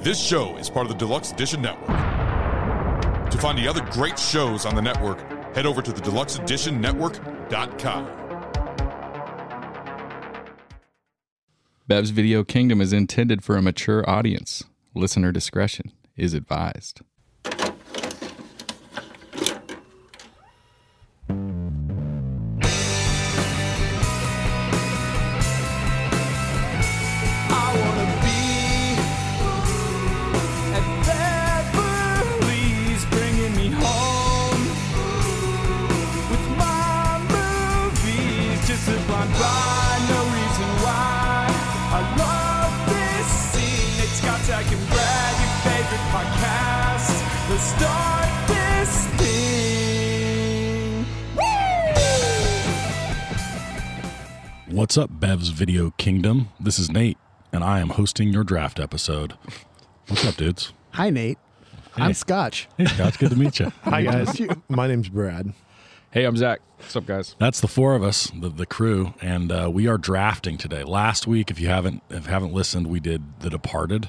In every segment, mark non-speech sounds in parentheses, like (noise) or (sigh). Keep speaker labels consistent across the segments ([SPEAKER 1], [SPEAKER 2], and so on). [SPEAKER 1] This show is part of the Deluxe Edition Network. To find the other great shows on the network, head over to the deluxeeditionnetwork.com.
[SPEAKER 2] Bev's Video Kingdom is intended for a mature audience. Listener discretion is advised.
[SPEAKER 3] I wanna be at Beverly's, bringing me home with my movies. Just a blind buy, no reason why. I love this scene. It's got Zach and Brad, your favorite podcast. Let's start this thing.
[SPEAKER 4] What's up, Bev's Video Kingdom? This is Nate, and I am hosting your draft episode. What's up, dudes?
[SPEAKER 5] Hi, Nate. I'm Scotch.
[SPEAKER 4] Hey, Scott, it's good to meet you.
[SPEAKER 6] Hi
[SPEAKER 5] Aren't
[SPEAKER 6] guys.
[SPEAKER 5] you- My name's Brad.
[SPEAKER 2] Hey, I'm Zach. What's up, guys?
[SPEAKER 4] That's the four of us, the, the crew, and uh, we are drafting today. Last week, if you haven't if you haven't listened, we did The Departed.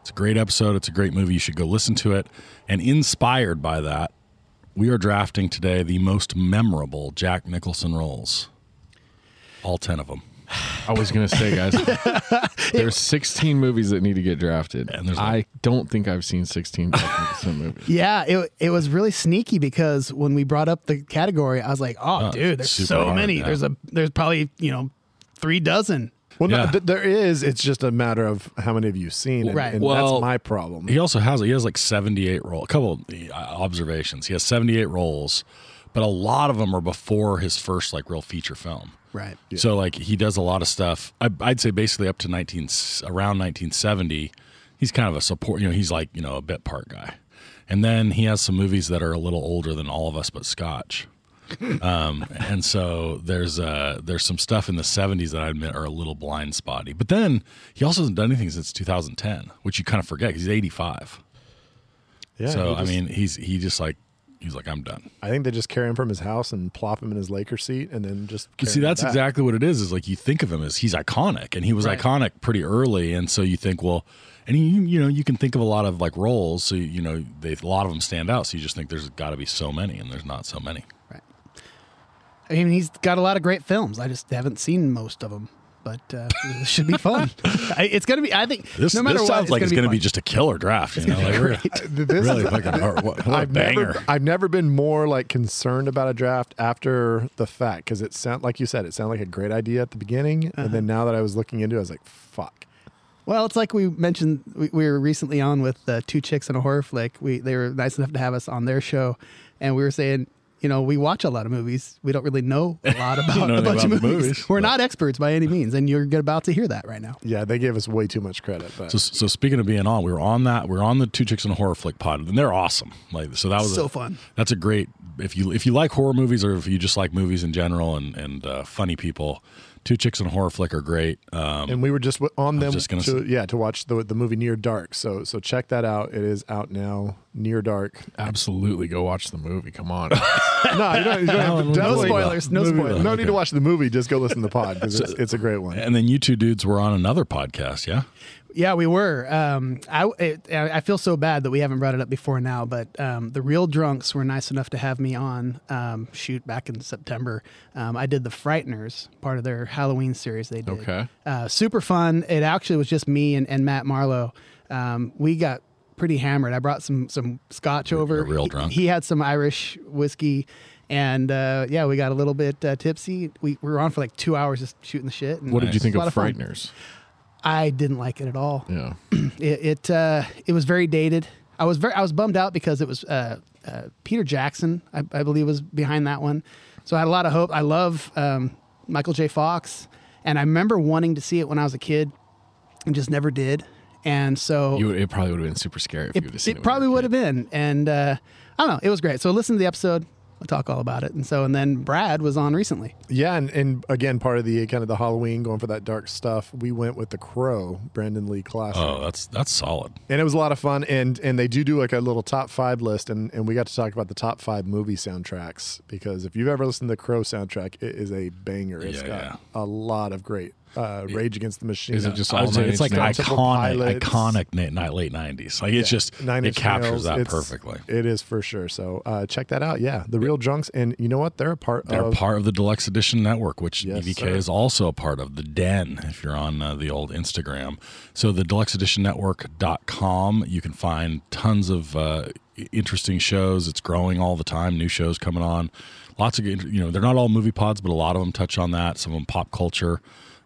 [SPEAKER 4] It's a great episode. It's a great movie. You should go listen to it. And inspired by that, we are drafting today the most memorable Jack Nicholson roles. All ten of them.
[SPEAKER 6] I was gonna say, guys, there's 16 movies that need to get drafted,
[SPEAKER 4] And there's
[SPEAKER 6] I don't think I've seen 16 Jack Nicholson (laughs) movies.
[SPEAKER 5] Yeah, it, it was really sneaky because when we brought up the category, I was like, "Oh, dude, there's
[SPEAKER 4] super
[SPEAKER 5] so
[SPEAKER 4] hard,
[SPEAKER 5] many.
[SPEAKER 4] yeah.
[SPEAKER 5] There's a there's probably you know three dozen."
[SPEAKER 6] Well,
[SPEAKER 4] Yeah.
[SPEAKER 6] no,
[SPEAKER 4] th-
[SPEAKER 6] th-
[SPEAKER 7] There is. It's just a matter of how many of you seen, and,
[SPEAKER 5] Right.
[SPEAKER 7] and
[SPEAKER 4] Well-
[SPEAKER 7] that's my problem.
[SPEAKER 4] He also has he has like 78 roll. A couple of uh, observations. He has 78 roles, but a lot of them are before his first like real feature film.
[SPEAKER 5] Right.
[SPEAKER 4] So like he does a lot of stuff. I, I'd say basically up to 19 around 1970, he's kind of a support. You know, he's like you know a bit part guy, and then he has some movies that are a little older than all of us, but Scotch. um, and so there's uh, there's some stuff in the 70s that I admit are a little blind spotty. But then he also hasn't done anything since 2010, which you kind of forget. 'cause He's 85.
[SPEAKER 7] yeah.
[SPEAKER 4] so
[SPEAKER 7] he
[SPEAKER 4] I
[SPEAKER 7] just-
[SPEAKER 4] mean, he's he just like he's like I'm done.
[SPEAKER 7] I think they just carry him from his house and plop him in his Laker seat, and then just.
[SPEAKER 4] You
[SPEAKER 7] carry
[SPEAKER 4] see,
[SPEAKER 7] him
[SPEAKER 4] that's
[SPEAKER 7] back.
[SPEAKER 4] exactly what it is. Is like you think of him as he's iconic, and he was iconic pretty early, and so you think, well, and you you know you can think of a lot of like roles, so you know they a lot of them stand out. So you just think there's got to be so many, and there's not so many.
[SPEAKER 5] Right. I mean, he's got a lot of great films. I just haven't seen most of them, but uh, it should be
[SPEAKER 4] (laughs)
[SPEAKER 5] fun. I, it's gonna be. I think
[SPEAKER 4] This,
[SPEAKER 5] no matter
[SPEAKER 4] this
[SPEAKER 5] what,
[SPEAKER 4] sounds like it's going to be
[SPEAKER 5] fun.
[SPEAKER 4] just a killer draft. You know, like we're-
[SPEAKER 7] This
[SPEAKER 4] really
[SPEAKER 7] is-
[SPEAKER 4] fucking hard. What, what a
[SPEAKER 7] I've
[SPEAKER 4] banger!
[SPEAKER 7] never, I've never been more like concerned about a draft after the fact because it sound like you said it sounded like a great idea at the beginning, and then now that I was looking into, it, I was like, "Fuck."
[SPEAKER 5] Well, it's like we mentioned. We, we were recently on with uh, two chicks and a horror flick. We they were nice enough to have us on their show, and we were saying, you know, we watch a lot of movies. We don't really know a
[SPEAKER 4] (laughs)
[SPEAKER 5] lot about
[SPEAKER 4] know
[SPEAKER 5] a
[SPEAKER 4] anything about
[SPEAKER 5] bunch of
[SPEAKER 4] the
[SPEAKER 5] movies.
[SPEAKER 4] movies,
[SPEAKER 5] we're
[SPEAKER 4] but-
[SPEAKER 5] not experts by any means, and you're about to hear that right now.
[SPEAKER 7] Yeah, they gave us way too much credit, but
[SPEAKER 4] So, so speaking of being on, we were on that. We were on the two chicks and a horror flick pod, and they're awesome. Like, so that was
[SPEAKER 5] So
[SPEAKER 4] a-
[SPEAKER 5] fun.
[SPEAKER 4] That's a great if you if you like horror movies or if you just like movies in general and and uh, funny people. Two chicks and a horror flick are great. Um,
[SPEAKER 7] and we were just w- on them
[SPEAKER 4] just
[SPEAKER 7] to
[SPEAKER 4] gonna say-
[SPEAKER 7] yeah to watch the the movie Near Dark. So so check that out. It is out now. Near Dark.
[SPEAKER 6] Absolutely, go watch the movie. Come on,
[SPEAKER 7] No, you don't, you don't have to,
[SPEAKER 5] No
[SPEAKER 7] definitely-
[SPEAKER 5] spoilers. No spoilers.
[SPEAKER 7] No need to watch the movie. Just go listen to the pod
[SPEAKER 4] (laughs)
[SPEAKER 7] because it's, it's a great one.
[SPEAKER 4] and then you two dudes were on another podcast. Yeah,
[SPEAKER 5] Yeah, we were. Um, I it, I feel so bad that we haven't brought it up before now, but um, the real drunks were nice enough to have me on. Um, shoot, back in September, um, I did the Frighteners part of their Halloween series. They did
[SPEAKER 6] Okay.
[SPEAKER 5] uh, super fun. It actually was just me and, and Matt Marlowe. Um, we got pretty hammered. I brought some some scotch over.
[SPEAKER 4] real
[SPEAKER 5] He-
[SPEAKER 4] drunk.
[SPEAKER 5] He, had some Irish whiskey, and uh, yeah, we got a little bit uh, tipsy. We, we were on for like two hours just shooting the shit. And
[SPEAKER 6] (laughs) what did you
[SPEAKER 4] Nice.
[SPEAKER 6] think
[SPEAKER 5] It's a
[SPEAKER 6] of
[SPEAKER 5] lot of fun.
[SPEAKER 6] Frighteners?
[SPEAKER 5] I didn't like it at all
[SPEAKER 6] Yeah,
[SPEAKER 5] it it, uh, it was very dated. I was very I was bummed out because it was uh, uh, Peter Jackson, I, I believe, was behind that one. So I had a lot of hope. I love um, Michael J. Fox, and I remember wanting to see it when I was a kid, and just never did. And so
[SPEAKER 6] you, it probably would have been super scary if you would have
[SPEAKER 5] it,
[SPEAKER 6] seen it.
[SPEAKER 5] it probably would have been. And uh, I don't know, it was great. So listen to the episode. We'll talk all about it. And so and then Brad was on recently.
[SPEAKER 7] Yeah, and, and again, part of the kind of the Halloween going for that dark stuff. We went with the Crow, Brandon Lee Classic,
[SPEAKER 4] oh, that's that's solid.
[SPEAKER 7] and it was a lot of fun. And and they do do like a little top five list, and and we got to talk about the top five movie soundtracks because if you've ever listened to the Crow soundtrack, it is a banger. It's
[SPEAKER 4] Yeah,
[SPEAKER 7] got a lot of great uh, Rage Against the Machine.
[SPEAKER 6] Is it just
[SPEAKER 4] I
[SPEAKER 6] all
[SPEAKER 4] would say it's like
[SPEAKER 7] Names?
[SPEAKER 4] iconic,
[SPEAKER 7] Multiple pilots.
[SPEAKER 4] iconic na- night, late nineties. Like it's just
[SPEAKER 7] Nine
[SPEAKER 4] it
[SPEAKER 7] Inch
[SPEAKER 4] captures
[SPEAKER 7] Nails,
[SPEAKER 4] that
[SPEAKER 7] it's-
[SPEAKER 4] perfectly.
[SPEAKER 7] It is for sure. So uh, check that out. Yeah, the real drunks, and you know what? They're a part
[SPEAKER 4] They're
[SPEAKER 7] of.
[SPEAKER 4] part of the Deluxe Edition Network, which
[SPEAKER 7] Yes,
[SPEAKER 4] DVK
[SPEAKER 7] sir.
[SPEAKER 4] is also a part of. The Den, if you're on uh, the old Instagram. So the Deluxe Edition Network.com, you can find tons of uh, interesting shows. It's growing all the time, new shows coming on. Lots of, good- you know, they're not all movie pods, but a lot of them touch on that. Some of them pop culture.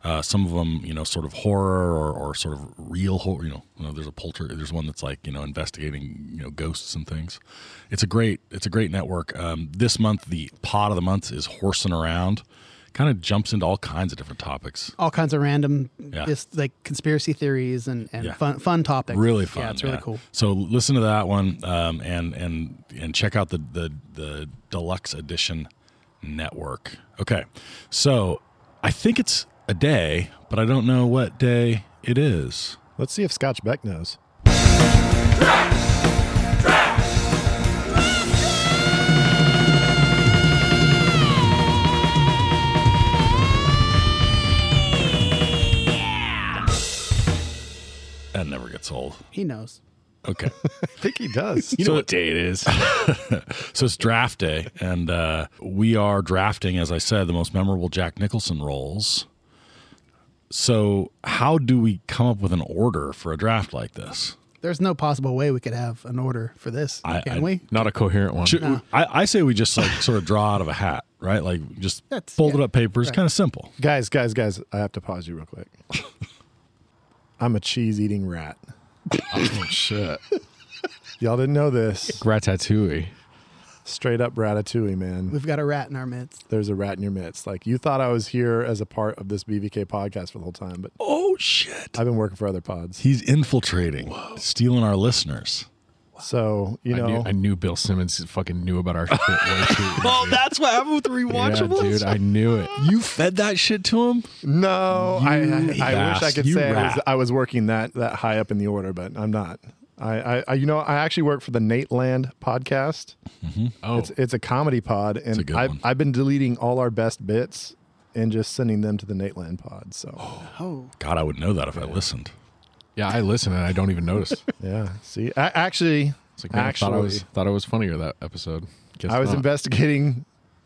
[SPEAKER 4] Uh, some of them, you know, sort of horror or, or sort of real horror. You know, you know, there's a polter. There's one that's like you know investigating you know ghosts and things. It's a great it's a great network. Um, this month, the pod of the month is horsing around. Kind of jumps into all kinds of different topics.
[SPEAKER 5] all kinds of random,
[SPEAKER 4] Yeah.
[SPEAKER 5] just like conspiracy theories and, and
[SPEAKER 4] Yeah.
[SPEAKER 5] fun fun topics.
[SPEAKER 4] Really fun.
[SPEAKER 5] Yeah, it's really cool.
[SPEAKER 4] So listen to that one um, and and and check out the the the deluxe edition network. Okay, so I think it's a day, but I don't know what day it is.
[SPEAKER 7] Let's see if Scotch Beck knows.
[SPEAKER 4] That never gets old.
[SPEAKER 5] He knows.
[SPEAKER 4] Okay.
[SPEAKER 7] I think he does.
[SPEAKER 4] (laughs) You know what day it is. so it's draft day, and uh, we are drafting, as I said, the most memorable Jack Nicholson roles. So, how do we come up with an order for a draft like this?
[SPEAKER 5] There's no possible way we could have an order for this,
[SPEAKER 4] I-
[SPEAKER 5] can
[SPEAKER 4] I-
[SPEAKER 5] we?
[SPEAKER 6] Not a coherent
[SPEAKER 5] Uh-huh.
[SPEAKER 6] one.
[SPEAKER 4] Should- I, I say we just like sort of draw out of a hat, right? Like just
[SPEAKER 5] That's-
[SPEAKER 4] folded
[SPEAKER 5] yeah,
[SPEAKER 4] up paper. It's kind of simple.
[SPEAKER 7] guys, guys, guys, I have to pause you
[SPEAKER 4] (laughs)
[SPEAKER 7] real quick. I'm a cheese eating rat.
[SPEAKER 6] Oh, shit.
[SPEAKER 7] Y'all didn't know this.
[SPEAKER 6] Ratatouille.
[SPEAKER 7] Straight up ratatouille, man.
[SPEAKER 5] We've got a rat in our midst.
[SPEAKER 7] There's a rat in your midst. Like you thought I was here as a part of this BVK podcast for the whole time, but
[SPEAKER 4] Oh shit!
[SPEAKER 7] I've been working for other pods.
[SPEAKER 4] He's infiltrating, stealing our listeners.
[SPEAKER 7] So you
[SPEAKER 6] I, knew,
[SPEAKER 7] know,
[SPEAKER 6] I knew Bill Simmons fucking knew about our shit way too.
[SPEAKER 4] Oh, that's what happened with the
[SPEAKER 6] yeah, dude, I knew it.
[SPEAKER 4] you fed that shit to him.
[SPEAKER 7] no, I, I, I wish I
[SPEAKER 4] bastard.
[SPEAKER 7] could
[SPEAKER 4] You
[SPEAKER 7] say I was,
[SPEAKER 4] rat.
[SPEAKER 7] I was working that that high up in the order, but I'm not. I, I, I you know, I actually work for the Nate Land podcast.
[SPEAKER 6] Oh,
[SPEAKER 7] It's it's a comedy pod,
[SPEAKER 4] a
[SPEAKER 7] and
[SPEAKER 4] good one.
[SPEAKER 7] I've, I've been deleting all our best bits and just sending them to the Nate Land pod. So
[SPEAKER 5] Oh,
[SPEAKER 4] God, I would know that if I listened.
[SPEAKER 6] yeah, I listen and I don't even notice.
[SPEAKER 7] yeah, see, I, actually,
[SPEAKER 6] It's like, man,
[SPEAKER 7] actually,
[SPEAKER 6] I thought I was thought I was funnier that episode. Guess
[SPEAKER 7] I was
[SPEAKER 6] not.
[SPEAKER 7] investigating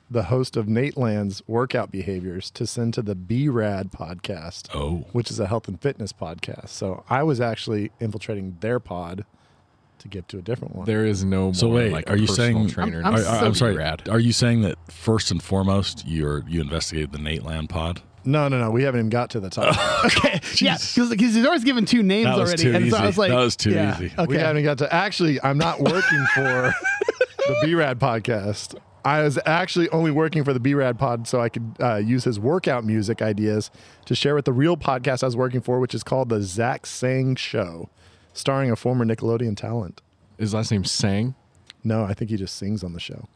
[SPEAKER 7] the host of Nate Land's workout behaviors to send to the B Rad podcast,
[SPEAKER 4] Oh.
[SPEAKER 7] which is a health and fitness podcast. So I was actually infiltrating their pod to get to a different one.
[SPEAKER 6] There is no more.
[SPEAKER 4] So wait,
[SPEAKER 6] like,
[SPEAKER 4] are you
[SPEAKER 6] personal
[SPEAKER 4] saying-
[SPEAKER 6] trainer?
[SPEAKER 5] I'm-
[SPEAKER 4] Are-
[SPEAKER 5] I'm
[SPEAKER 4] are-
[SPEAKER 5] so
[SPEAKER 4] I'm, sorry.
[SPEAKER 6] rad.
[SPEAKER 4] Are you saying that first and foremost, you're you investigated the Nate Land pod?
[SPEAKER 7] no, no, no. We haven't even got to the top.
[SPEAKER 5] okay. Yeah, because he's always given two names
[SPEAKER 4] That was
[SPEAKER 5] already,
[SPEAKER 4] too
[SPEAKER 5] and so I
[SPEAKER 4] easy.
[SPEAKER 5] was like,
[SPEAKER 4] That was too
[SPEAKER 5] yeah,
[SPEAKER 4] easy.
[SPEAKER 7] We
[SPEAKER 5] Okay.
[SPEAKER 7] haven't got to. Actually, I'm not working
[SPEAKER 4] (laughs)
[SPEAKER 7] for the B Rad podcast. I was actually only working for the B Rad pod so I could uh, use his workout music ideas to share with the real podcast I was working for, which is called The Zach Sang Show, starring a former Nickelodeon talent.
[SPEAKER 6] His last name Sang.
[SPEAKER 7] No, I think he just sings on the show.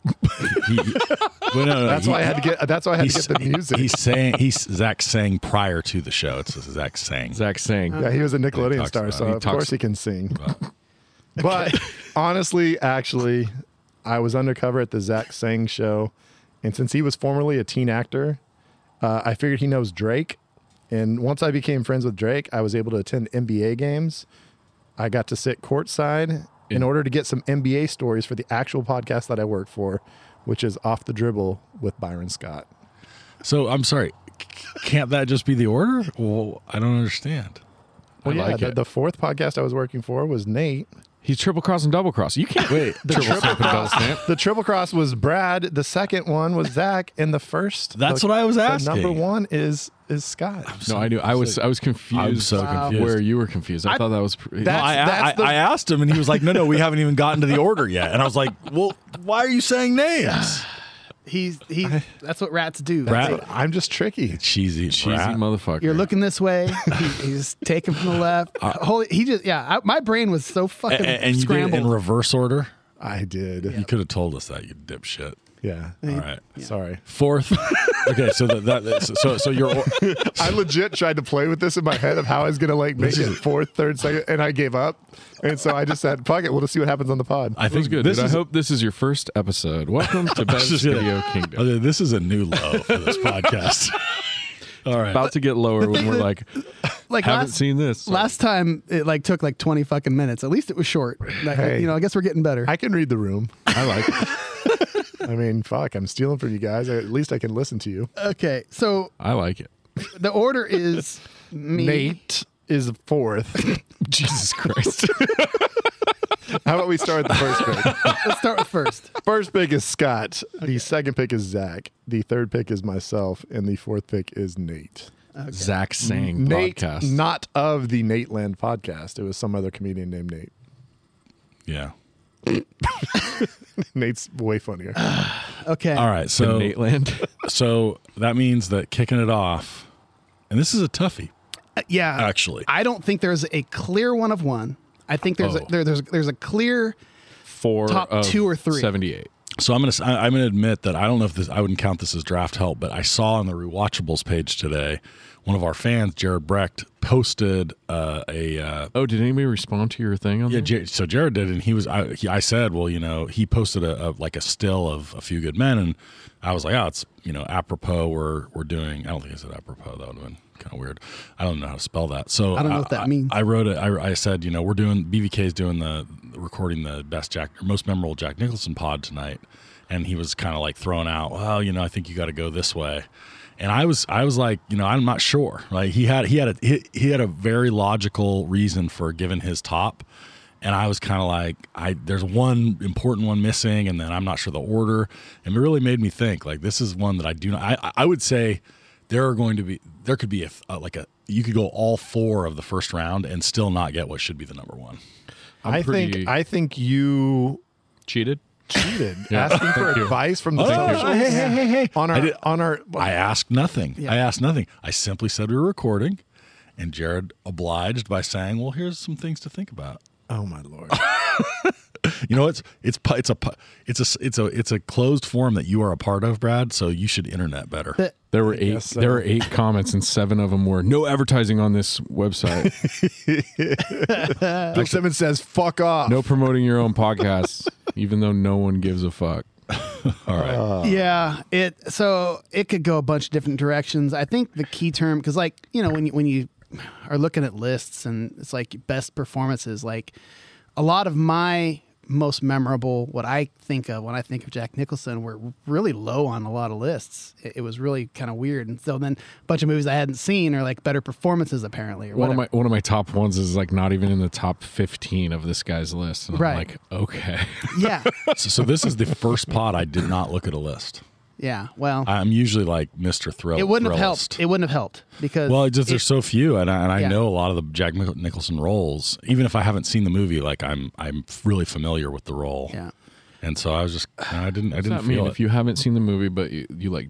[SPEAKER 4] He, he- (laughs) well, no, no,
[SPEAKER 7] That's
[SPEAKER 4] he-
[SPEAKER 7] why I had to get. That's why I had to
[SPEAKER 4] he's-
[SPEAKER 7] get the music.
[SPEAKER 4] He's saying he's Zach sang prior to the show. It's Zach sang.
[SPEAKER 6] Zach Sang.
[SPEAKER 5] Uh,
[SPEAKER 7] yeah, he was a
[SPEAKER 4] He
[SPEAKER 7] Nickelodeon
[SPEAKER 4] talks
[SPEAKER 7] star,
[SPEAKER 4] about-
[SPEAKER 7] so
[SPEAKER 4] he
[SPEAKER 7] of
[SPEAKER 6] talks-
[SPEAKER 7] course he can sing. (laughs) But honestly, actually, I was undercover at the Zach Sang show, and since he was formerly a teen actor, uh, I figured he knows Drake. And once I became friends with Drake, I was able to attend NBA games. I got to sit courtside in
[SPEAKER 6] In-
[SPEAKER 7] order to get some NBA stories for the actual podcast that I work for, which is Off the Dribble with Byron Scott.
[SPEAKER 4] So I'm sorry. C- Can't that just be the order? Well, I don't understand.
[SPEAKER 7] Well,
[SPEAKER 6] I
[SPEAKER 7] yeah,
[SPEAKER 6] like
[SPEAKER 7] the,
[SPEAKER 6] it.
[SPEAKER 7] the fourth podcast I was working for was Nate.
[SPEAKER 6] He's triple cross and double cross. You can't wait. The triple, stamp and double stamp.
[SPEAKER 7] The triple cross was Brad. The second one was Zach, and the first.
[SPEAKER 4] That's
[SPEAKER 7] the-
[SPEAKER 4] what I was
[SPEAKER 7] the
[SPEAKER 4] asking.
[SPEAKER 7] number one is is Scott.
[SPEAKER 6] No, I knew. I was. I was confused.
[SPEAKER 4] I'm so confused.
[SPEAKER 6] Where you were confused. I, thought that was. Pre-
[SPEAKER 7] That-
[SPEAKER 4] I,
[SPEAKER 7] that's
[SPEAKER 4] I,
[SPEAKER 7] the-
[SPEAKER 4] I asked him, and he was like, "No, no, we haven't even gotten to the order yet." And I was like, "Well, why are you saying names?"
[SPEAKER 5] He's he. That's what rats do.
[SPEAKER 4] Rat-
[SPEAKER 7] But I'm just tricky.
[SPEAKER 4] Cheesy,
[SPEAKER 6] cheesy
[SPEAKER 4] rat.
[SPEAKER 6] motherfucker.
[SPEAKER 5] You're looking this way. He, he's taken from the left. Holy, he just yeah. I, my brain was
[SPEAKER 4] Uh, A-
[SPEAKER 5] so
[SPEAKER 4] a-
[SPEAKER 5] fucking
[SPEAKER 4] and you did it
[SPEAKER 5] scrambled.
[SPEAKER 4] in reverse order.
[SPEAKER 7] I did.
[SPEAKER 4] You could have told us that, you dipshit.
[SPEAKER 7] Yeah.
[SPEAKER 4] All right.
[SPEAKER 7] Sorry.
[SPEAKER 4] Fourth. (laughs) okay, so that, that so so your or-
[SPEAKER 7] I legit tried to play with this in my head of how I was gonna like make it fourth, third, second, and I gave up. And so I just said, "Fuck it, we'll just see what happens on the pod."
[SPEAKER 4] I
[SPEAKER 6] That was
[SPEAKER 4] think
[SPEAKER 6] good.
[SPEAKER 4] this
[SPEAKER 6] dude.
[SPEAKER 4] is
[SPEAKER 6] I hope this is your first (laughs) episode. Welcome to Best
[SPEAKER 4] This is it.
[SPEAKER 6] Video Kingdom.
[SPEAKER 4] Okay, this is a new low for this podcast. (laughs) All right.
[SPEAKER 6] About to get lower when we're (laughs) like,
[SPEAKER 5] Like
[SPEAKER 6] haven't
[SPEAKER 5] last,
[SPEAKER 6] seen this.
[SPEAKER 5] last time, it like took like twenty fucking minutes. At least it was short. Like,
[SPEAKER 7] Hey.
[SPEAKER 5] You know, I guess we're getting better.
[SPEAKER 7] I can read the room.
[SPEAKER 6] I like it.
[SPEAKER 7] (laughs) I mean, fuck, I'm stealing from you guys. At least I can listen to you.
[SPEAKER 5] okay, so
[SPEAKER 6] I like it.
[SPEAKER 5] the order is
[SPEAKER 7] (laughs)
[SPEAKER 5] me.
[SPEAKER 7] Nate is fourth.
[SPEAKER 6] (laughs) Jesus Christ.
[SPEAKER 7] How about we start with the first pick?
[SPEAKER 5] Let's start with first.
[SPEAKER 7] First pick is Scott. The second pick is Zach. The third pick is myself, and the fourth pick is Nate.
[SPEAKER 6] Zach saying
[SPEAKER 7] Nate,
[SPEAKER 6] podcast.
[SPEAKER 7] not of the Nate Land podcast. It was some other comedian named Nate. (laughs)
[SPEAKER 4] Yeah.
[SPEAKER 7] Nate's way funnier.
[SPEAKER 5] Okay.
[SPEAKER 4] All right.
[SPEAKER 6] The
[SPEAKER 4] So
[SPEAKER 6] Nate Land.
[SPEAKER 4] so that means that kicking it off, and this is a toughie.
[SPEAKER 5] Uh, yeah.
[SPEAKER 4] Actually.
[SPEAKER 5] I don't think there's a clear one of one. I think there's
[SPEAKER 4] Oh.
[SPEAKER 5] a, there, there's there's a clear
[SPEAKER 6] Four
[SPEAKER 5] Top
[SPEAKER 6] of
[SPEAKER 5] two or three.
[SPEAKER 6] 78.
[SPEAKER 4] So I'm gonna s- I- I'm gonna admit that I don't know if this I wouldn't count this as draft help, but I saw on the rewatchables page today, one of our fans Jared Brecht posted uh, a uh,
[SPEAKER 6] Oh, did anybody respond to your thing on
[SPEAKER 4] yeah.
[SPEAKER 6] that?
[SPEAKER 4] Jar so Jared did, and he was I, he, I said, well, you know, he posted a, a like a still of a few good men, and I was like, oh, it's you know apropos we're we're doing. I don't think I said apropos. That would have been kind of weird. I don't know how to spell that. So
[SPEAKER 5] I don't know what that means.
[SPEAKER 4] I, wrote it. I, I said, you know, we're doing BVK is doing the recording the best Jack or most memorable Jack Nicholson pod tonight, and he was kind of like thrown out. Well, you know, I think you got to go this way. And I was, I was like, you know, I'm not sure. Like he had, he had a, he, he had a very logical reason for giving his top, and I was kind of like, I there's one important one missing, and then I'm not sure the order, and it really made me think. Like this is one that I do not. I I would say there are going to be there could be a, a like a you could go all four of the first round and still not get what should be the number one.
[SPEAKER 7] I
[SPEAKER 6] pretty-
[SPEAKER 7] think I think you
[SPEAKER 6] Cheated?
[SPEAKER 7] cheated asking for advice from the social
[SPEAKER 4] hey, hey, hey, hey.
[SPEAKER 7] on
[SPEAKER 4] I
[SPEAKER 7] our
[SPEAKER 4] did-
[SPEAKER 7] on our
[SPEAKER 4] I asked nothing. I asked nothing. I simply said we were recording, and Jared obliged by saying, "Well, here's some things to think about."
[SPEAKER 7] Oh my lord.
[SPEAKER 4] You know, it's it's pu- it's a pu- it's a it's a it's a closed form that you are a part of, Brad. So you should internet
[SPEAKER 5] (laughs)
[SPEAKER 4] better.
[SPEAKER 5] The-
[SPEAKER 6] There were eight.
[SPEAKER 7] so.
[SPEAKER 6] There were eight comments, and seven of them were no advertising on this website,
[SPEAKER 7] Bill Simmons says fuck off.
[SPEAKER 6] no promoting your own podcasts, even though no one gives a fuck.
[SPEAKER 4] all right.
[SPEAKER 5] yeah. It so it could go a bunch of different directions. I think the key term because like you know when you when you are looking at lists and it's like best performances like a lot of my most memorable what I think of when I think of Jack Nicholson were really low on a lot of lists. It, it was really kind of weird. And so then a bunch of movies I hadn't seen are like better performances apparently. Or
[SPEAKER 6] One
[SPEAKER 5] whatever.
[SPEAKER 6] of my one of my top ones is like not even in the top fifteen of this guy's list. And
[SPEAKER 5] Right.
[SPEAKER 6] I'm like, okay, (laughs)
[SPEAKER 5] yeah.
[SPEAKER 4] So, so this is the first pod I did not look at a list.
[SPEAKER 5] Yeah. Well,
[SPEAKER 4] I'm usually like Mr. Thrill.
[SPEAKER 5] it wouldn't have
[SPEAKER 4] Thrillist.
[SPEAKER 5] helped. It wouldn't have helped because
[SPEAKER 4] Well, it's just there's so few, and I, and I
[SPEAKER 5] Yeah.
[SPEAKER 4] know a lot of the Jack Nich- Nicholson roles. Even if I haven't seen the movie, like I'm I'm really familiar with the role.
[SPEAKER 5] Yeah.
[SPEAKER 4] And so I was just I didn't I
[SPEAKER 6] does that
[SPEAKER 4] didn't
[SPEAKER 6] mean
[SPEAKER 4] feel it.
[SPEAKER 6] if you haven't seen the movie, but you, you like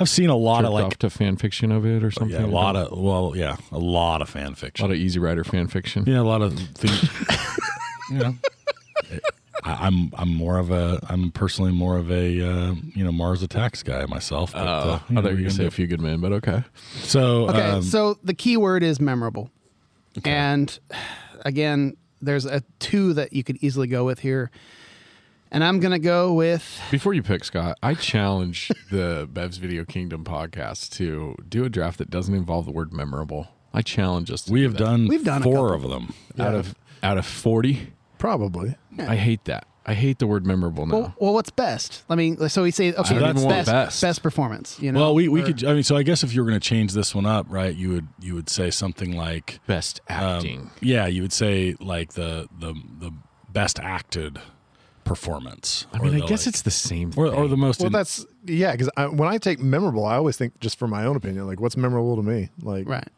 [SPEAKER 4] I've seen a lot
[SPEAKER 6] jerked
[SPEAKER 4] of
[SPEAKER 6] off
[SPEAKER 4] like Oh,
[SPEAKER 6] to fan fiction of it or something?
[SPEAKER 4] yeah, a lot of well yeah a lot of fan
[SPEAKER 6] a
[SPEAKER 4] fiction.
[SPEAKER 6] lot of Easy Rider fan fiction.
[SPEAKER 4] yeah, a lot of
[SPEAKER 6] (laughs)
[SPEAKER 4] things. you know. I, I'm I'm more of a I'm personally more of a uh, you know Mars Attacks guy myself. But,
[SPEAKER 6] Uh,
[SPEAKER 4] you know,
[SPEAKER 6] I thought you
[SPEAKER 4] what
[SPEAKER 6] were
[SPEAKER 4] are
[SPEAKER 6] gonna
[SPEAKER 4] you
[SPEAKER 6] say
[SPEAKER 4] gonna
[SPEAKER 6] a few good men, but okay.
[SPEAKER 4] do? so
[SPEAKER 5] Okay,
[SPEAKER 4] um,
[SPEAKER 5] so the key word is memorable. And again, there's a two that you could easily go with here. And I'm going to go with
[SPEAKER 6] Before you pick Scott, I (laughs) challenge the Bev's Video Kingdom podcast to do a draft that doesn't involve the word memorable. I challenge us. To
[SPEAKER 4] we
[SPEAKER 6] do
[SPEAKER 4] have
[SPEAKER 6] that.
[SPEAKER 4] done
[SPEAKER 5] We've done a
[SPEAKER 4] four of them.
[SPEAKER 6] out of out of forty.
[SPEAKER 7] Probably.
[SPEAKER 6] I hate that. I hate the word memorable now.
[SPEAKER 5] well, well what's best? I mean, so we say okay,
[SPEAKER 6] don't
[SPEAKER 5] that's
[SPEAKER 6] even want
[SPEAKER 5] best,
[SPEAKER 6] best.
[SPEAKER 5] best performance, you know.
[SPEAKER 4] Well, we, we could. I mean, so I guess if you were going to change this one up, right? You would you would say something like,
[SPEAKER 6] Best
[SPEAKER 4] um,
[SPEAKER 6] acting.
[SPEAKER 4] yeah, you would say like the the the best acted performance.
[SPEAKER 6] I mean, I guess it's the same thing.
[SPEAKER 4] or, or the most.
[SPEAKER 7] Well, that's yeah. Because when I take memorable, I always think just for my own opinion, like what's memorable to me. Like
[SPEAKER 5] right.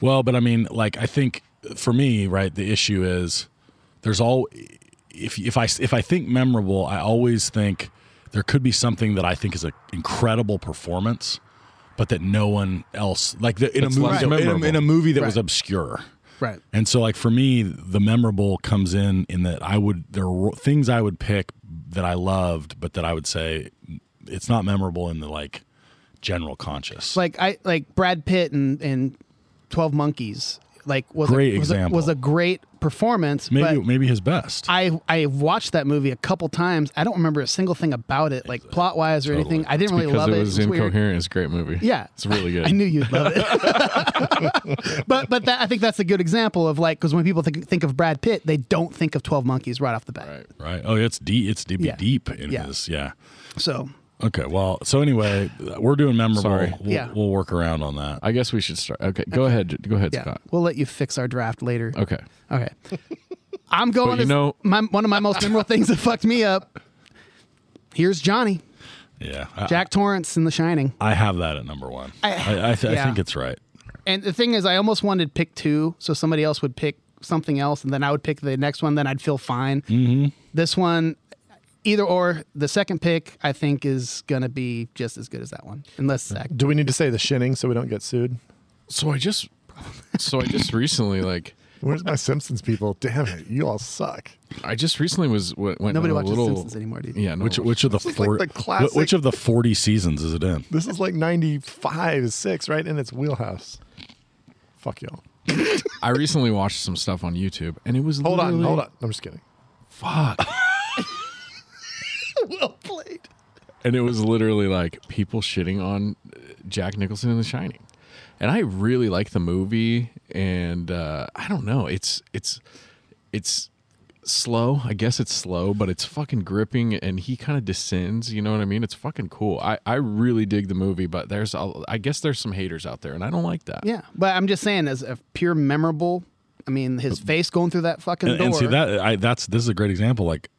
[SPEAKER 4] well, but I mean, like I think for me, right? The issue is there's all if if I if I think memorable, I always think there could be something that I think is an incredible performance, but that no one else like the, in, a
[SPEAKER 6] That's
[SPEAKER 4] movie,
[SPEAKER 6] less
[SPEAKER 4] that- in a-
[SPEAKER 6] memorable.
[SPEAKER 4] in a movie that was
[SPEAKER 5] Right.
[SPEAKER 4] obscure.
[SPEAKER 5] Right.
[SPEAKER 4] And so, like for me, the memorable comes in in that I would there were things I would pick that I loved, but that I would say it's not memorable in the like general conscious.
[SPEAKER 5] Like I like Brad Pitt and and 12 Monkeys like was
[SPEAKER 4] Great
[SPEAKER 5] a, was, a,
[SPEAKER 4] example.
[SPEAKER 5] was a great performance.
[SPEAKER 4] Maybe
[SPEAKER 5] but
[SPEAKER 4] maybe his best.
[SPEAKER 5] I I watched that movie a couple times. I don't remember a single thing about it, like plot wise or anything. I didn't really
[SPEAKER 6] because
[SPEAKER 5] love
[SPEAKER 6] it
[SPEAKER 5] it.
[SPEAKER 6] was
[SPEAKER 5] It's weird.
[SPEAKER 6] incoherent. It's a great movie.
[SPEAKER 5] Yeah, (laughs)
[SPEAKER 6] it's really good.
[SPEAKER 5] I knew you'd love it. (laughs) but but that, I think that's a good example of like because when people think, think of Brad Pitt, they don't think of Twelve Monkeys right off the bat.
[SPEAKER 4] right. Oh, it's deep. It's deep.
[SPEAKER 5] Yeah.
[SPEAKER 4] Deep in
[SPEAKER 5] Yeah.
[SPEAKER 4] his. Yeah.
[SPEAKER 5] So
[SPEAKER 4] Okay. Well. So anyway, we're doing memorable.
[SPEAKER 6] Sorry.
[SPEAKER 4] We'll,
[SPEAKER 5] Yeah.
[SPEAKER 4] we'll work around on that.
[SPEAKER 6] I guess we should start. Okay, go ahead. Go ahead,
[SPEAKER 5] yeah,
[SPEAKER 6] Scott.
[SPEAKER 5] we'll let you fix our draft later.
[SPEAKER 6] Okay,
[SPEAKER 5] Okay. I'm going.
[SPEAKER 6] you
[SPEAKER 5] as-
[SPEAKER 6] know-
[SPEAKER 5] my, one of my most memorable things that fucked me up. Here's Johnny
[SPEAKER 4] Yeah. I,
[SPEAKER 5] Jack Torrance in The Shining,
[SPEAKER 4] I have that at number one.
[SPEAKER 5] I-
[SPEAKER 4] I I, th- I
[SPEAKER 5] yeah.
[SPEAKER 4] think it's right.
[SPEAKER 5] and the thing is, I almost wanted to pick two, so somebody else would pick something else, and then I would pick the next one. Then I'd feel fine. Mm-hmm. This one, either or, the second pick, I think is gonna be just as good as that one, unless Zach.
[SPEAKER 4] Mm-hmm.
[SPEAKER 7] Do we need to say the shinning so we don't get sued?
[SPEAKER 6] so I just, so I just recently like,
[SPEAKER 7] Where's my Simpsons people? Damn it, you all suck.
[SPEAKER 6] I just recently was went went
[SPEAKER 5] Nobody
[SPEAKER 6] on a
[SPEAKER 5] watches
[SPEAKER 6] little,
[SPEAKER 5] Simpsons anymore, do you?
[SPEAKER 6] Yeah, no,
[SPEAKER 4] Which which of the
[SPEAKER 7] is like
[SPEAKER 4] four?
[SPEAKER 7] the classic-
[SPEAKER 4] Which of the forty seasons is it in?
[SPEAKER 7] This is like 95, 6, right in its wheelhouse. Fuck y'all.
[SPEAKER 6] I recently watched some stuff on YouTube, and it was
[SPEAKER 7] Hold on,
[SPEAKER 6] literally-
[SPEAKER 7] hold on. I'm just (laughs) kidding.
[SPEAKER 6] fuck.
[SPEAKER 5] well played.
[SPEAKER 6] and it was literally like people shitting on uh, Jack Nicholson in The Shining. And I really like the movie, and uh, I don't know, it's it's it's slow. I guess it's slow, but it's fucking gripping, and he kind of descends. You know what I mean? It's fucking cool. I I really dig the movie, but there's a, I guess there's some haters out there, and I don't like that.
[SPEAKER 5] Yeah, but I'm just saying, as a pure memorable, I mean, his face going through that fucking
[SPEAKER 4] And,
[SPEAKER 5] door.
[SPEAKER 4] and see that I, that's this is a great example. Like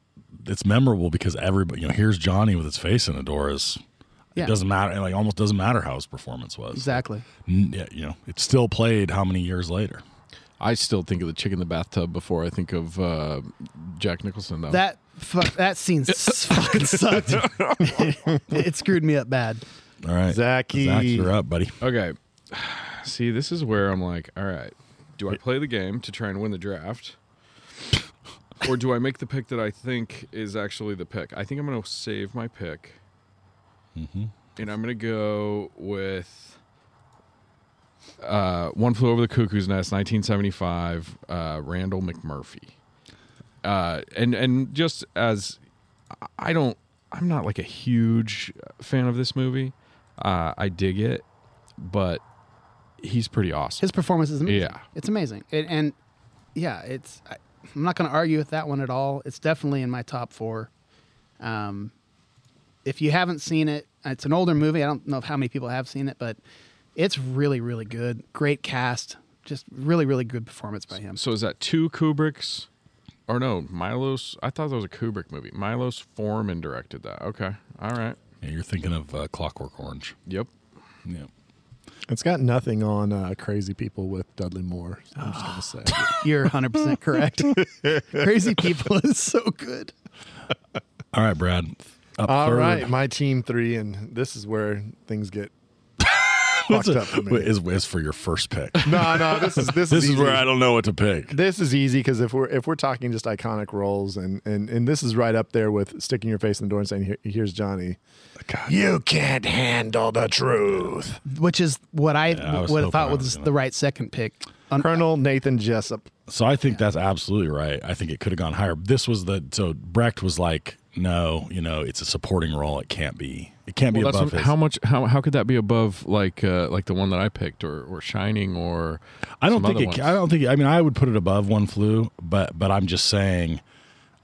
[SPEAKER 4] it's memorable because everybody you know here's Johnny with his face in the door is
[SPEAKER 5] Yeah.
[SPEAKER 4] it doesn't matter it, like almost doesn't matter how his performance was
[SPEAKER 5] exactly.
[SPEAKER 4] N- yeah, you know it's still played how many years later
[SPEAKER 6] I still think of the chick in the bathtub before I think of uh, Jack Nicholson.
[SPEAKER 4] Oh.
[SPEAKER 6] Though
[SPEAKER 5] That fuck,
[SPEAKER 4] (laughs)
[SPEAKER 5] that scene s- fucking sucked. (laughs) it screwed me up bad.
[SPEAKER 4] all right
[SPEAKER 7] Zachy.
[SPEAKER 4] Zach you're up buddy
[SPEAKER 6] Okay. (sighs) See, this is where I'm like, all right, do I play the game to try and win the draft? or do I make the pick that I think is actually the pick? I think I'm going to save my pick. And I'm going to go with uh, One Flew Over the Cuckoo's Nest, 1975, uh, Randall McMurphy. Uh, and, and just as I don't, I'm not like a huge fan of this movie. Uh, I dig it, but he's pretty awesome.
[SPEAKER 5] His performance is amazing.
[SPEAKER 6] Yeah.
[SPEAKER 5] it's amazing. It, and yeah, it's. I, I'm not going to argue with that one at all. It's definitely in my top four. Um, if you haven't seen it, it's an older movie. I don't know how many people have seen it, but it's really, really good. Great cast. Just really, really good performance
[SPEAKER 4] (laughs)
[SPEAKER 5] by him.
[SPEAKER 6] so is that two Kubricks? Or no, Milos. I thought that was a Kubrick movie. Milos Forman directed that. Okay. All right.
[SPEAKER 4] yeah, you're thinking of uh, Clockwork Orange
[SPEAKER 6] Yep.
[SPEAKER 4] yeah
[SPEAKER 7] It's got nothing on uh, Crazy People with Dudley Moore. so I'm just (sighs) going to say.
[SPEAKER 5] You're 100
[SPEAKER 4] (laughs)
[SPEAKER 5] percent correct. Crazy People is so good.
[SPEAKER 4] all right Brad up
[SPEAKER 7] All
[SPEAKER 4] third.
[SPEAKER 7] right, my team three, and this is where
[SPEAKER 4] (laughs)
[SPEAKER 7] things get
[SPEAKER 4] What's
[SPEAKER 7] fucked up for
[SPEAKER 4] up,
[SPEAKER 7] me.
[SPEAKER 4] is, is for your first pick
[SPEAKER 7] No, no, this is this,
[SPEAKER 4] (laughs) this is
[SPEAKER 7] easy.
[SPEAKER 4] where I don't know what to pick
[SPEAKER 7] This is easy because if we're if we're talking just iconic roles, and and and this is right up there with sticking your face in the door and saying, Here, "Here's Johnny." You can't handle the truth,
[SPEAKER 5] which is what I,
[SPEAKER 4] I was
[SPEAKER 5] what I
[SPEAKER 4] hoping I
[SPEAKER 5] thought was,
[SPEAKER 4] was gonna-
[SPEAKER 5] the right second pick. Un-
[SPEAKER 7] Colonel Nathan Jessup.
[SPEAKER 4] So I think that's absolutely right. I think it could have gone higher. This was the so Brecht was like, no, you know, it's a supporting role. It can't be. It can't be
[SPEAKER 6] Well, that's
[SPEAKER 4] above
[SPEAKER 6] what-
[SPEAKER 4] his.
[SPEAKER 6] how much? How, how could that be above like uh, like the one that I picked or or Shining or?
[SPEAKER 4] I don't
[SPEAKER 6] some
[SPEAKER 4] think
[SPEAKER 6] other
[SPEAKER 4] it.
[SPEAKER 6] ones?
[SPEAKER 4] ca- I don't think. I mean, I would put it above one flew, but but I'm just saying.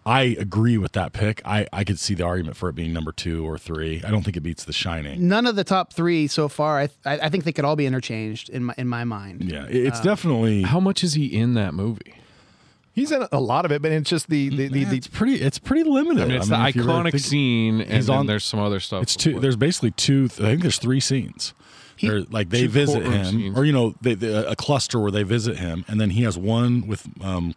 [SPEAKER 4] I agree with that pick. I, I could see the argument for it being number two or three. I don't think it beats The Shining.
[SPEAKER 5] None of the top three so far, I, I, I think they could all be interchanged in my in my mind.
[SPEAKER 4] Yeah, it- it's definitely.
[SPEAKER 6] Uh, How much is he in that movie?
[SPEAKER 7] He's in a lot of it, but it's just the the the,
[SPEAKER 4] it's
[SPEAKER 7] the
[SPEAKER 4] pretty. It's pretty limited.
[SPEAKER 6] I mean, it's
[SPEAKER 4] I mean, if
[SPEAKER 6] the
[SPEAKER 4] you really
[SPEAKER 6] iconic
[SPEAKER 4] think-
[SPEAKER 6] scene, and
[SPEAKER 4] he's
[SPEAKER 6] then
[SPEAKER 4] on-
[SPEAKER 6] there's some other stuff.
[SPEAKER 4] It's two.
[SPEAKER 6] before.
[SPEAKER 4] There's basically two. I think there's three scenes. They're- like they
[SPEAKER 6] two
[SPEAKER 4] visit
[SPEAKER 6] courtroom
[SPEAKER 4] him,
[SPEAKER 6] scenes.
[SPEAKER 4] or you know, they, they, a cluster where they visit him, and then he has one with um,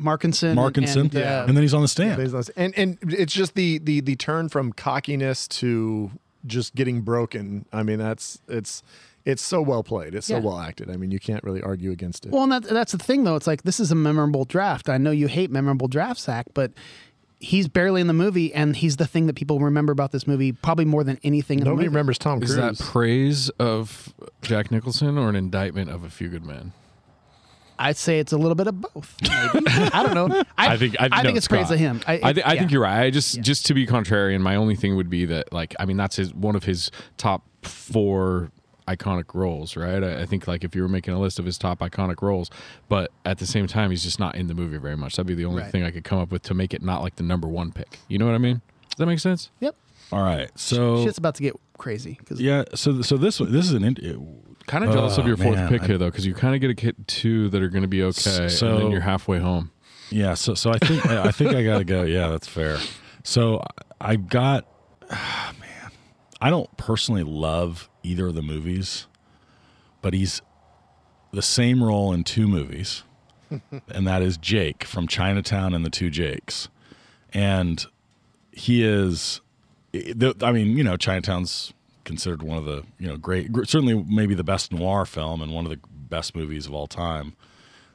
[SPEAKER 5] Markinson,
[SPEAKER 4] Markinson,
[SPEAKER 5] and,
[SPEAKER 4] and,
[SPEAKER 5] uh,
[SPEAKER 4] then he's on the stand.
[SPEAKER 7] and and it's just the the the turn from cockiness to just getting broken. I mean, that's it's it's so well played. It's
[SPEAKER 5] Yeah.
[SPEAKER 7] so well acted. I mean, you can't really argue against it.
[SPEAKER 5] well, and that, that's the thing though. It's like this is a memorable draft. I know you hate memorable drafts, Zach, but he's barely in the movie, and he's the thing that people remember about this movie probably more than anything. In the
[SPEAKER 7] Nobody
[SPEAKER 5] movie.
[SPEAKER 7] remembers Tom Cruise.
[SPEAKER 6] Is that praise of Jack Nicholson or an indictment of a few good men?
[SPEAKER 5] I'd say it's a little bit of both. Maybe. I don't know. I,
[SPEAKER 4] I think- I think no,
[SPEAKER 5] it's praise
[SPEAKER 4] Scott.
[SPEAKER 5] of him. I,
[SPEAKER 6] I, th- I
[SPEAKER 5] yeah.
[SPEAKER 6] think you're right. I just just to be contrarian, my only thing would be that like I mean that's his one of his top four iconic roles, right? I, I think like if you were making a list of his top iconic roles, but at the same time he's just not in the movie very much. That'd be the only
[SPEAKER 5] Right.
[SPEAKER 6] thing I could come up with to make it not like the number one pick. You know what I mean? Does that make sense?
[SPEAKER 5] Yep.
[SPEAKER 4] All right. So
[SPEAKER 5] Shit's about to get crazy because
[SPEAKER 4] Oh. yeah. So so this one this is an in- it-
[SPEAKER 6] Kind of jealous of
[SPEAKER 4] Oh,
[SPEAKER 6] your fourth
[SPEAKER 4] man,
[SPEAKER 6] pick
[SPEAKER 4] I-
[SPEAKER 6] here though, because you kind of get a kid two that are going to be okay, and
[SPEAKER 4] so-
[SPEAKER 6] then you're halfway home.
[SPEAKER 4] yeah. So so I think I think I gotta go. Yeah, that's fair. So I I got (sighs) man. I don't personally love either of the movies, but he's the same role in two movies, and that is Jake from Chinatown and the Two Jakes, and he is the, I mean, you know, Chinatown's considered one of the you know great, gr- certainly maybe the best noir film and one of the best movies of all time.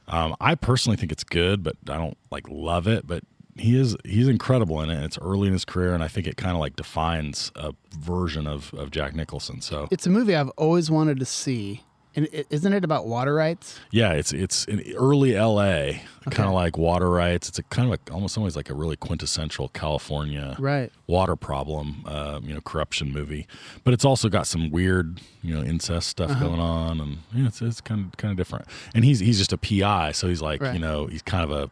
[SPEAKER 4] Um, I personally think it's good, but I don't like love it. But he is he's incredible in it. And it's early in his career, and I think it kind of like defines a version of of Jack Nicholson. So
[SPEAKER 5] it's a movie I've always wanted to see. And i- isn't it about water rights?
[SPEAKER 4] yeah, it's it's in early L.A. kind of like water rights. It's a kind of a, almost always like a really quintessential California
[SPEAKER 5] Right.
[SPEAKER 4] water problem, uh, you know, corruption movie. But it's also got some weird, you know, incest stuff
[SPEAKER 5] Uh-huh.
[SPEAKER 4] going on, and yeah, it's it's kind of kind of different. And he's he's just a PI, so he's like,
[SPEAKER 5] Right.
[SPEAKER 4] you know, he's kind of a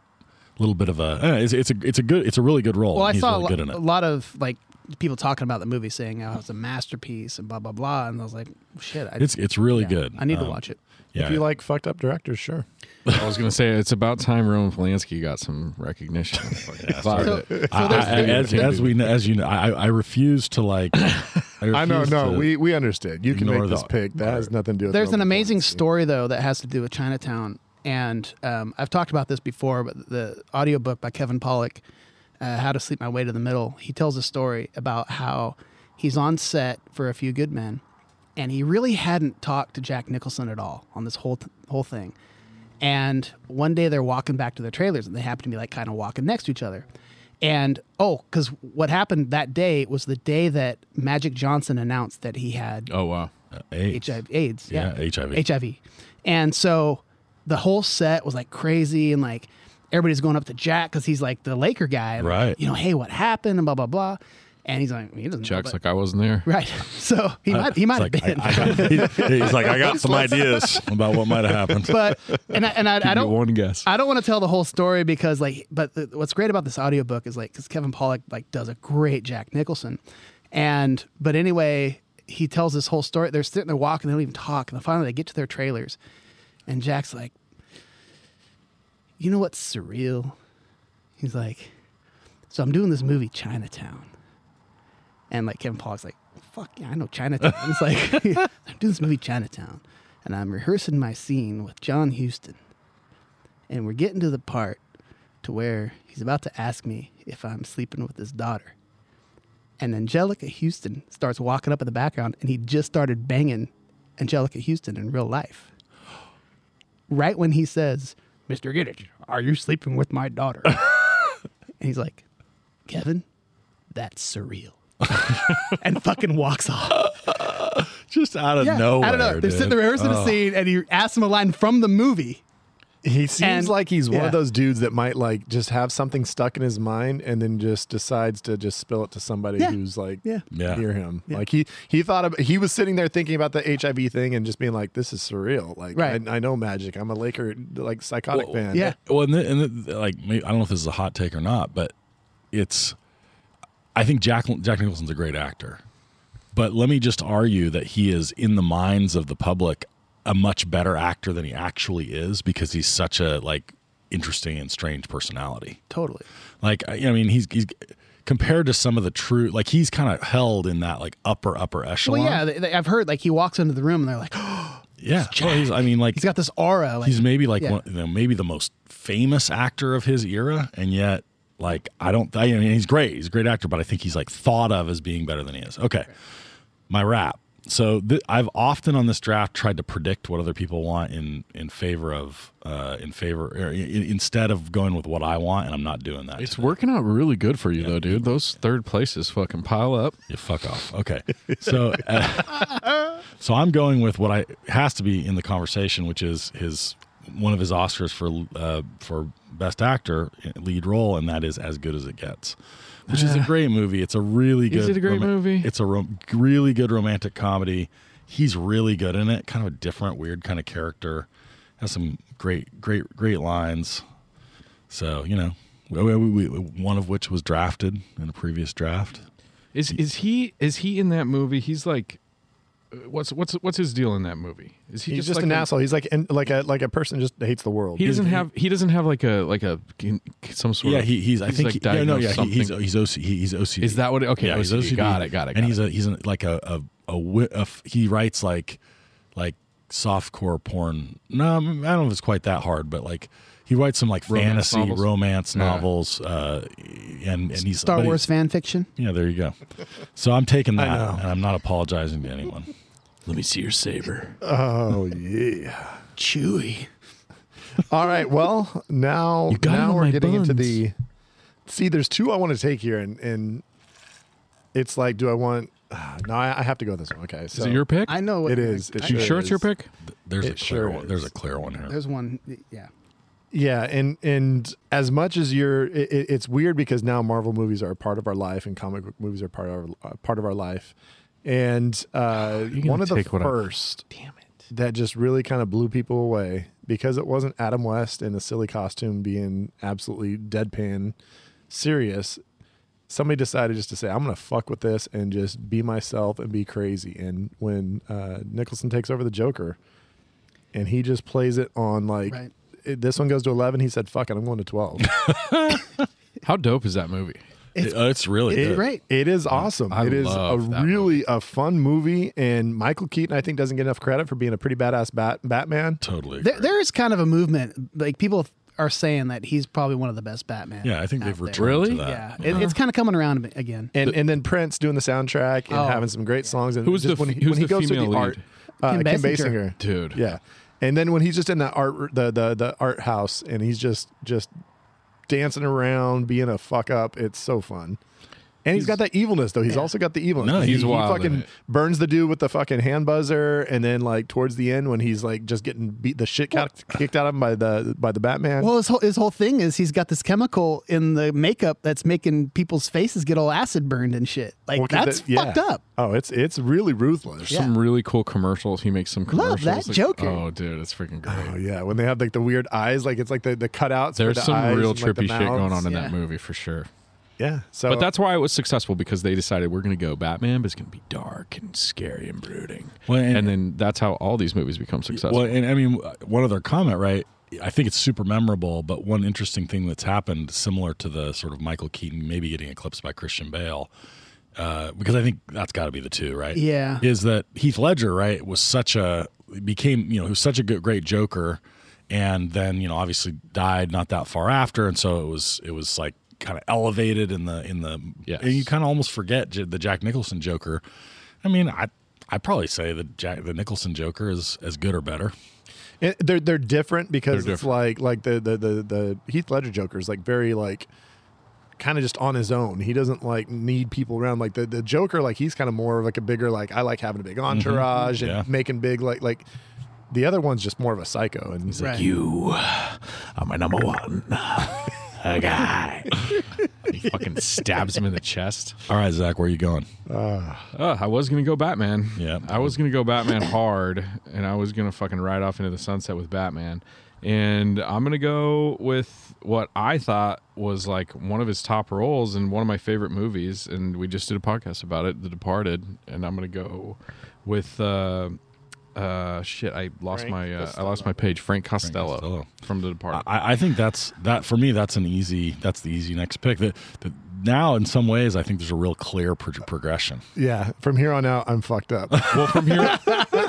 [SPEAKER 4] little bit of a. eh, It's, it's a it's a good it's a really good role.
[SPEAKER 5] Well,
[SPEAKER 4] and
[SPEAKER 5] I
[SPEAKER 4] Oh, he's
[SPEAKER 5] saw
[SPEAKER 4] really
[SPEAKER 5] a,
[SPEAKER 4] good
[SPEAKER 5] lo-
[SPEAKER 4] in
[SPEAKER 5] a
[SPEAKER 4] it.
[SPEAKER 5] lot of like people talking about the movie, saying how it's a masterpiece and blah blah blah. And I was like, shit, I,
[SPEAKER 4] It's it's really
[SPEAKER 5] yeah,
[SPEAKER 4] good.
[SPEAKER 5] I need to
[SPEAKER 4] Um,
[SPEAKER 5] watch it.
[SPEAKER 4] Yeah,
[SPEAKER 7] If you like fucked up directors, sure.
[SPEAKER 6] I was going to say it's about time Roman Polanski got some recognition. (laughs) Fuck
[SPEAKER 5] So,
[SPEAKER 6] it.
[SPEAKER 5] so
[SPEAKER 4] I-
[SPEAKER 5] there's-
[SPEAKER 4] I- as, as we kn- as you know, I, I refuse to like.
[SPEAKER 7] I know,
[SPEAKER 4] refuse
[SPEAKER 7] no,
[SPEAKER 4] to-
[SPEAKER 7] we we understood. You can
[SPEAKER 4] ignore
[SPEAKER 7] make this
[SPEAKER 4] that
[SPEAKER 7] pick. That has nothing to do with.
[SPEAKER 5] There's an
[SPEAKER 7] Roman
[SPEAKER 5] amazing
[SPEAKER 7] Polanski.
[SPEAKER 5] story though that has to do with Chinatown, and um, I've talked about this before. But the audiobook by Kevin Pollak, uh, "How to Sleep My Way to the Middle," he tells a story about how he's on set for A Few Good Men, and he really hadn't talked to Jack Nicholson at all on this whole whole thing. And one day they're walking back to their trailers, and they happen to be like kind of walking next to each other. And oh, because what happened that day was the day that Magic Johnson announced that he had
[SPEAKER 6] Oh wow.
[SPEAKER 4] Hey,
[SPEAKER 5] HIV AIDS. Yeah,
[SPEAKER 4] Uh, Yeah, HIV.
[SPEAKER 5] HIV. And so the whole set was like crazy and like everybody's going up to Jack because he's like the Laker guy. And, like,
[SPEAKER 4] Right.
[SPEAKER 5] you know, hey, what happened? And blah, blah, blah. And he's like, he doesn't
[SPEAKER 6] (laughs) Jack's
[SPEAKER 5] know.
[SPEAKER 6] like I wasn't there.
[SPEAKER 5] but- (laughs) right. So he might he might have
[SPEAKER 4] It's like,
[SPEAKER 5] been.
[SPEAKER 4] I- I got- (laughs) he- he's like, I
[SPEAKER 5] (laughs)
[SPEAKER 4] got some ideas about what might have happened.
[SPEAKER 5] but and I, and I, I
[SPEAKER 6] Give me
[SPEAKER 5] don't
[SPEAKER 6] one guess.
[SPEAKER 5] I don't want to tell the whole story because like but the, what's great about this audiobook is like cuz Kevin Pollak like does a great Jack Nicholson. And but anyway, he tells this whole story. They're sitting there walking, they don't even talk. And finally they get to their trailers. And Jack's like, "You know what's surreal?" He's like, "So I'm doing this movie Chinatown." And like Kevin Pollak's like, "Fuck yeah, I know Chinatown." It's like, (laughs) "I'm doing this movie Chinatown." And I'm rehearsing my scene with John Houston and we're getting to the part to where he's about to ask me if I'm sleeping with his daughter. And Angelica Houston starts walking up in the background, and he just started banging Angelica Houston in real life. Right when he says, Mr. Giddich, are you sleeping with my daughter? and he's like, Kevin, that's surreal. (laughs) and fucking walks off.
[SPEAKER 4] Just out of
[SPEAKER 5] (laughs) Yeah,
[SPEAKER 4] nowhere.
[SPEAKER 5] I don't know. They're sitting there rehearsing the scene, and he asks him a line from the movie.
[SPEAKER 7] He seems
[SPEAKER 5] And-
[SPEAKER 7] like he's one
[SPEAKER 5] yeah.
[SPEAKER 7] of those dudes that might like just have something stuck in his mind and then just decides to just spill it to somebody
[SPEAKER 5] Yeah.
[SPEAKER 7] who's like
[SPEAKER 5] Yeah.
[SPEAKER 4] Yeah.
[SPEAKER 7] near him. Like he he thought about, he was sitting there thinking about the HIV thing and just being like, "This is surreal." Like
[SPEAKER 5] Right.
[SPEAKER 7] I, I know magic. I'm a Laker like psychotic
[SPEAKER 4] Well,
[SPEAKER 7] fan.
[SPEAKER 5] Yeah.
[SPEAKER 4] Well, and, the, and the, like, maybe, I don't know if this is a hot take or not, but it's. I think Jack Jack Nicholson's a great actor, but let me just argue that he is in the minds of the public a much better actor than he actually is because he's such a like interesting and strange personality.
[SPEAKER 5] Totally.
[SPEAKER 4] Like I I mean, he's he's compared to some of the true like he's kind of held in that like upper upper
[SPEAKER 5] Well,
[SPEAKER 4] echelon.
[SPEAKER 5] yeah, they, they- I've heard like he walks into the room and they're like,
[SPEAKER 4] yeah. Well, he's, I mean, like
[SPEAKER 5] he's got this aura. Like,
[SPEAKER 4] he's maybe like
[SPEAKER 5] yeah.
[SPEAKER 4] one, you know, maybe the most famous actor of his era, and yet like I don't. I mean, he's great. He's a great actor, but I think he's like thought of as being better than he is. Okay, my rap. So th- I've often on this draft tried to predict what other people want in in favor of uh, in favor or i- i- instead of going with what I want, and I'm not doing that.
[SPEAKER 6] It's working out really good for you though, dude. Those third places fucking pile up.
[SPEAKER 4] Yeah, fuck off. Okay. So, uh, so I'm going with what I has to be in the conversation, which is his one of his Oscars for uh, for best actor lead role, and that is As Good as It Gets, which is a great movie. It's a really good.
[SPEAKER 6] Uh. Is it a great movie?
[SPEAKER 4] It's a rom- really good romantic comedy. He's really good in it. Kind of a different, weird kind of character. Has some great, great, great lines. So you know, we- we- we- we- one of which was drafted in a previous draft.
[SPEAKER 6] Is is he is he in that movie? He's like, uh, what's what's what's his deal in that movie? Is he
[SPEAKER 7] He's just,
[SPEAKER 6] like
[SPEAKER 7] an
[SPEAKER 6] a-
[SPEAKER 7] asshole. He's like an- like a like a person just hates the world.
[SPEAKER 6] He doesn't have he doesn't have like a like a some sort
[SPEAKER 4] yeah,
[SPEAKER 6] of
[SPEAKER 4] he, he's. I think.
[SPEAKER 6] like
[SPEAKER 4] he, yeah, no,
[SPEAKER 6] diagnosed
[SPEAKER 4] yeah, he, he's
[SPEAKER 6] something.
[SPEAKER 4] he's OC, he, he's OCD.
[SPEAKER 6] Is that what? it- Okay,
[SPEAKER 4] yeah, he's
[SPEAKER 6] OCD.
[SPEAKER 4] OCD.
[SPEAKER 6] Got it. Got it. Got
[SPEAKER 4] and
[SPEAKER 6] it.
[SPEAKER 4] he's a he's an, like a a, a, wi- a f- he writes like like softcore porn. No, I don't know if it's quite that hard, but like he writes some like
[SPEAKER 6] Romance
[SPEAKER 4] fantasy
[SPEAKER 6] novels?
[SPEAKER 4] romance
[SPEAKER 6] Yeah.
[SPEAKER 4] novels. Uh, and and he's
[SPEAKER 5] Star
[SPEAKER 4] but he-
[SPEAKER 5] Wars fan fiction.
[SPEAKER 4] yeah, there you go. So I'm taking that,
[SPEAKER 7] know.
[SPEAKER 4] and I'm not apologizing to anyone.
[SPEAKER 6] Let me see your saber.
[SPEAKER 7] Oh yeah.
[SPEAKER 5] Chewy.
[SPEAKER 7] All right. Well, now
[SPEAKER 6] You got it
[SPEAKER 7] now
[SPEAKER 6] on
[SPEAKER 7] we're
[SPEAKER 6] my
[SPEAKER 7] getting into
[SPEAKER 6] buns.
[SPEAKER 7] the. See, there's two I want to take here, and and it's like, do I want? ah, No, I, I have to go with this one. Okay, so
[SPEAKER 6] Is it your pick?
[SPEAKER 5] I know what
[SPEAKER 7] It is. It
[SPEAKER 5] I-
[SPEAKER 7] sure
[SPEAKER 6] you sure it's your
[SPEAKER 7] is.
[SPEAKER 6] pick?
[SPEAKER 4] There's a
[SPEAKER 7] It
[SPEAKER 4] clear
[SPEAKER 7] sure
[SPEAKER 4] one. There's
[SPEAKER 7] is.
[SPEAKER 4] a clear one here.
[SPEAKER 5] There's one. Yeah.
[SPEAKER 7] Yeah, and and as much as you're, it, it- it's weird because now Marvel movies are a part of our life, and comic book movies are part of our, uh, part of our life. And uh,
[SPEAKER 6] gonna
[SPEAKER 7] one of the
[SPEAKER 6] take what I-
[SPEAKER 7] first
[SPEAKER 6] Damn it!
[SPEAKER 7] that just really kind of blew people away because it wasn't Adam West in a silly costume being absolutely deadpan serious. Somebody decided just to say, "I'm going to fuck with this and just be myself and be crazy." And when uh, Nicholson takes over the Joker, and he just plays it on like
[SPEAKER 5] Right.
[SPEAKER 7] it- this one goes to eleven, he said, "Fuck it, I'm going to 12.
[SPEAKER 6] How dope is that movie?
[SPEAKER 4] It's, Uh, it's really
[SPEAKER 5] It's
[SPEAKER 4] good.
[SPEAKER 5] great.
[SPEAKER 7] It is awesome.
[SPEAKER 6] I
[SPEAKER 7] it is a
[SPEAKER 6] love that
[SPEAKER 7] really a fun movie, and Michael Keaton I think doesn't get enough credit for being a pretty badass bat- Batman.
[SPEAKER 4] Totally.
[SPEAKER 5] There,
[SPEAKER 4] agree.
[SPEAKER 5] there is kind of a movement. Like people are saying that he's probably one of the best Batman.
[SPEAKER 4] yeah, I think
[SPEAKER 5] out
[SPEAKER 4] they've
[SPEAKER 5] there.
[SPEAKER 4] returned
[SPEAKER 6] Really? Uh-huh.
[SPEAKER 4] to that.
[SPEAKER 5] Yeah, it, it's kind of coming around a bit again.
[SPEAKER 7] and and then Prince doing the soundtrack and
[SPEAKER 5] Oh,
[SPEAKER 7] having some great songs. And
[SPEAKER 6] Who was
[SPEAKER 7] just
[SPEAKER 6] the-
[SPEAKER 7] when he, when
[SPEAKER 6] who was
[SPEAKER 7] he
[SPEAKER 6] the
[SPEAKER 7] goes through
[SPEAKER 6] female
[SPEAKER 7] the art,
[SPEAKER 6] lead?
[SPEAKER 7] uh,
[SPEAKER 5] Kim
[SPEAKER 7] Kim
[SPEAKER 5] Basinger.
[SPEAKER 7] Basinger,
[SPEAKER 6] Dude.
[SPEAKER 7] yeah. And then when he's just in that art, the the the art house, and he's just just dancing around, being a fuck up. It's so fun. And he's got that evilness though. He's also got the evilness.
[SPEAKER 4] No,
[SPEAKER 7] He-
[SPEAKER 6] he's
[SPEAKER 7] he,
[SPEAKER 6] wild in
[SPEAKER 7] fucking
[SPEAKER 6] it.
[SPEAKER 7] burns the dude with the fucking hand buzzer, and then like towards the end when he's like just getting beat the shit out, kicked out of him by the by the Batman.
[SPEAKER 5] Well, his whole his whole thing is he's got this chemical in the makeup that's making people's faces get all acid burned and shit. Like
[SPEAKER 7] Well, 'cause
[SPEAKER 5] that's
[SPEAKER 7] that- yeah.
[SPEAKER 5] fucked up.
[SPEAKER 7] Oh, it's it's really ruthless.
[SPEAKER 5] Yeah.
[SPEAKER 6] Some really cool commercials. He makes some
[SPEAKER 5] Love
[SPEAKER 6] commercials.
[SPEAKER 5] that
[SPEAKER 6] like-
[SPEAKER 5] Joker.
[SPEAKER 6] Oh, dude, it's freaking
[SPEAKER 7] Oh
[SPEAKER 6] great.
[SPEAKER 7] yeah, when they have like the weird eyes, like it's like the the cutouts. for
[SPEAKER 6] There's
[SPEAKER 7] the
[SPEAKER 6] some
[SPEAKER 7] eyes
[SPEAKER 6] real
[SPEAKER 7] and, like, the
[SPEAKER 6] trippy shit going
[SPEAKER 7] mouths. Oh.
[SPEAKER 6] on in
[SPEAKER 5] Yeah.
[SPEAKER 6] that movie for sure.
[SPEAKER 7] Yeah. So,
[SPEAKER 6] But that's why it was successful because they decided we're going to go Batman, but it's going to be dark and scary and brooding.
[SPEAKER 4] Well,
[SPEAKER 6] and,
[SPEAKER 4] and-
[SPEAKER 6] then that's how all these movies become successful.
[SPEAKER 4] Well, and I mean, one other comment, right? I think it's super memorable, but one interesting thing that's happened, similar to the sort of Michael Keaton maybe getting eclipsed by Christian Bale, uh, because I think that's got to be the two, right?
[SPEAKER 5] Yeah.
[SPEAKER 4] Is that Heath Ledger, right, was such a, became, you know, he was such a good, great Joker, and then, you know, obviously died not that far after. And so it was, it was like, kind of elevated in the in the
[SPEAKER 6] Yes.
[SPEAKER 4] and you kind of almost forget J- the Jack Nicholson Joker. I mean, I I probably say the Jack the Nicholson Joker is as good or better.
[SPEAKER 7] it, they're they're different because
[SPEAKER 6] They're
[SPEAKER 7] it's like like the the the the Heath Ledger Joker is like very like kind of just on his own. He doesn't like need people around. Like the the Joker, like he's kind of more of like a bigger like I like having a big
[SPEAKER 6] Mm-hmm.
[SPEAKER 7] entourage and
[SPEAKER 4] Yeah.
[SPEAKER 7] making big like like. The other one's just more of a psycho, and he's
[SPEAKER 5] Right.
[SPEAKER 6] you are my number one. A guy. he fucking stabs him in the chest.
[SPEAKER 4] All right, Zach, where are you going?
[SPEAKER 6] Uh, I was gonna go Batman.
[SPEAKER 4] Yeah.
[SPEAKER 6] I was gonna go Batman hard, and I was gonna fucking ride off into the sunset with Batman. And I'm gonna go with what I thought was like one of his top roles in one of my favorite movies, and we just did a podcast about it, The Departed. And I'm gonna go with uh, uh, shit. I lost my uh, I lost my page. Frank Costello,
[SPEAKER 4] Costello.
[SPEAKER 6] from The Departed.
[SPEAKER 4] I, I think that's that for me. That's an easy. That's the easy next pick. That now, in some ways, I think there's a real clear pro- progression.
[SPEAKER 7] yeah. From here on out, I'm fucked up.
[SPEAKER 6] (laughs) Well, from here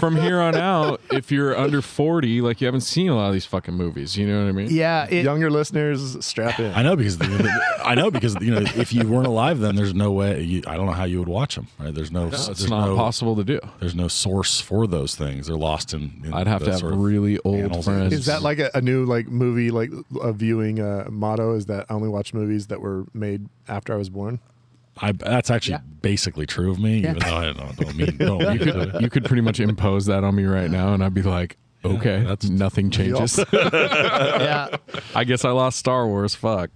[SPEAKER 6] from here on out, if you're under 40, like you haven't seen a lot of these fucking movies, you know what I mean?
[SPEAKER 5] Yeah, it,
[SPEAKER 7] Younger listeners, strap in.
[SPEAKER 4] I know because the, I know because you know if you weren't alive, then there's no way. You, I don't know how you would watch them. Right? There's no.
[SPEAKER 6] It's
[SPEAKER 4] there's
[SPEAKER 6] not
[SPEAKER 4] no,
[SPEAKER 6] possible to do.
[SPEAKER 4] There's no source for those things. They're lost in. in
[SPEAKER 6] I'd have
[SPEAKER 4] the
[SPEAKER 6] to have
[SPEAKER 4] sort of-
[SPEAKER 6] really old
[SPEAKER 4] animals.
[SPEAKER 6] friends.
[SPEAKER 7] Is that like a, a new like movie like a viewing uh, motto? Is that I only watch movies that were made after I was born?
[SPEAKER 4] I, that's actually basically true
[SPEAKER 6] (laughs)
[SPEAKER 4] of me, even though I don't, don't mean. Don't mean
[SPEAKER 6] you could pretty much impose that on me right now, and I'd be like, okay,
[SPEAKER 4] that's-
[SPEAKER 6] nothing changes.
[SPEAKER 5] yeah,
[SPEAKER 6] (laughs) I guess I lost Star Wars. Fuck.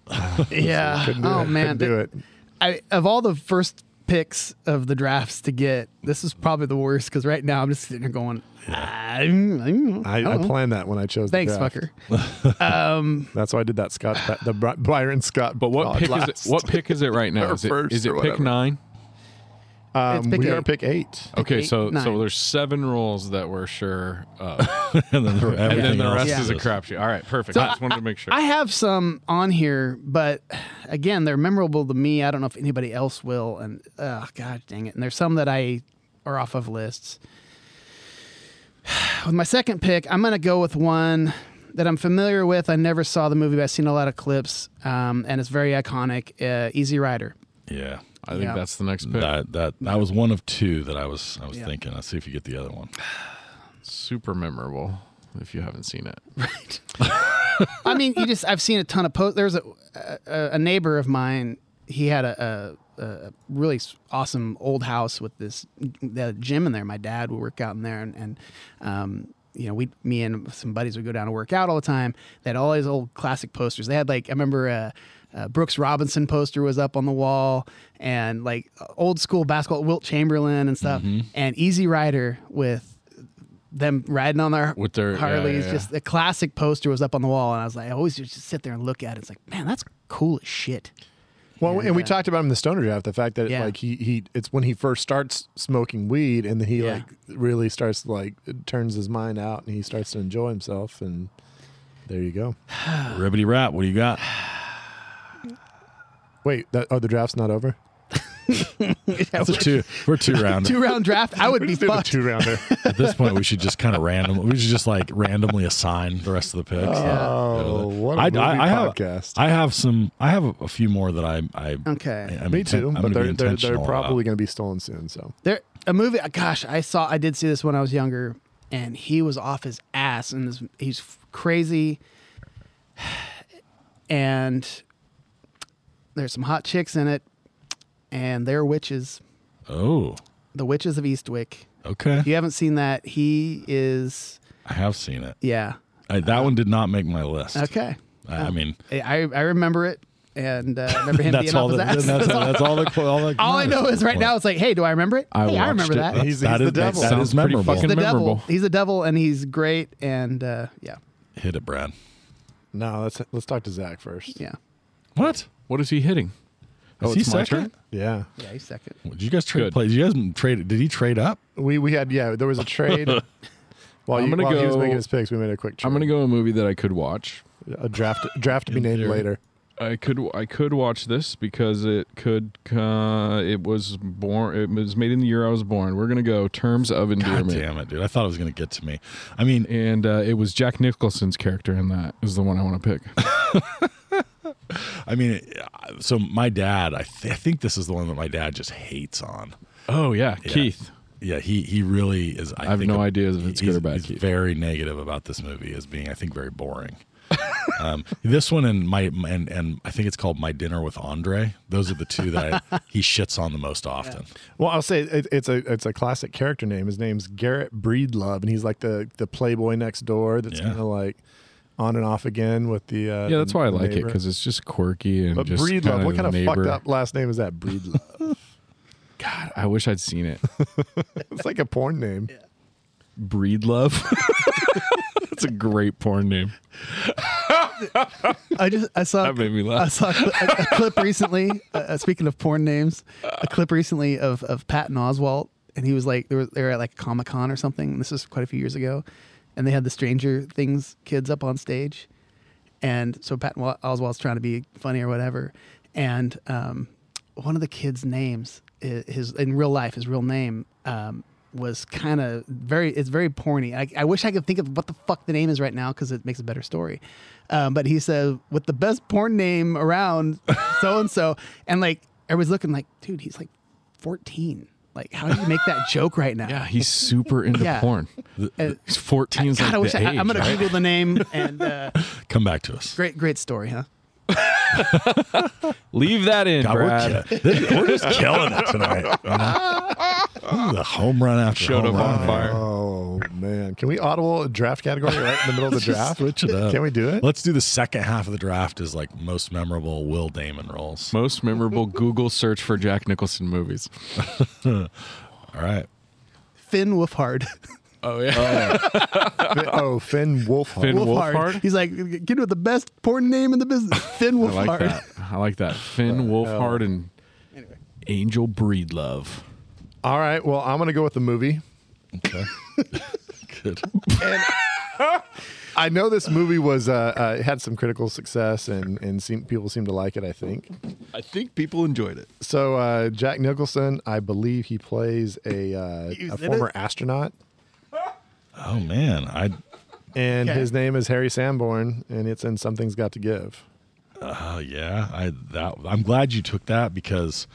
[SPEAKER 5] yeah. oh man,
[SPEAKER 7] do it.
[SPEAKER 5] I, of all the first picks of the drafts to get, this is probably the worst because right now I'm just sitting here going, I, I, don't
[SPEAKER 7] I, I
[SPEAKER 5] know.
[SPEAKER 7] planned that when I
[SPEAKER 5] Oh.
[SPEAKER 7] chose.
[SPEAKER 5] Thanks,
[SPEAKER 7] the draft.
[SPEAKER 5] fucker.
[SPEAKER 7] (laughs)
[SPEAKER 5] Um,
[SPEAKER 7] That's why I did that Scott, Ba- the Bri- Byron Scott.
[SPEAKER 6] But what
[SPEAKER 7] pod
[SPEAKER 6] pick
[SPEAKER 7] last.
[SPEAKER 6] is it? What pick is it right
[SPEAKER 7] (laughs)
[SPEAKER 6] now?
[SPEAKER 7] Or
[SPEAKER 6] Is it,
[SPEAKER 7] first
[SPEAKER 6] is
[SPEAKER 7] or
[SPEAKER 6] it pick
[SPEAKER 7] whatever.
[SPEAKER 6] nine?
[SPEAKER 7] Um,
[SPEAKER 5] It's pick
[SPEAKER 7] we are
[SPEAKER 5] eight.
[SPEAKER 7] pick eight.
[SPEAKER 6] Okay,
[SPEAKER 5] eight,
[SPEAKER 6] so
[SPEAKER 5] nine.
[SPEAKER 6] so there's seven rules that we're sure
[SPEAKER 7] (laughs)
[SPEAKER 6] of,
[SPEAKER 4] (laughs) and then,
[SPEAKER 6] (laughs) and
[SPEAKER 4] everything
[SPEAKER 6] then the
[SPEAKER 4] else
[SPEAKER 6] rest
[SPEAKER 5] Yeah.
[SPEAKER 6] is a crapshoot. All right, perfect. I just wanted to make sure.
[SPEAKER 5] I have some on here, but again, they're memorable to me. I don't know if anybody else will. And oh, god dang it. And there's some that I are off of lists. (sighs) With my second pick, I'm going to go with one that I'm familiar with. I never saw the movie, but I've seen a lot of clips, um, and it's very iconic uh, Easy Rider.
[SPEAKER 4] Yeah.
[SPEAKER 6] I think
[SPEAKER 5] Yeah.
[SPEAKER 6] that's the next pick.
[SPEAKER 4] That that that was one of two that I was I was
[SPEAKER 5] Yeah.
[SPEAKER 4] thinking. Let's see if you get the other (sighs) one.
[SPEAKER 6] Super memorable. If you haven't seen it,
[SPEAKER 5] Right. I mean, you just I've seen a ton of posts. There was a, a a neighbor of mine. He had a, a, a really s- awesome old house with this the gym in there. My dad would work out in there, and, and um, you know, we me and some buddies would go down and work out all the time. They had all these old classic posters. They had like I remember. Uh, uh, Brooks Robinson poster was up on the wall, and like old school basketball, Wilt Chamberlain and stuff, and Easy Rider with them riding on their
[SPEAKER 6] With their- yeah,
[SPEAKER 5] Harleys,
[SPEAKER 6] yeah, yeah.
[SPEAKER 5] just the classic poster was up on the wall, and I was like, I always just sit there and look at it. It's like, man, that's cool as shit. (laughs)
[SPEAKER 7] Well, and we
[SPEAKER 5] uh,
[SPEAKER 7] talked about him in the Stoner draft. The fact that
[SPEAKER 5] Yeah.
[SPEAKER 7] like he he it's when he first starts smoking weed, and then he
[SPEAKER 5] Yeah.
[SPEAKER 7] like really starts like turns his mind out, and he starts to enjoy himself, and there you go.
[SPEAKER 4] Ribbity rap. What do you got?
[SPEAKER 7] Wait, that oh the draft's not over.
[SPEAKER 4] That's a two. We're (laughs) two round.
[SPEAKER 6] (laughs)
[SPEAKER 5] Two round draft, I would be
[SPEAKER 7] Did a
[SPEAKER 5] fucked. (laughs)
[SPEAKER 7] two rounder.
[SPEAKER 4] At this point, we should just kind of random. We should just like randomly assign the rest of the picks.
[SPEAKER 7] oh, what a
[SPEAKER 4] I,
[SPEAKER 7] movie
[SPEAKER 4] I, I have
[SPEAKER 7] podcast.
[SPEAKER 4] I have some. I have a few more that I. I
[SPEAKER 5] Okay,
[SPEAKER 4] I, am
[SPEAKER 7] Me too,
[SPEAKER 4] I'm
[SPEAKER 7] but
[SPEAKER 4] gonna
[SPEAKER 7] they're
[SPEAKER 4] be
[SPEAKER 7] they're, they're
[SPEAKER 4] intentional about-
[SPEAKER 7] probably going to be stolen soon. So
[SPEAKER 5] there a movie. uh, Gosh, I saw, I did see this when I was younger, and he was off his ass, and this, he's f- crazy, (sighs) and there's some hot chicks in it, and they're witches,
[SPEAKER 4] Oh,
[SPEAKER 5] the witches of Eastwick.
[SPEAKER 4] okay.
[SPEAKER 5] If you haven't seen that, he is,
[SPEAKER 4] I have seen it.
[SPEAKER 5] yeah,
[SPEAKER 4] I, that one did not make my list.
[SPEAKER 5] okay.
[SPEAKER 4] I, I mean,
[SPEAKER 5] I, I remember it, and uh, I remember
[SPEAKER 6] (laughs)
[SPEAKER 4] (laughs)
[SPEAKER 5] him
[SPEAKER 4] that's
[SPEAKER 5] being
[SPEAKER 4] all.
[SPEAKER 5] off
[SPEAKER 4] The,
[SPEAKER 5] his ass.
[SPEAKER 4] that's,
[SPEAKER 5] (laughs)
[SPEAKER 4] that's all. The, all, the
[SPEAKER 5] All I know is right now it's like, hey, do I remember it?
[SPEAKER 6] I
[SPEAKER 5] hey, I
[SPEAKER 6] watched
[SPEAKER 5] remember
[SPEAKER 6] it.
[SPEAKER 5] that.
[SPEAKER 7] He's-
[SPEAKER 4] that
[SPEAKER 7] he's
[SPEAKER 4] is-
[SPEAKER 7] the devil.
[SPEAKER 4] That is
[SPEAKER 6] Sounds pretty
[SPEAKER 4] memorable.
[SPEAKER 6] fucking-
[SPEAKER 5] the
[SPEAKER 6] memorable.
[SPEAKER 5] devil. He's a devil, and he's great. And uh, yeah,
[SPEAKER 4] Hit it, Brad.
[SPEAKER 7] no, let's let's talk to Zach first.
[SPEAKER 5] yeah,
[SPEAKER 4] What?
[SPEAKER 6] what is he hitting? Oh,
[SPEAKER 4] Is he
[SPEAKER 6] it's my
[SPEAKER 4] second?
[SPEAKER 6] turn?
[SPEAKER 7] Yeah,
[SPEAKER 5] yeah. He's second.
[SPEAKER 4] Did you guys trade
[SPEAKER 6] Good.
[SPEAKER 4] plays? You guys traded? Did he trade up?
[SPEAKER 7] we we had yeah there was a
[SPEAKER 6] (laughs)
[SPEAKER 7] trade. While,
[SPEAKER 6] I'm
[SPEAKER 7] you,
[SPEAKER 6] gonna
[SPEAKER 7] while he was
[SPEAKER 6] go-
[SPEAKER 7] making his picks, we made a quick. Trade.
[SPEAKER 6] I'm gonna go a movie that I could watch.
[SPEAKER 7] a draft draft to be named
[SPEAKER 6] theory.
[SPEAKER 7] later.
[SPEAKER 6] I could I could watch this because it could uh, it was born it was made in the year I was born. We're gonna go Terms of
[SPEAKER 4] God
[SPEAKER 6] Endearment,
[SPEAKER 4] damn it, dude! I thought it was gonna get to me. I mean,
[SPEAKER 6] and uh, it was Jack Nicholson's character in that is the one I want to pick.
[SPEAKER 4] I mean, so my dad. I, th- I think this is the one that my dad just hates on.
[SPEAKER 6] (laughs) oh yeah, Keith.
[SPEAKER 4] Yeah, he he really is. I,
[SPEAKER 6] I have
[SPEAKER 4] think
[SPEAKER 6] no
[SPEAKER 4] a-
[SPEAKER 6] idea if
[SPEAKER 4] he's-
[SPEAKER 6] it's good or bad,
[SPEAKER 4] He's
[SPEAKER 6] Keith.
[SPEAKER 4] very negative about this movie as being, I think, very boring. (laughs) um, this one and my and and I think it's called My Dinner with Andre. Those are the two that
[SPEAKER 6] (laughs)
[SPEAKER 4] I, he shits on the most often.
[SPEAKER 7] Well, I'll say it, it's a it's a classic character name. His name's Garrett Breedlove, and he's like the the playboy next door. That's
[SPEAKER 4] Yeah.
[SPEAKER 7] kind of like on and off again with the uh,
[SPEAKER 6] Yeah, that's why I like it
[SPEAKER 7] neighbor.
[SPEAKER 6] because it's just quirky and
[SPEAKER 7] but
[SPEAKER 6] just
[SPEAKER 7] Breedlove,
[SPEAKER 6] kinda
[SPEAKER 7] what kind of
[SPEAKER 6] neighbor.
[SPEAKER 7] fucked up last name is that? Breedlove. (laughs)
[SPEAKER 6] God, I wish I'd seen (laughs) it.
[SPEAKER 7] it's like a porn name.
[SPEAKER 6] (laughs) Breedlove. That's a great porn name.
[SPEAKER 5] I just I saw
[SPEAKER 6] That made me
[SPEAKER 5] I
[SPEAKER 6] laugh.
[SPEAKER 5] saw a, cl- a, a clip recently. Uh, uh, speaking of porn names, a clip recently of of Patton Oswalt, and he was like, they were, they were at like Comic Con or something. and This was quite a few years ago, and they had the Stranger Things kids up on stage, and so Patton Wa- Oswalt's trying to be funny or whatever, and um, one of the kids' names, i- his in real life, his real name. Um, was kind of very it's very porny I, I wish i could think of what the fuck the name is right now because it makes a better story um, but he said with the best porn name
[SPEAKER 6] (laughs)
[SPEAKER 5] around so and so and like everybody's looking like dude he's like 14 like how do you make that joke right now
[SPEAKER 6] (laughs) Yeah, he's super into
[SPEAKER 5] Yeah.
[SPEAKER 6] porn.
[SPEAKER 5] And-
[SPEAKER 6] He's 14. 's
[SPEAKER 5] God,
[SPEAKER 6] like
[SPEAKER 5] I wish
[SPEAKER 6] the
[SPEAKER 5] I,
[SPEAKER 6] age,
[SPEAKER 5] am gonna
[SPEAKER 6] right?
[SPEAKER 5] google the
[SPEAKER 6] (laughs)
[SPEAKER 5] name and uh,
[SPEAKER 4] Come back to us.
[SPEAKER 5] great great story huh
[SPEAKER 6] leave that in,
[SPEAKER 4] God, we're, ki- this- we're just killing it tonight. you know? This is a home run after
[SPEAKER 6] Showed
[SPEAKER 4] home
[SPEAKER 6] up
[SPEAKER 4] run,
[SPEAKER 6] on
[SPEAKER 4] man.
[SPEAKER 6] fire.
[SPEAKER 7] Oh man, can we audible a draft category right in
[SPEAKER 4] (laughs)
[SPEAKER 7] the middle of the draft?
[SPEAKER 4] Switch it up.
[SPEAKER 7] Can
[SPEAKER 4] (laughs)
[SPEAKER 7] we do it?
[SPEAKER 4] Let's do the second half of the draft is like most memorable Will Damon roles.
[SPEAKER 6] Most memorable Google search for Jack Nicholson movies.
[SPEAKER 4] All right.
[SPEAKER 5] Finn Wolfhard.
[SPEAKER 6] Oh yeah,
[SPEAKER 7] Fin- oh, Finn Wolfhard.
[SPEAKER 6] Finn
[SPEAKER 5] Wolfhard.
[SPEAKER 6] Wolfhard?
[SPEAKER 5] He's like, get with the best porn name in
[SPEAKER 4] (laughs)
[SPEAKER 5] the business. Finn
[SPEAKER 6] I
[SPEAKER 5] Wolfhard.
[SPEAKER 6] like that. I like that. Finn Wolfhard and Angel Breedlove.
[SPEAKER 7] All right, well, I'm gonna go with the movie. (laughs)
[SPEAKER 4] Okay. Good.
[SPEAKER 7] I know this movie was uh, uh, it had some critical success and and seem, people seem to like it. I think
[SPEAKER 6] I think people enjoyed it.
[SPEAKER 7] so. Uh, Jack Nicholson, I believe he plays a uh,
[SPEAKER 5] He was
[SPEAKER 7] a
[SPEAKER 5] in it?
[SPEAKER 7] former astronaut,
[SPEAKER 4] Oh man, I
[SPEAKER 7] and
[SPEAKER 5] Okay.
[SPEAKER 7] his name is Harry Sanborn, and it's in Something's Got to Give.
[SPEAKER 4] oh yeah, I that I'm glad you took that because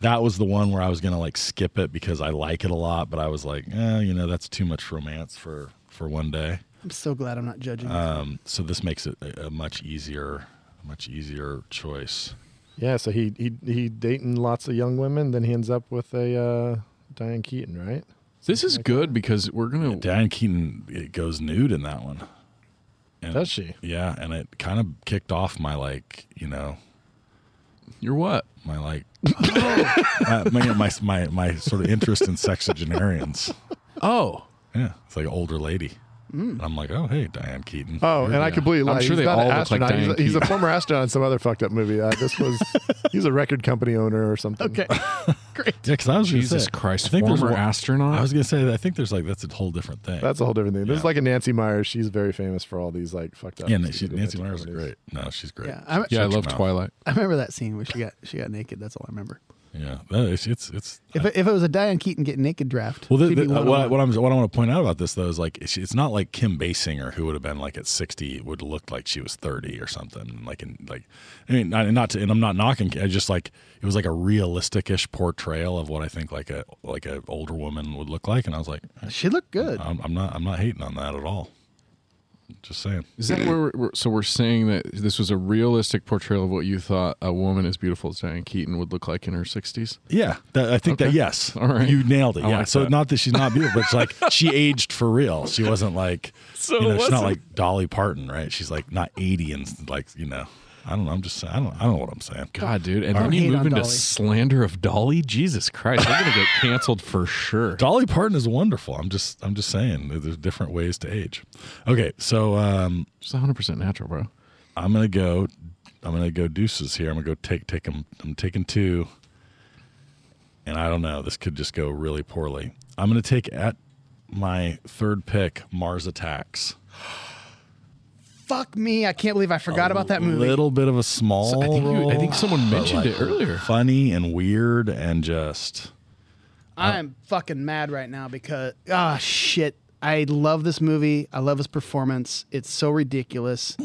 [SPEAKER 4] that was the one where I was gonna like skip it because I like it a lot, but I was like, eh, you know, that's too much romance for for one day.
[SPEAKER 5] I'm so glad I'm not judging.
[SPEAKER 4] Um, so this makes it a, a much easier, much easier choice.
[SPEAKER 7] Yeah, so he he he dating lots of young women, then he ends up with a uh, Diane Keaton, right?
[SPEAKER 6] This is good because we're gonna.
[SPEAKER 4] Diane Keaton it goes nude in that one. And-
[SPEAKER 7] Does she?
[SPEAKER 4] Yeah, and it kind of kicked off my like, you know,
[SPEAKER 6] You're what?
[SPEAKER 4] my
[SPEAKER 7] (laughs)
[SPEAKER 4] like, (laughs) my, my, my my my sort of interest in sexagenarians.
[SPEAKER 6] Oh,
[SPEAKER 4] Yeah, it's like an older lady. And I'm like, oh hey, Diane Keaton.
[SPEAKER 7] Oh, and I
[SPEAKER 6] yeah.
[SPEAKER 7] completely
[SPEAKER 6] I'm
[SPEAKER 7] lied.
[SPEAKER 6] sure
[SPEAKER 7] he's
[SPEAKER 6] they
[SPEAKER 7] not
[SPEAKER 6] all
[SPEAKER 7] an
[SPEAKER 6] look like
[SPEAKER 7] astronaut. he's,
[SPEAKER 6] Diane
[SPEAKER 7] a, he's a
[SPEAKER 6] Keaton.
[SPEAKER 7] former astronaut in some other fucked up movie. Uh, this
[SPEAKER 6] (laughs)
[SPEAKER 7] was he's a record company owner or
[SPEAKER 4] (laughs)
[SPEAKER 7] something.
[SPEAKER 5] okay.
[SPEAKER 4] yeah,
[SPEAKER 5] Great.
[SPEAKER 4] because I was gonna
[SPEAKER 6] Jesus
[SPEAKER 4] say-
[SPEAKER 6] Christ!
[SPEAKER 4] I think there's
[SPEAKER 6] former
[SPEAKER 4] one-
[SPEAKER 6] astronaut.
[SPEAKER 4] I was gonna say that I think there's like that's a whole different thing.
[SPEAKER 7] That's a whole different thing. This is
[SPEAKER 4] Yeah.
[SPEAKER 7] like a Nancy Myers. She's very famous for all these like fucked up.
[SPEAKER 4] yeah, and she,
[SPEAKER 7] stupid
[SPEAKER 4] Nancy
[SPEAKER 7] romantic
[SPEAKER 4] Myers is
[SPEAKER 7] comedies.
[SPEAKER 4] great. No, she's great.
[SPEAKER 5] Yeah, I,
[SPEAKER 6] yeah, I
[SPEAKER 4] Shut your
[SPEAKER 6] love
[SPEAKER 4] mouth.
[SPEAKER 6] Twilight.
[SPEAKER 5] I remember that scene where she got she got naked. That's all I remember.
[SPEAKER 4] Yeah, that is, it's it's
[SPEAKER 5] If it, if it was a Diane Keaton get naked draft,
[SPEAKER 4] Well, the,
[SPEAKER 5] she'd be
[SPEAKER 4] the,
[SPEAKER 5] one
[SPEAKER 4] uh,
[SPEAKER 5] of
[SPEAKER 4] what, I-
[SPEAKER 5] one.
[SPEAKER 4] what I'm what I want to point out about this though is like it's, it's not like Kim Basinger who would have been like at 60 would have looked like she was 30 or something like in like I mean not, not to, and I'm not knocking I just like it was like a realistic-ish portrayal of what I think like a like a older woman would look like and I Uh, was like
[SPEAKER 5] she looked good.
[SPEAKER 4] I'm, I'm not I'm not hating on that at all. Just saying.
[SPEAKER 6] Is that where we're, we're so we're saying that this was a realistic portrayal of what you thought a woman as beautiful as Diane Keaton would look like in her 60s?
[SPEAKER 4] Yeah, that, I think that
[SPEAKER 6] Okay.
[SPEAKER 4] yes,
[SPEAKER 6] All right.
[SPEAKER 4] you nailed it.
[SPEAKER 6] I
[SPEAKER 4] yeah,
[SPEAKER 6] like
[SPEAKER 4] so
[SPEAKER 6] that.
[SPEAKER 4] not that she's not beautiful, but it's like (laughs) she aged for real. She wasn't like
[SPEAKER 6] So
[SPEAKER 4] you know,
[SPEAKER 6] it
[SPEAKER 4] she's not
[SPEAKER 6] wasn't-
[SPEAKER 4] like Dolly Parton, right? She's like not eighty and like you know, I don't know. I'm just saying, I don't I don't know what I'm saying.
[SPEAKER 6] God, dude. And
[SPEAKER 5] Don't
[SPEAKER 6] then you
[SPEAKER 5] hate
[SPEAKER 6] move
[SPEAKER 5] on
[SPEAKER 6] into
[SPEAKER 5] Dolly.
[SPEAKER 6] slander of Dolly? Jesus Christ. We're going to get canceled for sure.
[SPEAKER 4] Dolly Parton is wonderful. I'm just I'm just saying that there's different ways to age. Okay, so um,
[SPEAKER 6] She's 100% natural, bro.
[SPEAKER 4] I'm gonna go. I'm gonna go deuces here. I'm gonna go take take them. I'm taking two. And I don't know. This could just go really poorly. I'm gonna take at my third pick Mars Attacks.
[SPEAKER 5] Fuck me! I can't believe I forgot about that
[SPEAKER 4] A
[SPEAKER 5] movie.
[SPEAKER 4] little uh, bit of a small.
[SPEAKER 6] I think you- I
[SPEAKER 4] role,
[SPEAKER 6] think someone
[SPEAKER 4] but,
[SPEAKER 6] mentioned it earlier.
[SPEAKER 4] Funny and weird and just.
[SPEAKER 5] I'm fucking mad right now because ah shit. I love this movie. I love his performance. It's so ridiculous,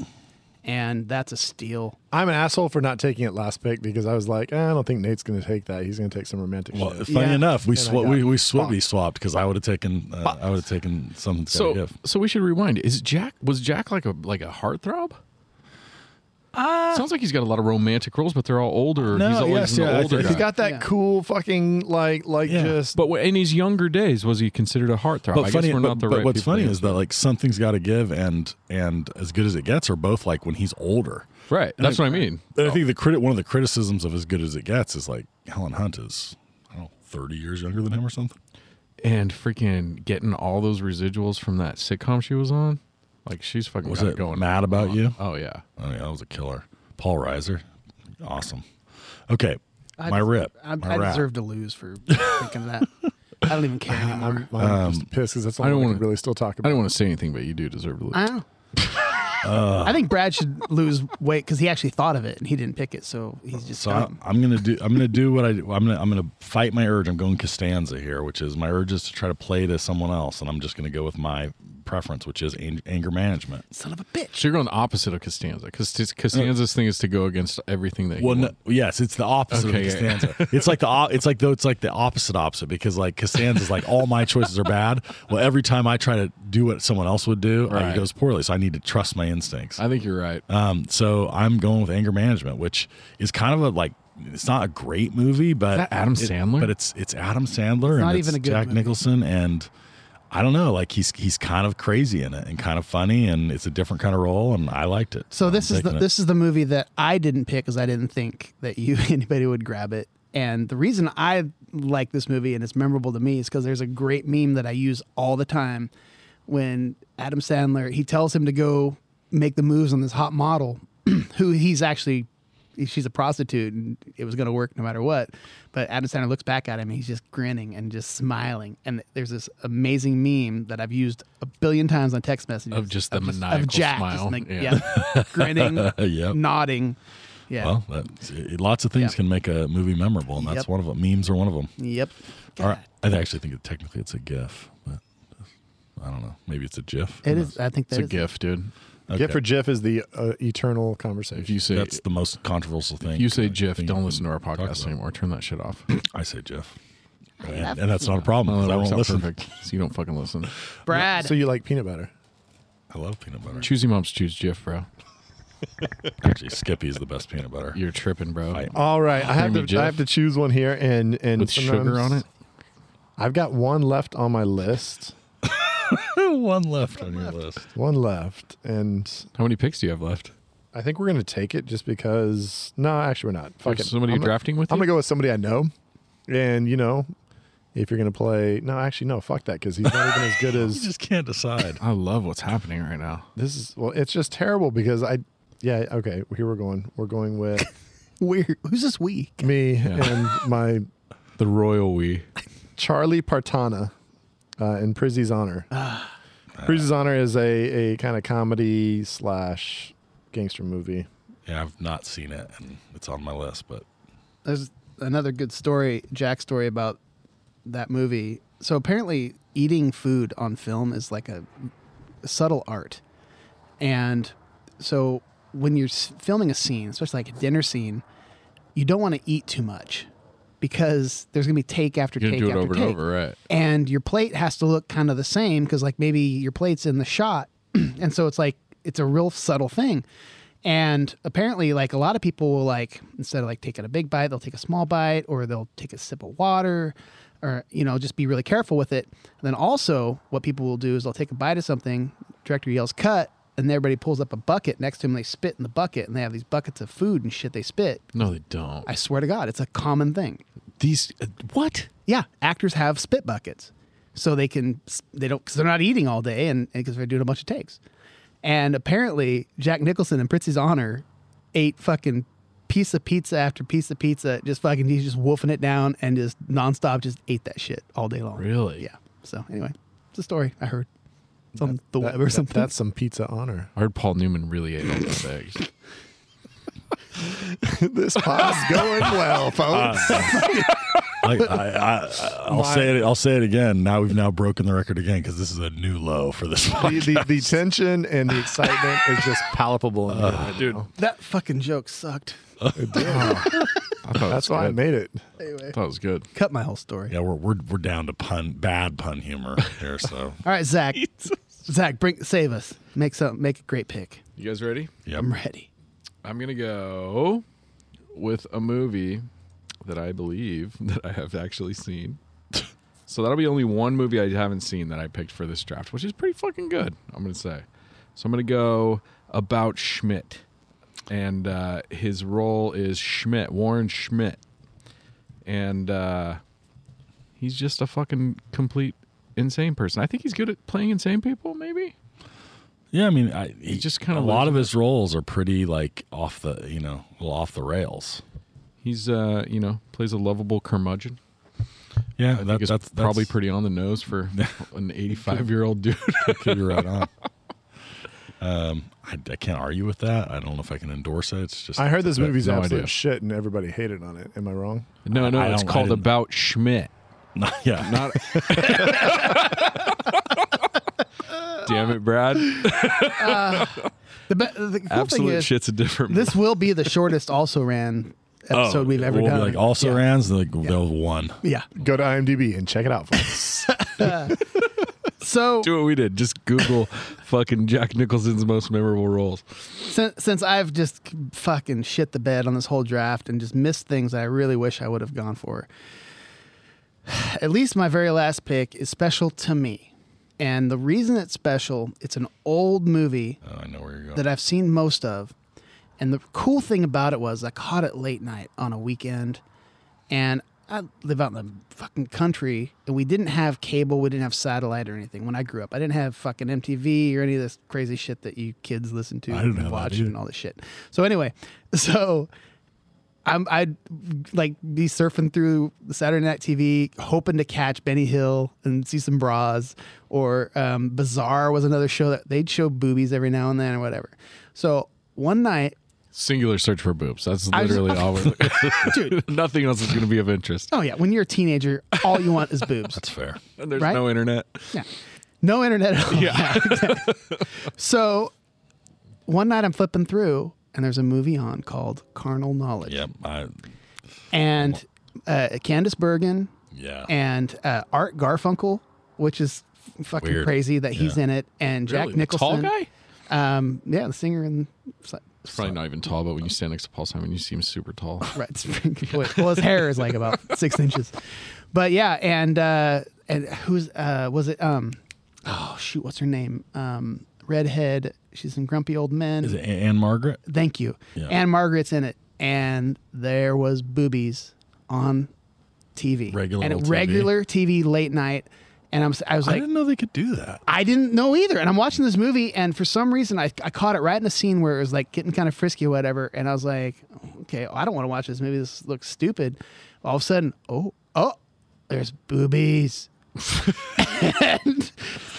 [SPEAKER 5] and that's a steal.
[SPEAKER 7] I'm an asshole for not taking it last pick because I was like, eh, I don't think Nate's gonna take that. He's gonna take some romantic.
[SPEAKER 4] Well,
[SPEAKER 7] shit.
[SPEAKER 4] uh, funny
[SPEAKER 5] Yeah.
[SPEAKER 4] enough, we
[SPEAKER 7] And I
[SPEAKER 4] sw-
[SPEAKER 7] got
[SPEAKER 4] we we swappy swapped because I would have taken uh, I would have taken something. to
[SPEAKER 6] So,
[SPEAKER 4] give.
[SPEAKER 6] so we should rewind. Is Jack was Jack like a like a heartthrob? Sounds like he's got a lot of romantic roles, but they're all older.
[SPEAKER 4] Uh, No,
[SPEAKER 6] he's always
[SPEAKER 4] yes,
[SPEAKER 6] an
[SPEAKER 4] yeah, I
[SPEAKER 6] older
[SPEAKER 4] think-
[SPEAKER 6] guy.
[SPEAKER 7] He's got that
[SPEAKER 5] Yeah.
[SPEAKER 7] cool fucking like like
[SPEAKER 4] Yeah.
[SPEAKER 7] just.
[SPEAKER 6] but in his younger days, was he considered a heartthrob? I guess we're not the right
[SPEAKER 4] what's
[SPEAKER 6] people to
[SPEAKER 4] funny
[SPEAKER 6] answer
[SPEAKER 4] is that like something's got to give, and and as good as it gets are both like when he's older.
[SPEAKER 6] Right.
[SPEAKER 4] And
[SPEAKER 6] That's what I mean.
[SPEAKER 4] And I think the credit one of the criticisms of as good as it gets is like Helen Hunt is I don't know thirty years younger than him or something.
[SPEAKER 6] And freaking getting all those residuals from that sitcom she was on. Like she's fucking
[SPEAKER 4] Was
[SPEAKER 6] got
[SPEAKER 4] it
[SPEAKER 6] going
[SPEAKER 4] mad about you?
[SPEAKER 6] Oh yeah.
[SPEAKER 4] Oh yeah, that was a killer. Paul Reiser, awesome. Okay, my
[SPEAKER 5] des-
[SPEAKER 4] rip.
[SPEAKER 5] I,
[SPEAKER 4] my
[SPEAKER 5] I
[SPEAKER 4] rap.
[SPEAKER 5] deserve to lose for thinking of that. I
[SPEAKER 4] (laughs)
[SPEAKER 5] don't even care anymore.
[SPEAKER 7] I'm, I'm just pissed because that's all I don't
[SPEAKER 6] um, I don't
[SPEAKER 7] we
[SPEAKER 6] wanna-
[SPEAKER 7] can really still talk
[SPEAKER 6] I
[SPEAKER 7] about.
[SPEAKER 6] don't want to say anything, but you do deserve to lose.
[SPEAKER 5] I don't. I think Brad should lose weight because he actually thought of it and he didn't pick it, so he's just
[SPEAKER 4] So I,
[SPEAKER 5] dumb.
[SPEAKER 4] I'm gonna do. I'm gonna do what I. do. I'm gonna. I'm gonna fight my urge. I'm going Costanza here, which is my urge is to try to play to someone else, and I'm just gonna go with my preference, which is ang- anger management.
[SPEAKER 5] Son of a bitch.
[SPEAKER 6] so you're going the opposite of Costanza because Costanza's thing is to go against everything that. he
[SPEAKER 4] Well, no,
[SPEAKER 6] wants.
[SPEAKER 4] yes, it's the opposite
[SPEAKER 6] Okay,
[SPEAKER 4] of
[SPEAKER 6] yeah,
[SPEAKER 4] Costanza. it's like the o- it's like though it's like the opposite opposite because like Costanza's like all my choices are bad. Well, every time I try to do what someone else would do, uh,
[SPEAKER 6] Right.
[SPEAKER 4] it goes poorly. So I need to trust my instincts.
[SPEAKER 6] I think you're right.
[SPEAKER 4] Um, so I'm going with anger management, which is kind of a like it's not a great movie, but
[SPEAKER 6] that Adam
[SPEAKER 4] it-
[SPEAKER 6] Sandler?
[SPEAKER 4] but it's it's Adam Sandler and
[SPEAKER 5] not
[SPEAKER 4] it's
[SPEAKER 5] even a good
[SPEAKER 4] Jack
[SPEAKER 5] movie.
[SPEAKER 4] Nicholson and. I don't know. Like he's he's kind of crazy in it and kind of funny, and it's a different kind of role, and I liked it.
[SPEAKER 5] So
[SPEAKER 4] I'm
[SPEAKER 5] this is the,
[SPEAKER 4] taking it.
[SPEAKER 5] this is the movie that I didn't pick because I didn't think that you (laughs) anybody would grab it. And the reason I like this movie and it's memorable to me is because there's a great meme that I use all the time when Adam Sandler he tells him to go make the moves on this hot model (clears throat) who he's actually she's a prostitute and it was going to work no matter what. But Adam Sandler looks back at him and he's just grinning and just smiling. And there's this amazing meme that I've used a billion times on text messages
[SPEAKER 6] Of just the
[SPEAKER 5] of
[SPEAKER 6] maniacal
[SPEAKER 5] Jack,
[SPEAKER 6] smile.
[SPEAKER 5] Just like,
[SPEAKER 6] Yeah. (laughs)
[SPEAKER 5] yeah, grinning,
[SPEAKER 4] Uh, Yep.
[SPEAKER 5] nodding. Yeah.
[SPEAKER 4] Well, that's, it- lots of things
[SPEAKER 5] Yeah.
[SPEAKER 4] can make a movie memorable, and that's
[SPEAKER 5] Yep.
[SPEAKER 4] one of them. Memes are one of them.
[SPEAKER 5] yep.
[SPEAKER 4] All right, I actually think it, technically it's a GIF, but I don't know. Maybe it's a GIF.
[SPEAKER 5] It is. I think
[SPEAKER 6] It's
[SPEAKER 5] that
[SPEAKER 6] a
[SPEAKER 5] is.
[SPEAKER 6] gift, dude.
[SPEAKER 4] Okay.
[SPEAKER 7] Get for Jiff is the uh, eternal
[SPEAKER 6] If
[SPEAKER 7] conversation.
[SPEAKER 6] you say
[SPEAKER 4] That's the most controversial thing.
[SPEAKER 6] if you say
[SPEAKER 4] I
[SPEAKER 6] GIF,
[SPEAKER 4] think
[SPEAKER 6] don't
[SPEAKER 4] you
[SPEAKER 6] listen to our
[SPEAKER 4] can talk
[SPEAKER 6] podcast
[SPEAKER 4] about.
[SPEAKER 6] anymore. Turn that shit off.
[SPEAKER 4] (laughs) I say GIF, and, and that's not a problem.
[SPEAKER 6] Well,
[SPEAKER 4] 'cause
[SPEAKER 6] that
[SPEAKER 4] I
[SPEAKER 6] works
[SPEAKER 4] won't
[SPEAKER 6] out
[SPEAKER 4] listen.
[SPEAKER 6] perfect. So you don't fucking listen.
[SPEAKER 5] Brad.
[SPEAKER 7] So you like peanut butter?
[SPEAKER 4] I love peanut butter.
[SPEAKER 6] Choosy moms choose GIF, bro.
[SPEAKER 4] Actually, Skippy is the best peanut
[SPEAKER 6] (laughs)
[SPEAKER 4] butter.
[SPEAKER 6] You're tripping, bro.
[SPEAKER 4] Fight.
[SPEAKER 7] All right, I have
[SPEAKER 6] Creamy
[SPEAKER 7] to.
[SPEAKER 6] Jif?
[SPEAKER 7] I have to choose one here, and and
[SPEAKER 6] With sugar
[SPEAKER 7] sometimes-
[SPEAKER 6] on it.
[SPEAKER 7] I've got one left on my list.
[SPEAKER 4] One left on your list.
[SPEAKER 7] One left, and
[SPEAKER 6] How many picks do you have left?
[SPEAKER 7] I think we're gonna take it just because. No, actually, we're not. Fuck
[SPEAKER 6] There's
[SPEAKER 7] it.
[SPEAKER 6] somebody
[SPEAKER 7] I'm
[SPEAKER 6] you're
[SPEAKER 7] gonna-
[SPEAKER 6] drafting with.
[SPEAKER 7] I'm
[SPEAKER 6] you?
[SPEAKER 7] gonna go with somebody I know, and you know, if you're gonna play. No, actually, no. Fuck that, because he's not even as (laughs) good
[SPEAKER 4] You
[SPEAKER 7] as
[SPEAKER 4] just can't decide.
[SPEAKER 5] Oh.
[SPEAKER 6] I love what's happening right now.
[SPEAKER 7] this is. Well, it's just terrible because I. Yeah. Okay. Here we're going. We're going with
[SPEAKER 5] (laughs) Weird. Who's this we?
[SPEAKER 7] me and my
[SPEAKER 6] (laughs) The royal we.
[SPEAKER 7] Charlie Partana uh, in Prizzy's Honor. Prizzy's Honor is a, a kind of comedy slash gangster movie.
[SPEAKER 4] yeah, I've not seen it, and it's on my list, but
[SPEAKER 5] There's another good story, Jack story about that movie. So apparently, eating food on film is like a subtle art, and so when you're s- filming a scene, especially like a dinner scene, you don't want to eat too much because there's gonna be take after
[SPEAKER 6] You're
[SPEAKER 5] take
[SPEAKER 6] gonna do it
[SPEAKER 5] after
[SPEAKER 6] over
[SPEAKER 5] take.
[SPEAKER 6] and over, right?
[SPEAKER 5] and your plate has to look kind of the same because like maybe your plate's in the shot (clears throat) and so it's like it's a real subtle thing and apparently like a lot of people will like instead of like taking a big bite they'll take a small bite or they'll take a sip of water or you know just be really careful with it and then also what people will do is they'll take a bite of something director yells cut and everybody pulls up a bucket next to them and they spit in the bucket and they have these buckets of food and shit they spit
[SPEAKER 6] No, they don't.
[SPEAKER 5] i swear to god it's a common thing
[SPEAKER 6] These uh, what?
[SPEAKER 5] yeah, actors have spit buckets, so they can they don't because they're not eating all day and because they're doing a bunch of takes. And apparently, Jack Nicholson in Pritzy's Honor ate fucking piece of pizza after piece of pizza, just fucking he's just wolfing it down and just nonstop just ate that shit all day long.
[SPEAKER 6] Really?
[SPEAKER 5] Yeah. So anyway, it's a story I heard. It's on the web or
[SPEAKER 7] That-
[SPEAKER 5] something.
[SPEAKER 7] That's some pizza honor.
[SPEAKER 6] I heard Paul Newman really ate all those eggs.
[SPEAKER 7] this pod's going (laughs) well, folks.
[SPEAKER 4] (laughs) I, I, I, I'll
[SPEAKER 7] My-
[SPEAKER 4] say it. I'll say it again. Now we've now broken the record again because this is a new low for this (laughs)
[SPEAKER 7] the,
[SPEAKER 4] one.
[SPEAKER 7] (laughs) the, the tension and the excitement is just palpable. in here right
[SPEAKER 6] Uh, dude.
[SPEAKER 7] now.
[SPEAKER 5] that fucking joke sucked.
[SPEAKER 6] I thought
[SPEAKER 7] Oh, That's
[SPEAKER 6] it was
[SPEAKER 7] why I
[SPEAKER 6] good.
[SPEAKER 7] made it.
[SPEAKER 6] I thought it was good.
[SPEAKER 5] Cut my whole story.
[SPEAKER 4] Yeah, we're, we're we're down to pun bad pun humor here. So
[SPEAKER 5] All right, Zach. Zach, bring save us. Make some make a great pick.
[SPEAKER 6] You guys ready?
[SPEAKER 4] yep.
[SPEAKER 5] I'm ready.
[SPEAKER 6] I'm gonna go with a movie that I believe (laughs) that I have actually seen. (laughs) so that'll be only one movie I haven't seen that I picked for this draft, which is pretty fucking good. I'm gonna say. So I'm gonna go about Schmidt, and uh, his role is Schmidt, Warren Schmidt, and uh, he's just a fucking complete insane person. I think he's good at playing insane people. Maybe
[SPEAKER 4] (laughs) Yeah, I mean, I, he,
[SPEAKER 6] just kinda
[SPEAKER 4] a lot
[SPEAKER 6] lives
[SPEAKER 4] of his roles are pretty like off the you know a little off the rails.
[SPEAKER 6] he's uh, you know plays a lovable curmudgeon.
[SPEAKER 4] Yeah,
[SPEAKER 6] I
[SPEAKER 4] that-
[SPEAKER 6] think it's
[SPEAKER 4] that's
[SPEAKER 2] (laughs)
[SPEAKER 6] probably
[SPEAKER 4] that's-
[SPEAKER 6] pretty on the nose for an 85 year old dude.
[SPEAKER 4] could be right on. Um, I, I can't argue with that. I don't know if I can endorse it. It's just
[SPEAKER 7] I heard this
[SPEAKER 4] but- (laughs)
[SPEAKER 7] movie's
[SPEAKER 6] no
[SPEAKER 7] absolute
[SPEAKER 6] idea.
[SPEAKER 7] shit and everybody hated on it. Am I wrong?
[SPEAKER 6] No, no,
[SPEAKER 4] I
[SPEAKER 6] it's
[SPEAKER 4] don't- I
[SPEAKER 6] called
[SPEAKER 4] didn't-
[SPEAKER 6] About Schmidt.
[SPEAKER 4] yeah,
[SPEAKER 6] Not. Damn
[SPEAKER 5] (laughs)
[SPEAKER 6] it, Brad!
[SPEAKER 5] The, be- the cool
[SPEAKER 6] Absolute
[SPEAKER 5] thing is,
[SPEAKER 6] shit's a different.
[SPEAKER 5] this will be the shortest also ran episode we've ever
[SPEAKER 4] we'll Oh, be
[SPEAKER 5] done.
[SPEAKER 4] like also
[SPEAKER 5] yeah.
[SPEAKER 4] rans like they'll one.
[SPEAKER 5] Yeah.
[SPEAKER 7] Go to IMDb and check it out.
[SPEAKER 6] (laughs)
[SPEAKER 7] Folks.
[SPEAKER 5] So
[SPEAKER 6] (laughs) Do what we did. Just Google (laughs) fucking Jack Nicholson's most memorable roles.
[SPEAKER 5] since, since I've just fucking shit the bed on this whole draft and just missed things that I really wish I would have gone for, at least my very last pick is special to me. And the reason it's special, it's an old movie
[SPEAKER 4] Oh, I know where you're going.
[SPEAKER 5] that I've seen most of. And the cool thing about it was I caught it late night on a weekend. And I live out in the fucking country and we didn't have cable, we didn't have satellite or anything when I grew up. I didn't have fucking MTV or any of this crazy shit that you kids listen to
[SPEAKER 4] I didn't
[SPEAKER 5] and
[SPEAKER 4] have that
[SPEAKER 5] watch
[SPEAKER 4] either.
[SPEAKER 5] and all this shit. So anyway, (laughs) so I'm, I'd like be surfing through the Saturday night TV, hoping to catch Benny Hill and see some bras. Or um, Bizarre was another show that they'd show boobies every now and then or whatever. So one night,
[SPEAKER 6] Singular search for boobs. That's
[SPEAKER 5] I was-
[SPEAKER 6] literally
[SPEAKER 5] (laughs)
[SPEAKER 6] all we're
[SPEAKER 4] (laughs)
[SPEAKER 5] dude,
[SPEAKER 6] (laughs) Nothing else is going to be of interest.
[SPEAKER 5] oh yeah, when you're a teenager, all you want is boobs.
[SPEAKER 4] That's fair.
[SPEAKER 6] And there's
[SPEAKER 5] Right?
[SPEAKER 6] no internet.
[SPEAKER 5] Yeah. No internet at all. (laughs) Yeah. exactly. so one night I'm flipping through and there's a movie on called Carnal Knowledge.
[SPEAKER 4] Yep. I,
[SPEAKER 5] And uh, Candace Bergen
[SPEAKER 4] yeah.
[SPEAKER 5] and uh, Art Garfunkel, which is f- fucking
[SPEAKER 4] Weird.
[SPEAKER 5] crazy that he's
[SPEAKER 4] Yeah.
[SPEAKER 5] in it, and Jack
[SPEAKER 6] Really? The
[SPEAKER 5] Nicholson.
[SPEAKER 6] Tall guy?
[SPEAKER 5] Um, yeah, the singer and
[SPEAKER 6] It's probably not even tall, but when you stand next to Paul Simon, you seem super (laughs) tall.
[SPEAKER 5] Right. (laughs) Spring Boy. Well, his hair is like about (laughs) six inches. But yeah, and uh, and who's uh, was it? Um, oh shoot, what's her name? Um, redhead. She's in Grumpy Old Men.
[SPEAKER 4] Is it A- Anne Margaret?
[SPEAKER 5] Thank you.
[SPEAKER 4] Yeah.
[SPEAKER 5] And Margaret's in it, and there was boobies on TV.
[SPEAKER 4] Regular
[SPEAKER 5] and
[SPEAKER 4] old TV.
[SPEAKER 5] regular TV late night. And I'm, s- I was
[SPEAKER 4] I
[SPEAKER 5] like,
[SPEAKER 4] didn't know they could do that.
[SPEAKER 5] I didn't know either. And I'm watching this movie, and for some reason, I, I caught it right in a scene where it was like getting kind of frisky or whatever. And I was like, okay, I don't want to watch this movie. This looks stupid. All of a sudden, oh, oh, there's boobies. (laughs) and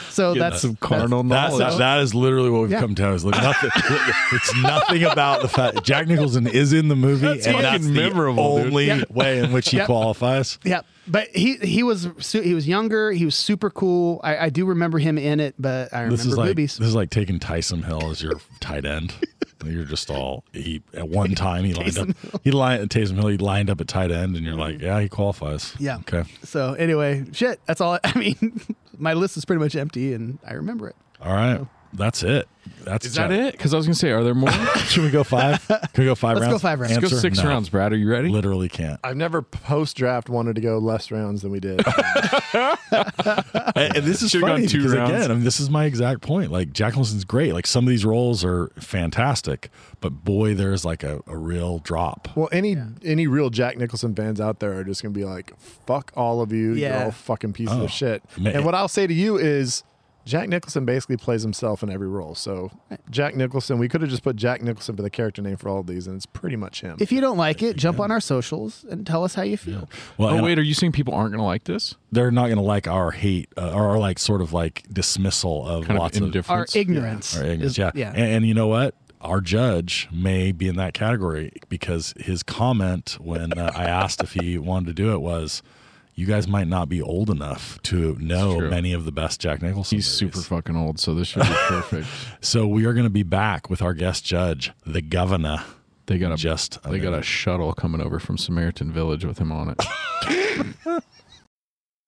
[SPEAKER 5] so that's
[SPEAKER 6] some carnal
[SPEAKER 4] That's
[SPEAKER 6] knowledge.
[SPEAKER 4] that is literally what we've
[SPEAKER 5] Yeah.
[SPEAKER 4] come down. Is like nothing. (laughs) it's nothing about the fact that Jack Nicholson is in the movie, and
[SPEAKER 6] fucking
[SPEAKER 4] that's the
[SPEAKER 6] memorable, dude.
[SPEAKER 4] only way in which he
[SPEAKER 5] Yep.
[SPEAKER 4] qualifies.
[SPEAKER 5] Yeah, but he he was su- he was younger. He was super cool. I, I do remember him in it, but I remember
[SPEAKER 4] This is like
[SPEAKER 5] boobies.
[SPEAKER 4] this is like taking Tyson Hill as your tight end. You're just all he at one time he lined up. He lined Taysom Hill. He lined up at tight end, and you're like, yeah, he qualifies.
[SPEAKER 5] Yeah.
[SPEAKER 4] Okay.
[SPEAKER 5] So anyway, shit. That's all. I (laughs) mean, my list is pretty much empty, and I remember it.
[SPEAKER 4] All right. That's it. That's
[SPEAKER 6] Is that it? Because I was going to say, are there (laughs) more? Let's
[SPEAKER 4] Should we go five? Can we go five
[SPEAKER 5] Let's go
[SPEAKER 4] rounds?
[SPEAKER 5] five rounds.
[SPEAKER 6] go
[SPEAKER 4] Answer?
[SPEAKER 6] six
[SPEAKER 4] No.
[SPEAKER 6] rounds, Brad. Are you ready?
[SPEAKER 4] Literally can't.
[SPEAKER 7] I've never post draft wanted to go less rounds than we
[SPEAKER 6] (laughs)
[SPEAKER 7] did.
[SPEAKER 4] and, and this is
[SPEAKER 6] Should've
[SPEAKER 4] funny
[SPEAKER 6] gone two
[SPEAKER 4] because
[SPEAKER 6] rounds.
[SPEAKER 4] again, I mean, this is my exact point. Like Jack Nicholson's great. Like some of these roles are fantastic, but boy, there's like a, a real drop.
[SPEAKER 7] well, any any real Jack Nicholson fans out there are just gonna be like, "Fuck all of you,
[SPEAKER 5] Yeah.
[SPEAKER 7] you're all fucking pieces
[SPEAKER 4] Oh,
[SPEAKER 7] of shit."
[SPEAKER 4] man.
[SPEAKER 7] And what I'll say to you is, Jack Nicholson basically plays himself in every role. So Jack Nicholson, we could have just put Jack Nicholson for the character name for all of these, and it's pretty much him.
[SPEAKER 5] If you don't like it, jump on our socials and tell us how you feel.
[SPEAKER 4] Well,
[SPEAKER 6] Oh,
[SPEAKER 4] and
[SPEAKER 6] wait. Are you saying people aren't going to like this?
[SPEAKER 4] they're not going to like our hate uh, or our, like sort of like dismissal of
[SPEAKER 6] Kind
[SPEAKER 4] lots
[SPEAKER 6] of
[SPEAKER 4] of
[SPEAKER 5] Our
[SPEAKER 6] indifference.
[SPEAKER 5] ignorance.
[SPEAKER 4] Or ignorance,
[SPEAKER 5] is-
[SPEAKER 4] yeah. And, and you know what? Our judge may be in that category because his comment when uh, I asked if he (laughs) wanted to do it was, "You guys might not be old enough to know
[SPEAKER 6] true.
[SPEAKER 4] many of the best Jack Nicholson."
[SPEAKER 6] He's super
[SPEAKER 4] movies."
[SPEAKER 6] fucking old, so this should be perfect.
[SPEAKER 4] So we are going to be back with our guest judge, the governor.
[SPEAKER 6] They (laughs) got a
[SPEAKER 4] Just a
[SPEAKER 6] they got a
[SPEAKER 4] minute.
[SPEAKER 6] shuttle coming over from Samaritan Village with him on it.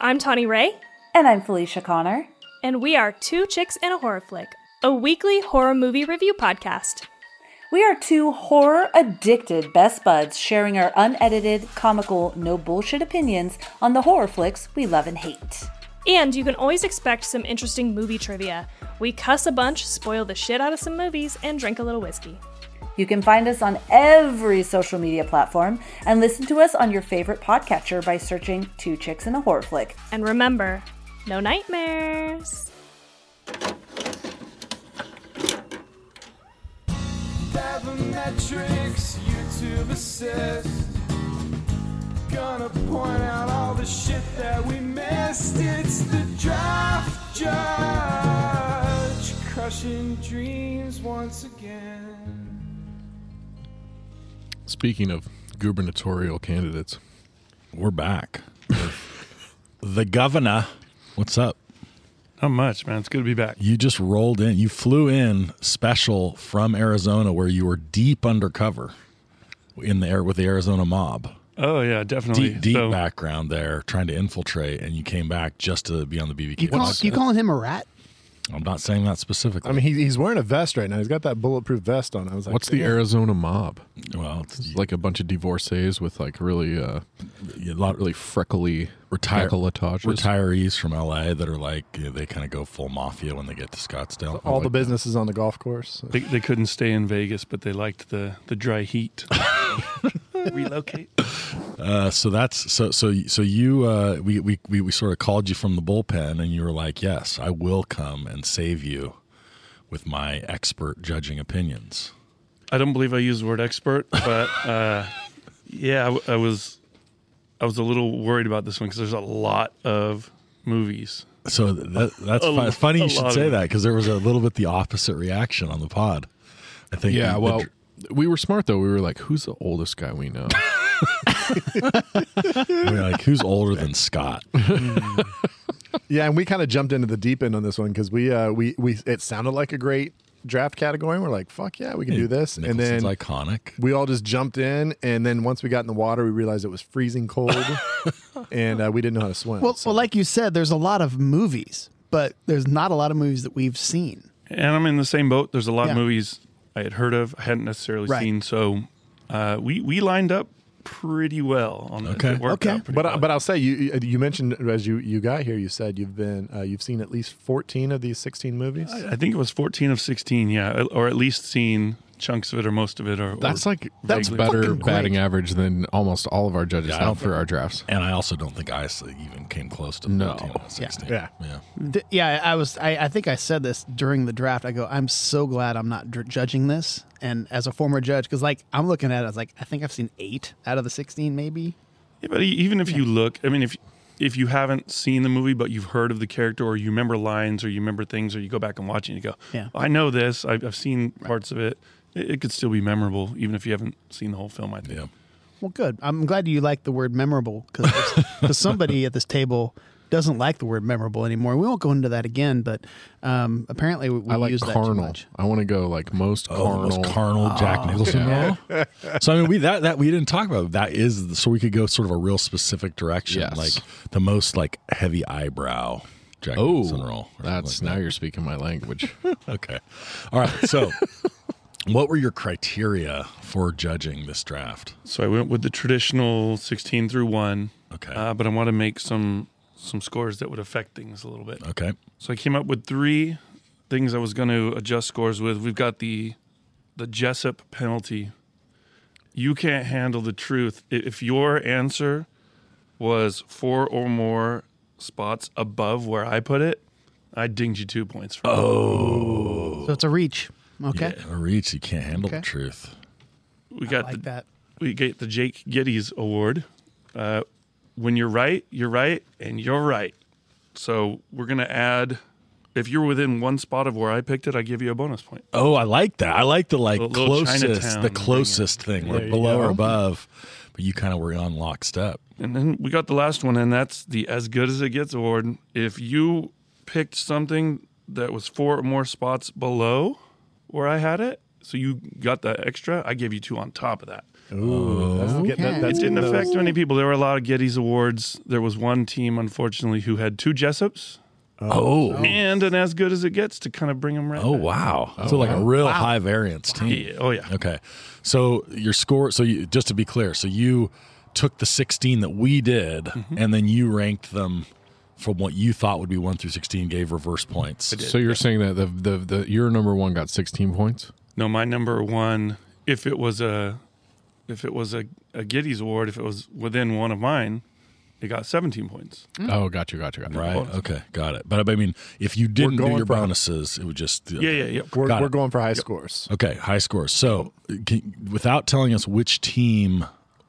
[SPEAKER 8] I'm Tawny Ray,
[SPEAKER 9] And I'm Felicia Connor.
[SPEAKER 8] and we are Two Chicks in a Horror Flick, a weekly horror movie review podcast.
[SPEAKER 9] We are two horror addicted best buds sharing our unedited, comical, no bullshit opinions on the horror flicks we love and hate.
[SPEAKER 8] And you can always expect some interesting movie trivia. We cuss a bunch, spoil the shit out of some movies, and drink a little whiskey.
[SPEAKER 9] You can find us on every social media platform and listen to us on your favorite podcatcher by searching Two Chicks in a Horror Flick.
[SPEAKER 8] And remember, no nightmares.
[SPEAKER 3] Sabermetrics, YouTube assist. Gonna point out all the shit that we missed. It's the draft judge, crushing dreams once again.
[SPEAKER 6] Speaking of gubernatorial candidates,
[SPEAKER 4] We're back. the governor. What's up?
[SPEAKER 10] Not much, man. It's good to be back.
[SPEAKER 4] You just rolled in. You flew in special from Arizona, where you were deep undercover in the air with the Arizona mob.
[SPEAKER 10] Oh yeah, definitely.
[SPEAKER 4] Deep, deep
[SPEAKER 10] So-
[SPEAKER 4] background there, trying to infiltrate, and you came back just to be on the BB
[SPEAKER 5] You,
[SPEAKER 4] King.
[SPEAKER 5] call,
[SPEAKER 4] podcast.
[SPEAKER 5] you calling him a rat?
[SPEAKER 4] I'm not saying that specifically.
[SPEAKER 7] I mean, he, he's wearing a vest right now. He's got that bulletproof vest on. I was like,
[SPEAKER 6] What's the
[SPEAKER 7] "Damn."
[SPEAKER 6] Arizona mob?
[SPEAKER 4] well, it's
[SPEAKER 6] It's like a bunch of divorcees with like really, uh,
[SPEAKER 4] a lot
[SPEAKER 6] really freckly
[SPEAKER 4] Retire-
[SPEAKER 6] decolletages.
[SPEAKER 4] retirees from LA that are like you know, they kind of go full mafia when they get to Scottsdale.
[SPEAKER 7] All
[SPEAKER 4] I
[SPEAKER 7] the
[SPEAKER 4] like
[SPEAKER 7] businesses on the golf course.
[SPEAKER 10] They, they couldn't stay in Vegas, but they liked the the dry heat. Relocate.
[SPEAKER 4] Uh, so that's so so so you uh, we, we we we sort of called you from the bullpen, and you were like, "Yes, I will come and save you with my expert judging opinions."
[SPEAKER 10] I don't believe I used the word expert, but uh, yeah, I w- I, was I was a little worried about this one because there's a lot of movies.
[SPEAKER 4] So that, that's
[SPEAKER 10] A
[SPEAKER 4] fu-
[SPEAKER 10] lo-
[SPEAKER 4] funny
[SPEAKER 10] a
[SPEAKER 4] you should
[SPEAKER 10] lot
[SPEAKER 4] say
[SPEAKER 10] of-
[SPEAKER 4] that because there was a little bit the opposite reaction on the pod. I think.
[SPEAKER 6] Yeah,
[SPEAKER 4] the-
[SPEAKER 6] well,
[SPEAKER 4] the-
[SPEAKER 6] we were smart though. We were like, who's the oldest guy we know?
[SPEAKER 4] we were like who's older than
[SPEAKER 7] (laughs)
[SPEAKER 4] Scott?
[SPEAKER 7] Yeah, and we kind of jumped into the deep end on this one because we uh we we it sounded like a great draft category. And we're like, fuck yeah, we can do this. And
[SPEAKER 4] Nicholson's
[SPEAKER 7] then
[SPEAKER 4] iconic.
[SPEAKER 7] we all just jumped in, and then once we got in the water, we realized it was freezing cold, and uh, we didn't know how to swim.
[SPEAKER 5] Well,
[SPEAKER 7] so-
[SPEAKER 5] well, like you said, there's a lot of movies, but there's not a lot of movies that we've seen.
[SPEAKER 10] And I'm in the same boat. There's a lot
[SPEAKER 5] Yeah.
[SPEAKER 10] of movies I had heard of, I hadn't necessarily
[SPEAKER 5] Right.
[SPEAKER 10] seen. So uh, we we lined up pretty well on this.
[SPEAKER 4] Okay.
[SPEAKER 10] It worked
[SPEAKER 5] Okay.
[SPEAKER 10] out pretty
[SPEAKER 7] but
[SPEAKER 10] well.
[SPEAKER 7] I but I'll say you uh, you- you mentioned as you you got here, you said you've been uh, you've seen at least fourteen of these sixteen movies.
[SPEAKER 10] I think it was 14 of 16, yeah, or at least seen chunks of it or most of it. Or
[SPEAKER 6] That's
[SPEAKER 10] or
[SPEAKER 6] like that's
[SPEAKER 10] vaguely.
[SPEAKER 6] better
[SPEAKER 5] fucking great.
[SPEAKER 6] batting average than almost all of our judges
[SPEAKER 4] Yeah, I
[SPEAKER 6] have
[SPEAKER 4] don't
[SPEAKER 6] for our drafts.
[SPEAKER 4] And I also don't think I even came close to
[SPEAKER 6] No.
[SPEAKER 4] 14 or 16.
[SPEAKER 7] Yeah.
[SPEAKER 4] yeah.
[SPEAKER 5] Th- yeah, I was. I, I think I said this during the draft. I go, I'm so glad I'm not dr- judging this. And as a former judge, because like I'm looking at it, I was like, I think I've seen eight out of the 16, maybe.
[SPEAKER 10] Yeah, but e- even if you look, I mean, if if you haven't seen the movie but you've heard of the character or you remember lines or you remember things or you go back and watch it and you go,
[SPEAKER 5] Yeah.
[SPEAKER 10] I know this. I've, I've seen parts of it. it. It could still be memorable even if you haven't seen the whole film. I think.
[SPEAKER 4] Yeah.
[SPEAKER 5] Well, good. I'm glad you like the word memorable
[SPEAKER 10] (laughs)
[SPEAKER 5] because somebody at this table doesn't like the word memorable anymore. We won't go into that again, but um, apparently we, we
[SPEAKER 6] I like
[SPEAKER 5] use that too
[SPEAKER 6] carnal.
[SPEAKER 5] much.
[SPEAKER 6] I want to go like most
[SPEAKER 4] Oh,
[SPEAKER 6] carnal. Ah.
[SPEAKER 4] the most carnal Jack Nicholson role. so I mean, we that that we didn't talk about. That is the- so we could go sort of a real specific direction,
[SPEAKER 6] Yes.
[SPEAKER 4] like the most like heavy eyebrow Jack Nicholson
[SPEAKER 6] Oh,
[SPEAKER 4] role. or
[SPEAKER 6] that's
[SPEAKER 4] something
[SPEAKER 6] now
[SPEAKER 4] like
[SPEAKER 6] you're speaking my language.
[SPEAKER 4] that. okay. All right. So, (laughs) what were your criteria for judging this draft?
[SPEAKER 10] So I went with the traditional 16 through one,
[SPEAKER 4] Okay.
[SPEAKER 10] uh, but I want to make some some scores that would affect things a little bit.
[SPEAKER 4] okay.
[SPEAKER 10] So I came up with three things I was going to adjust scores with. We've got the the Jessup penalty. You can't handle the truth I- if your answer was four or more spots above where I put it. I dinged you two points. For oh,
[SPEAKER 5] So it's a reach. Okay,
[SPEAKER 4] Yeah, a reach. You can't handle the
[SPEAKER 5] Okay.
[SPEAKER 4] truth.
[SPEAKER 10] we got
[SPEAKER 5] like
[SPEAKER 10] the,
[SPEAKER 5] that.
[SPEAKER 10] we get the Jake Giddies Award. Uh, when you're right, you're right, and you're right. So we're gonna add. If you're within one spot of where I picked it, I give you a bonus point.
[SPEAKER 4] Oh, I like that. I like the like
[SPEAKER 10] A little
[SPEAKER 4] closest,
[SPEAKER 10] Chinatown
[SPEAKER 4] the
[SPEAKER 10] thing.
[SPEAKER 4] closest thing,
[SPEAKER 7] There
[SPEAKER 4] like
[SPEAKER 7] you
[SPEAKER 4] below or
[SPEAKER 7] go.
[SPEAKER 4] above, but you kind of were on lockstep.
[SPEAKER 10] And then we got the last one, and that's the As Good as It Gets award. If you picked something that was four or more spots below where I had it, so you got that extra, I gave you two on top of that.
[SPEAKER 7] Ooh, that's, get- that-
[SPEAKER 5] Okay.
[SPEAKER 7] that's
[SPEAKER 10] It didn't
[SPEAKER 7] those-
[SPEAKER 10] affect many people. There were a lot of Gettys Awards. There was one team, unfortunately, who had two Jessups
[SPEAKER 4] Oh, oh,
[SPEAKER 10] and an As Good as It Gets to kind of bring them right. back.
[SPEAKER 4] wow! so like
[SPEAKER 10] Oh.
[SPEAKER 4] a real high variance team.
[SPEAKER 10] Yeah, oh, yeah.
[SPEAKER 4] Okay. So your score. So you, just to be clear, so you took the 16 that we did,
[SPEAKER 7] Mm-hmm.
[SPEAKER 4] and then you ranked them from what you thought would be one through 16, gave reverse points.
[SPEAKER 6] so you're saying that the, the the your number one got 16 points?
[SPEAKER 10] No, my number one, if it was a. If it was a, a Giddy's award, if it was within one of mine, it got 17 points.
[SPEAKER 6] Oh, got you, got you, got you.
[SPEAKER 4] Right. Okay. Got it. But I mean, if you didn't do
[SPEAKER 7] going
[SPEAKER 4] your
[SPEAKER 7] for-
[SPEAKER 4] bonuses, it would just
[SPEAKER 10] Yeah, yeah, yeah.
[SPEAKER 7] We're,
[SPEAKER 4] Got
[SPEAKER 7] we're
[SPEAKER 4] it.
[SPEAKER 7] going for high scores.
[SPEAKER 4] Okay, high scores. So, can, without telling us which team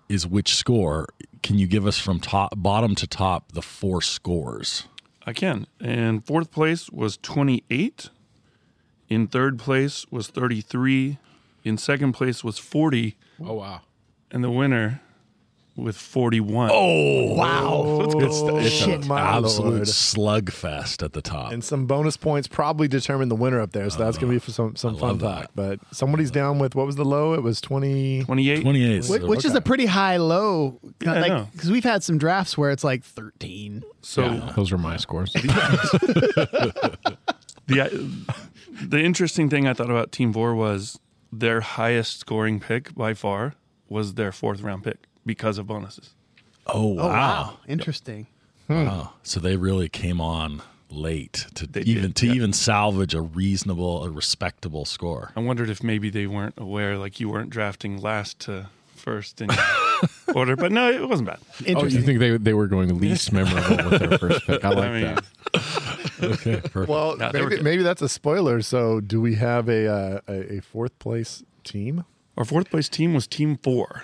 [SPEAKER 4] is which score, can you give us from top bottom to top the four scores?
[SPEAKER 10] I can. And fourth place was 28. In third place was 33. In second place was 40.
[SPEAKER 6] Oh wow.
[SPEAKER 10] And the winner with 41.
[SPEAKER 4] Oh,
[SPEAKER 5] Wow.
[SPEAKER 4] It's, it's
[SPEAKER 5] Oh, Shit.
[SPEAKER 4] an
[SPEAKER 7] My
[SPEAKER 4] absolute
[SPEAKER 7] lord.
[SPEAKER 4] slugfest at the top.
[SPEAKER 7] And some bonus points probably determine the winner up there. So that's going to be for some, some
[SPEAKER 4] I
[SPEAKER 7] fun
[SPEAKER 4] love that.
[SPEAKER 7] fact. But somebody's down with, what was the low? It was 20.
[SPEAKER 10] 28.
[SPEAKER 4] 28.
[SPEAKER 5] Which, which is a pretty high low.
[SPEAKER 10] I
[SPEAKER 5] Like,
[SPEAKER 10] know.
[SPEAKER 5] because we've had some drafts where it's like 13.
[SPEAKER 10] So
[SPEAKER 6] Those were my scores.
[SPEAKER 10] the (laughs) the interesting thing I thought about Team Four was their highest scoring pick by far was their fourth round pick because of bonuses.
[SPEAKER 4] oh, wow.
[SPEAKER 5] Oh, wow. Interesting.
[SPEAKER 4] Wow. So they really came on late to
[SPEAKER 10] They
[SPEAKER 4] even
[SPEAKER 10] did,
[SPEAKER 4] to
[SPEAKER 10] yeah.
[SPEAKER 4] even salvage a reasonable, a respectable score.
[SPEAKER 10] I wondered if maybe they weren't aware, like you weren't drafting last to first in order, but no, it wasn't bad.
[SPEAKER 6] oh, you
[SPEAKER 5] Interesting.
[SPEAKER 6] think they they were going least memorable with their first pick? I like
[SPEAKER 10] I mean,
[SPEAKER 6] that.
[SPEAKER 4] Okay, perfect.
[SPEAKER 7] Well,
[SPEAKER 10] No, they were
[SPEAKER 7] maybe,
[SPEAKER 10] good.
[SPEAKER 7] maybe that's a spoiler. So do we have a, uh, a, a fourth place team?
[SPEAKER 10] our fourth place team was Team Four.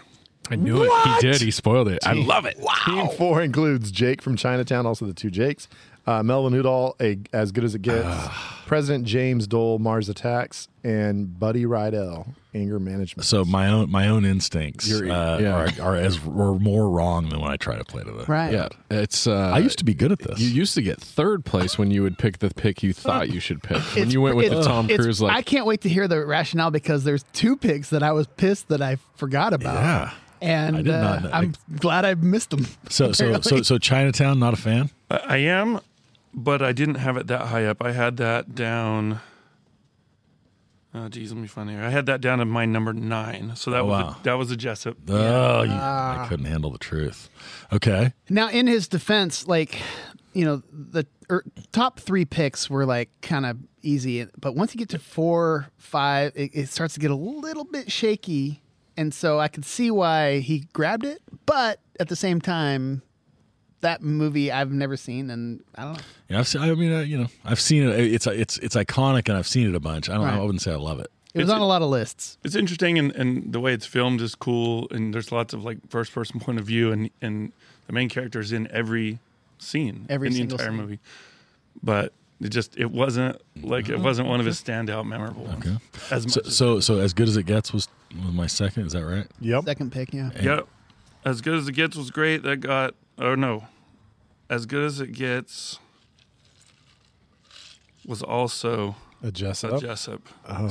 [SPEAKER 6] I knew it. He did. He spoiled it. I love it.
[SPEAKER 7] Team four includes Jake from Chinatown, also the two Jakes, uh, Melvin Udall, a, as good as it gets, President James Dole, Mars Attacks, and Buddy Rydell, Anger Management.
[SPEAKER 4] so my own my own instincts
[SPEAKER 6] You're-
[SPEAKER 4] uh,
[SPEAKER 6] yeah.
[SPEAKER 4] are, are as are more wrong than when I try to play to the
[SPEAKER 5] Right.
[SPEAKER 6] Yeah, it's. Uh,
[SPEAKER 4] I used to be good at this.
[SPEAKER 6] You used to get third place when you would pick the pick you thought you should pick. When you went with the
[SPEAKER 5] it's-
[SPEAKER 6] Tom
[SPEAKER 5] it's-
[SPEAKER 6] Cruise,
[SPEAKER 5] I
[SPEAKER 6] like
[SPEAKER 5] can't wait to hear the rationale because there's two picks that I was pissed that I forgot about.
[SPEAKER 4] yeah.
[SPEAKER 5] And
[SPEAKER 4] I did not
[SPEAKER 5] uh,
[SPEAKER 4] know-
[SPEAKER 5] I'm glad I missed them.
[SPEAKER 4] So so so so Chinatown, not a fan.
[SPEAKER 10] I, I am, but I didn't have it that high up. I had that down. Oh geez, let me find it here. I had that down to my number nine. So that
[SPEAKER 4] Oh,
[SPEAKER 10] was
[SPEAKER 4] wow.
[SPEAKER 10] a, that was a Jessup.
[SPEAKER 4] Oh, you-
[SPEAKER 5] Ah.
[SPEAKER 4] I couldn't handle the truth. Okay,
[SPEAKER 5] Now, in his defense, like, you know, the er, top three picks were like kind of easy, but once you get to four, five, it, it starts to get a little bit shaky, and so I could see why he grabbed it, but at the same time, that movie I've never seen, and I don't know.
[SPEAKER 4] yeah. I've seen, I mean, I, you know, I've seen it. It's it's it's iconic, and I've seen it a bunch. I don't. I
[SPEAKER 5] Right.
[SPEAKER 4] wouldn't say I love it.
[SPEAKER 5] It was
[SPEAKER 10] It's-
[SPEAKER 5] on a lot of lists.
[SPEAKER 10] it's interesting and, and the way it's filmed is cool and there's lots of like first person point of view and and the main character is in every scene
[SPEAKER 5] Every
[SPEAKER 10] in the
[SPEAKER 5] single
[SPEAKER 10] entire
[SPEAKER 5] scene.
[SPEAKER 10] movie but it just it wasn't like it wasn't one of his standout memorable ones
[SPEAKER 4] Mm-hmm. Okay.
[SPEAKER 10] as much
[SPEAKER 4] So
[SPEAKER 10] as,
[SPEAKER 4] so so as good as it gets was was my second. Is that right?
[SPEAKER 7] Yep.
[SPEAKER 5] Second pick, yeah.
[SPEAKER 10] yep as good as it gets was great that got oh no as good as it gets was also
[SPEAKER 7] Adjust
[SPEAKER 10] a
[SPEAKER 7] up.
[SPEAKER 10] Jessup.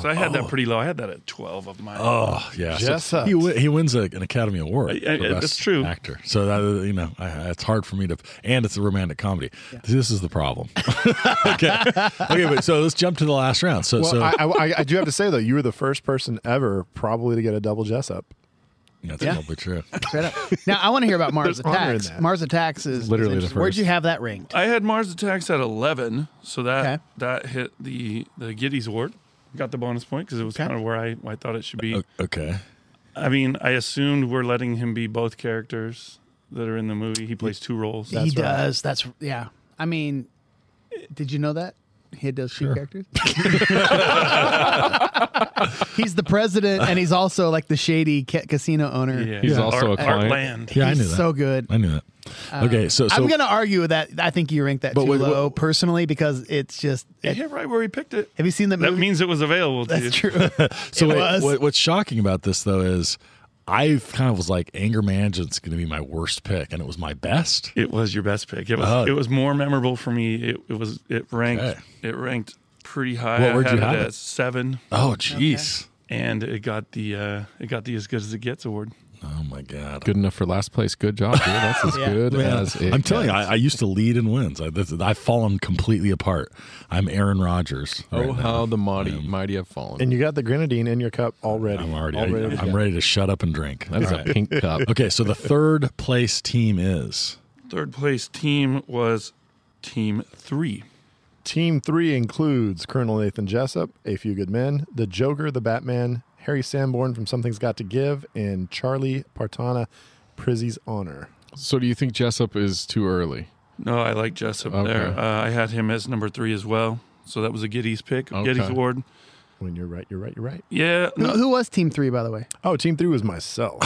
[SPEAKER 10] so I had that pretty low. I had that at 12 of mine.
[SPEAKER 4] Oh. Oh yeah, So
[SPEAKER 7] Jessup.
[SPEAKER 4] he wi- he wins a, an Academy Award.
[SPEAKER 10] I- I-
[SPEAKER 4] for
[SPEAKER 10] that's
[SPEAKER 4] Best
[SPEAKER 10] true.
[SPEAKER 4] Actor. So that you know, I, it's hard for me to, and it's a romantic comedy. This is the problem. (laughs) okay, okay, but so let's jump to the last round. So
[SPEAKER 7] Well,
[SPEAKER 4] so
[SPEAKER 7] I, I, I do have to say, though, you were the first person ever probably to get a double Jessup.
[SPEAKER 4] that's
[SPEAKER 5] Yeah.
[SPEAKER 4] probably true.
[SPEAKER 5] Straight up. now I want to hear about Mars
[SPEAKER 7] There's honor in
[SPEAKER 5] Attacks.
[SPEAKER 7] that.
[SPEAKER 5] Mars Attacks is
[SPEAKER 6] Literally
[SPEAKER 5] is
[SPEAKER 6] the
[SPEAKER 5] interesting. Where'd
[SPEAKER 6] first.
[SPEAKER 5] you have that ranked?
[SPEAKER 10] I had Mars Attacks at 11, so that
[SPEAKER 5] Okay.
[SPEAKER 10] that hit the the Giddy's award. Got the bonus point because it was
[SPEAKER 5] Okay.
[SPEAKER 10] kind of where I, I thought it should be.
[SPEAKER 4] O- Okay,
[SPEAKER 10] I mean, I assumed we're letting him be both characters that are in the movie. He plays two roles.
[SPEAKER 5] he does. That's yeah. I mean, did you know that he does two characters? (laughs) he's the president, and he's also like the shady ca- casino owner.
[SPEAKER 10] Yeah.
[SPEAKER 6] He's also a
[SPEAKER 10] Art,
[SPEAKER 6] client.
[SPEAKER 10] Land.
[SPEAKER 4] yeah, I
[SPEAKER 5] He's
[SPEAKER 4] knew that.
[SPEAKER 5] so good.
[SPEAKER 4] I knew that. okay, so so
[SPEAKER 5] Uh, I'm gonna argue that I think you ranked that too
[SPEAKER 4] wait,
[SPEAKER 5] low personally because it's just.
[SPEAKER 10] It hit right where he picked it.
[SPEAKER 5] have you seen that
[SPEAKER 10] That
[SPEAKER 5] movie?
[SPEAKER 10] means it was available to you.
[SPEAKER 5] That's true.
[SPEAKER 4] (laughs) So
[SPEAKER 5] It
[SPEAKER 4] wait,
[SPEAKER 5] was.
[SPEAKER 4] What, what's shocking about this though is I kind of was like anger management's going to be my worst pick, and it was my
[SPEAKER 5] (laughs)
[SPEAKER 4] best.
[SPEAKER 10] It was your best pick. It was
[SPEAKER 4] Oh.
[SPEAKER 10] it was more memorable for me. It, it was it ranked
[SPEAKER 4] Okay.
[SPEAKER 10] it ranked pretty high.
[SPEAKER 4] What-
[SPEAKER 10] I
[SPEAKER 4] where'd
[SPEAKER 10] had
[SPEAKER 4] you have
[SPEAKER 10] it
[SPEAKER 4] it?
[SPEAKER 10] at seven,
[SPEAKER 4] Oh jeez.
[SPEAKER 10] and it got the uh, it got the as good as it gets award.
[SPEAKER 4] Oh my god.
[SPEAKER 6] good enough for last place. Good job, dude. That's (laughs) as
[SPEAKER 5] Yeah.
[SPEAKER 6] good
[SPEAKER 4] Man,
[SPEAKER 6] as it
[SPEAKER 4] I'm telling you,
[SPEAKER 6] gets.
[SPEAKER 4] I, I used to lead in wins. I, this, I've fallen completely apart. I'm Aaron Rodgers.
[SPEAKER 6] Oh,
[SPEAKER 4] right now.
[SPEAKER 6] how the mighty mighty have fallen.
[SPEAKER 7] And you got the grenadine in your cup already.
[SPEAKER 4] I'm already.
[SPEAKER 7] Already.
[SPEAKER 4] I, am ready to shut up and drink.
[SPEAKER 6] that is
[SPEAKER 4] All right.
[SPEAKER 6] a pink cup.
[SPEAKER 4] Okay, so the third place team is
[SPEAKER 10] Third place team was Team Three.
[SPEAKER 7] Team three includes Colonel Nathan Jessup, A Few Good Men, The Joker, The Batman, Harry Sanborn from Something's Got to Give, and Charlie Partana, Prizzy's Honor.
[SPEAKER 6] So do you think Jessup is too early?
[SPEAKER 10] No, Oh, I like Jessup
[SPEAKER 6] Okay.
[SPEAKER 10] there. Uh, I had him as number three as well. So that was a Giddy's pick,
[SPEAKER 6] Okay.
[SPEAKER 10] Giddy's award.
[SPEAKER 7] When you're right, you're right, you're right.
[SPEAKER 10] Yeah,
[SPEAKER 5] who,
[SPEAKER 10] no,
[SPEAKER 5] who was Team Three, by the way?
[SPEAKER 4] Uh,
[SPEAKER 7] Oh, team three
[SPEAKER 5] (laughs)
[SPEAKER 7] was myself.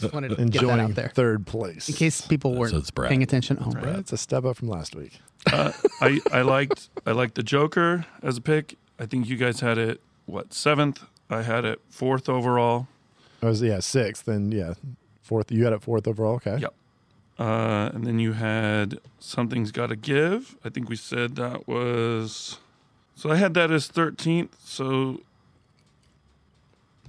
[SPEAKER 5] Just wanted to get that
[SPEAKER 7] Enjoying
[SPEAKER 5] out there
[SPEAKER 7] third place.
[SPEAKER 5] in case people weren't
[SPEAKER 4] it's Brad.
[SPEAKER 5] paying attention. Oh, at home.
[SPEAKER 7] That's a step up from last week.
[SPEAKER 10] uh, I I liked I liked the Joker as a pick. I think you guys had it what seventh. I had it fourth overall.
[SPEAKER 7] I was yeah sixth, and yeah, Fourth, you had it fourth overall. Okay.
[SPEAKER 10] Yep. Uh, and then you had Something's Gotta Give. I think we said that was. So I had that as 13th. So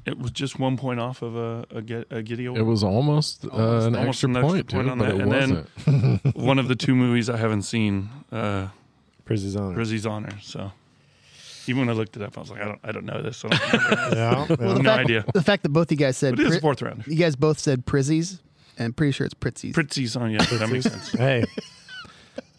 [SPEAKER 10] it was just one point off of a, a, Gi- a Giddy Award.
[SPEAKER 6] It was almost,
[SPEAKER 10] Almost-
[SPEAKER 6] uh, an,
[SPEAKER 10] almost
[SPEAKER 6] extra
[SPEAKER 10] an extra
[SPEAKER 6] point,
[SPEAKER 10] point
[SPEAKER 6] dude,
[SPEAKER 10] on
[SPEAKER 6] but
[SPEAKER 10] that,
[SPEAKER 6] it
[SPEAKER 10] and then-
[SPEAKER 6] wasn't.
[SPEAKER 10] one of the two movies I haven't seen, uh,
[SPEAKER 7] Prizzy's honor.
[SPEAKER 10] Rizzy's Honor. So even when I looked it up, I was like, I don't, I don't know this. I don't remember this.
[SPEAKER 7] Yeah. yeah.
[SPEAKER 10] no
[SPEAKER 5] fact,
[SPEAKER 10] idea.
[SPEAKER 5] The fact that both you guys said
[SPEAKER 10] But it is
[SPEAKER 5] pri-
[SPEAKER 10] a fourth round.
[SPEAKER 5] you guys both said prizzies, and I'm pretty sure it's pritzies.
[SPEAKER 10] Pritzy's on, yeah, that makes sense.
[SPEAKER 7] hey,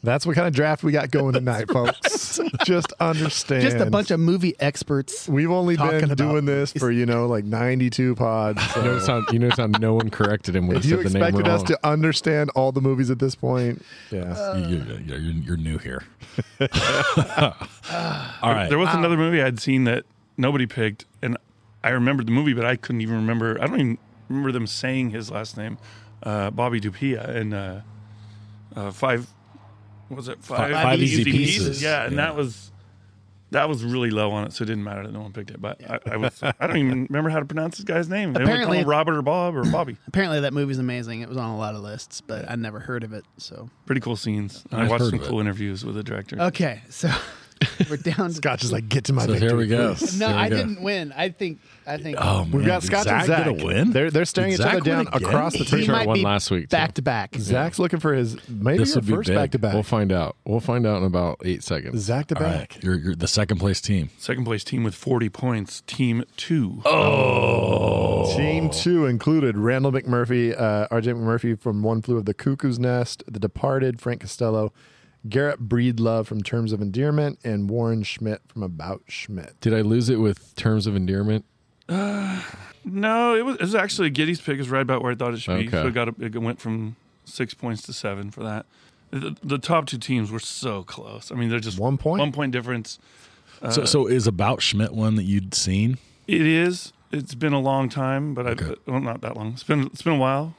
[SPEAKER 7] that's what kind of draft we got going tonight, folks. Just understand.
[SPEAKER 5] Just a bunch of movie experts.
[SPEAKER 7] We've only
[SPEAKER 5] talking
[SPEAKER 7] been
[SPEAKER 5] about
[SPEAKER 7] doing this for you know like 92 pods.
[SPEAKER 6] You notice, how, you notice how no one corrected him when
[SPEAKER 7] If
[SPEAKER 6] he
[SPEAKER 7] you
[SPEAKER 6] said the name
[SPEAKER 7] expected
[SPEAKER 6] wrong.
[SPEAKER 7] us to understand all the movies at this point, yeah.
[SPEAKER 4] you, you, you're, you're new
[SPEAKER 7] (laughs)
[SPEAKER 4] here. All right.
[SPEAKER 10] There was another movie I'd seen that nobody picked, and I remembered the movie, but I couldn't even remember. I don't even remember them saying his last name, uh, Bobby Dupia, and uh, uh, five. What was it five,
[SPEAKER 4] Five Easy Pieces.
[SPEAKER 10] Yeah, and
[SPEAKER 4] Yeah.
[SPEAKER 10] that was that was really low on it, so it didn't matter that no one picked it. But I, I was I don't even remember how to pronounce this guy's name. They only call
[SPEAKER 5] Apparently-
[SPEAKER 10] him Robert or Bob or Bobby.
[SPEAKER 5] Apparently, that movie's amazing. It was on a lot of lists, but I never heard of it. So
[SPEAKER 10] Pretty cool scenes. And I
[SPEAKER 4] I've
[SPEAKER 10] watched
[SPEAKER 4] heard
[SPEAKER 10] some
[SPEAKER 4] of it.
[SPEAKER 10] cool interviews with the director.
[SPEAKER 5] okay, so (laughs) we're down. to
[SPEAKER 7] Scott just like get to my
[SPEAKER 4] So
[SPEAKER 7] victory.
[SPEAKER 4] here we go.
[SPEAKER 5] (laughs)
[SPEAKER 7] please."
[SPEAKER 5] No,
[SPEAKER 4] Here we
[SPEAKER 5] I
[SPEAKER 4] go.
[SPEAKER 5] didn't win. I think I think
[SPEAKER 4] Oh, man.
[SPEAKER 7] We've got
[SPEAKER 4] did
[SPEAKER 7] Scott and Zach.
[SPEAKER 4] get a win?
[SPEAKER 7] They're they're staring
[SPEAKER 4] Did
[SPEAKER 7] each other
[SPEAKER 4] Zach win
[SPEAKER 7] down
[SPEAKER 4] again?
[SPEAKER 7] across the
[SPEAKER 5] he
[SPEAKER 6] sure
[SPEAKER 7] table.
[SPEAKER 6] I
[SPEAKER 5] might
[SPEAKER 6] won
[SPEAKER 5] be
[SPEAKER 6] last week, too.
[SPEAKER 5] back to back.
[SPEAKER 7] Zach's looking for his maybe
[SPEAKER 6] this
[SPEAKER 7] your
[SPEAKER 6] would be
[SPEAKER 7] first
[SPEAKER 6] big.
[SPEAKER 7] back to back.
[SPEAKER 6] We'll find out. We'll find out in about eight seconds.
[SPEAKER 7] Zach to
[SPEAKER 4] All
[SPEAKER 7] back.
[SPEAKER 4] right. You're, you're the second place team.
[SPEAKER 10] Second place team with forty points, team two.
[SPEAKER 7] Team two included Randall McMurphy, uh, RJ McMurphy from One Flew of the Cuckoo's Nest, The Departed, Frank Costello, Garrett Breedlove from Terms of Endearment, and Warren Schmidt from About Schmidt.
[SPEAKER 6] Did I lose it with terms of endearment?
[SPEAKER 10] No, it was, it was actually Giddy's pick is right about where I thought it should be.
[SPEAKER 6] Okay.
[SPEAKER 10] So it got a, it went from six points to seven for that. The, the top two teams were so close. I mean, they're just
[SPEAKER 7] One point?
[SPEAKER 10] one point difference.
[SPEAKER 7] Uh,
[SPEAKER 4] so, so is About Schmidt one that you'd seen?
[SPEAKER 10] It is. It's been a long time, but I
[SPEAKER 4] Okay.
[SPEAKER 10] well, not that long. It's been it's been a while,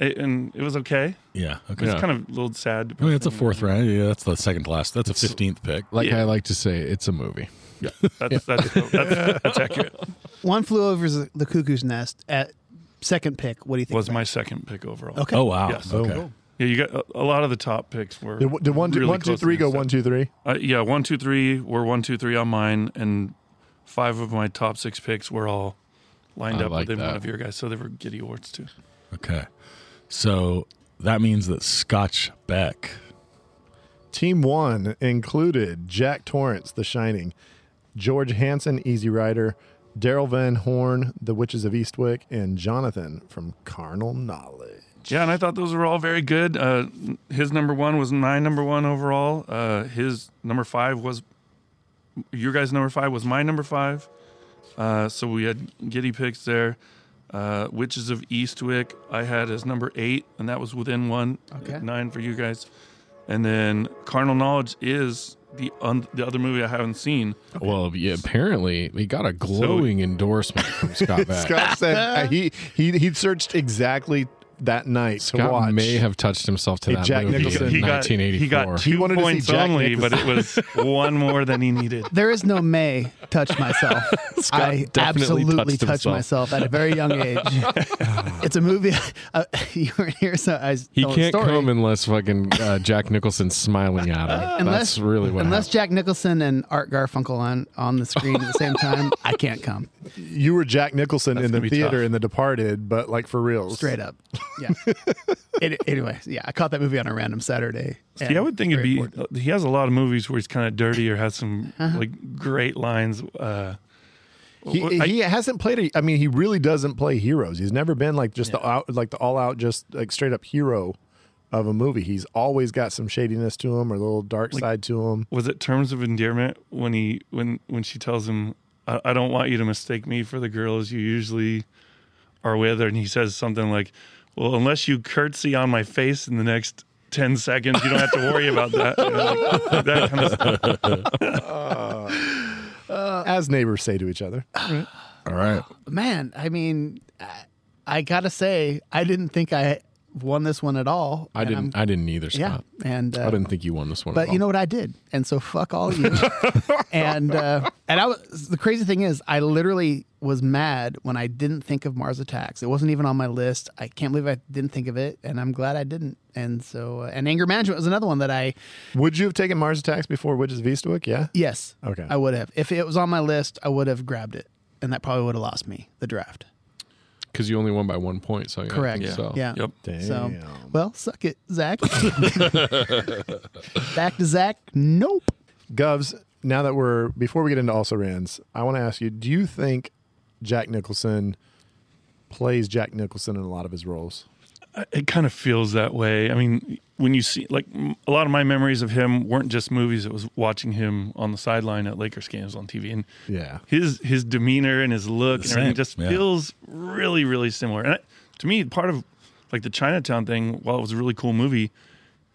[SPEAKER 10] it, and it was okay.
[SPEAKER 4] Yeah. Okay.
[SPEAKER 10] It's kind of a little sad.
[SPEAKER 4] I mean, that's a
[SPEAKER 10] depressing.
[SPEAKER 4] fourth round. Yeah, that's the second last. That's a 15th pick.
[SPEAKER 6] Like
[SPEAKER 10] Yeah.
[SPEAKER 6] I like to say, it's a movie.
[SPEAKER 10] That's that's, that's,
[SPEAKER 7] (laughs)
[SPEAKER 10] that's, accurate.
[SPEAKER 5] One flew over the- the cuckoo's nest at second pick. What do you think?
[SPEAKER 10] Was
[SPEAKER 5] about
[SPEAKER 10] my
[SPEAKER 5] it?
[SPEAKER 10] second pick overall.
[SPEAKER 5] Okay.
[SPEAKER 4] Oh, wow.
[SPEAKER 10] Yes.
[SPEAKER 4] Okay.
[SPEAKER 10] Yeah, you got a, a lot of the top picks were.
[SPEAKER 7] Did, did one, two-
[SPEAKER 10] really
[SPEAKER 7] one, two,
[SPEAKER 10] close
[SPEAKER 7] three
[SPEAKER 10] in
[SPEAKER 7] go
[SPEAKER 10] this
[SPEAKER 7] one, two, three?
[SPEAKER 10] Uh, yeah, one, two, three were one, two, three on mine, and five of my top six picks were all lined
[SPEAKER 6] I
[SPEAKER 10] up
[SPEAKER 6] like
[SPEAKER 10] within one
[SPEAKER 6] that.
[SPEAKER 10] of your guys, so they were giddy awards too.
[SPEAKER 4] Okay. So that means that Scotch Beck.
[SPEAKER 7] Team one included Jack Torrance, The Shining, George Hansen, Easy Rider, Daryl Van Horn, The Witches of Eastwick, and Jonathan from Carnal Knowledge. (laughs)
[SPEAKER 10] Yeah, and I thought those were all very good. Uh, his number one was my number one overall. Uh, his number five was your guys' number five was my number five. Uh, so we had giddy picks there. Uh, Witches of Eastwick, I had as number eight, and that was within one.
[SPEAKER 5] Okay.
[SPEAKER 10] Nine for you guys. And then Carnal Knowledge is the un- the other movie I haven't seen.
[SPEAKER 6] Well, yeah, apparently he got a glowing endorsement from (laughs) Scott Back. Scott,
[SPEAKER 7] Scott said uh, he he he searched exactly that night to watch.
[SPEAKER 6] may have touched himself to
[SPEAKER 7] Hey,
[SPEAKER 6] that
[SPEAKER 7] Jack
[SPEAKER 6] movie
[SPEAKER 7] Nicholson.
[SPEAKER 6] in
[SPEAKER 10] He got,
[SPEAKER 6] 1984.
[SPEAKER 10] he got
[SPEAKER 7] He
[SPEAKER 10] two
[SPEAKER 7] wanted to see
[SPEAKER 10] points
[SPEAKER 7] Jack
[SPEAKER 10] only, but it was one more than he needed.
[SPEAKER 5] There is no May touch myself. I
[SPEAKER 6] definitely
[SPEAKER 5] absolutely touched
[SPEAKER 6] touched
[SPEAKER 5] myself
[SPEAKER 6] himself.
[SPEAKER 5] at a very young age. it's a movie. (laughs) Uh, you were here, so I was
[SPEAKER 6] He
[SPEAKER 5] telling a
[SPEAKER 6] can't
[SPEAKER 5] story. Uh,
[SPEAKER 6] come unless fucking uh, Jack Nicholson's smiling at him. That's really what.
[SPEAKER 5] unless
[SPEAKER 6] happened.
[SPEAKER 5] Jack Nicholson and Art Garfunkel on on the screen at the same time, I can't come
[SPEAKER 7] you were Jack Nicholson in the
[SPEAKER 10] be
[SPEAKER 7] theater
[SPEAKER 10] tough.
[SPEAKER 7] in The Departed, but like for real.
[SPEAKER 5] straight up. Yeah.
[SPEAKER 6] (laughs)
[SPEAKER 5] It, anyway, yeah, I caught that movie on a random Saturday.
[SPEAKER 10] Yeah, I would think it'd
[SPEAKER 5] Very
[SPEAKER 10] be. uh,
[SPEAKER 5] important. Uh-huh.
[SPEAKER 10] He has a lot of movies where he's kind of dirty or has some like great lines. Uh,
[SPEAKER 7] He,
[SPEAKER 10] I-
[SPEAKER 7] he hasn't played. A, I mean, he really doesn't play heroes. He's never been like just the out, like the all out, just like straight up hero of a movie. He's always got some shadiness to him or a little dark side to him.
[SPEAKER 10] was it Terms of Endearment when he when when she tells him, I, "I don't want you to mistake me for the girls you usually are with," and he says something like, "Well, unless you curtsy on my face in the next." 10 seconds you don't have to worry about that You know, like, that kind of stuff.
[SPEAKER 5] uh,
[SPEAKER 7] As neighbors say to
[SPEAKER 5] (laughs)
[SPEAKER 7] each other,
[SPEAKER 4] All right.
[SPEAKER 5] man, I mean, I, I gotta say, I didn't think I won this one at all.
[SPEAKER 6] I
[SPEAKER 5] and I'm-
[SPEAKER 6] didn't. I didn't either,
[SPEAKER 5] yeah,
[SPEAKER 6] Scott.
[SPEAKER 5] and
[SPEAKER 6] I
[SPEAKER 5] uh,
[SPEAKER 6] didn't think you won this one. at
[SPEAKER 5] but
[SPEAKER 6] all.
[SPEAKER 5] you know what I did, and so fuck all you. and uh, and I was the crazy thing is, I literally was mad when I didn't think of Mars Attacks. It wasn't even on my list. I can't believe I didn't think of it, and I'm glad I didn't. And so, uh, and anger management was another one that I
[SPEAKER 7] Would you have taken Mars Attacks before Witches of Eastwick? Yeah.
[SPEAKER 5] yes,
[SPEAKER 7] Okay.
[SPEAKER 5] I would have. If it was on my list, I would have grabbed it, and that probably would have lost me the draft.
[SPEAKER 6] because you only won by one point. So yeah, I think
[SPEAKER 5] Correct.
[SPEAKER 6] So.
[SPEAKER 5] Yeah.
[SPEAKER 10] Yep.
[SPEAKER 5] So, well, suck it, Zach. (laughs) Back to Zach. Nope.
[SPEAKER 7] Govs, now that we're before we get into also rans, I want to ask you: Do you think Jack Nicholson plays Jack Nicholson in a lot of his roles?
[SPEAKER 10] it kind of feels that way. I mean, when you see like m- a lot of my memories of him weren't just movies; it was watching him on the sideline at Lakers games on TV, and
[SPEAKER 7] Yeah.
[SPEAKER 10] his his demeanor and his look and everything
[SPEAKER 4] same,
[SPEAKER 10] just
[SPEAKER 4] yeah.
[SPEAKER 10] feels really really similar. And it, to me, part of like the Chinatown thing, while it was a really cool movie,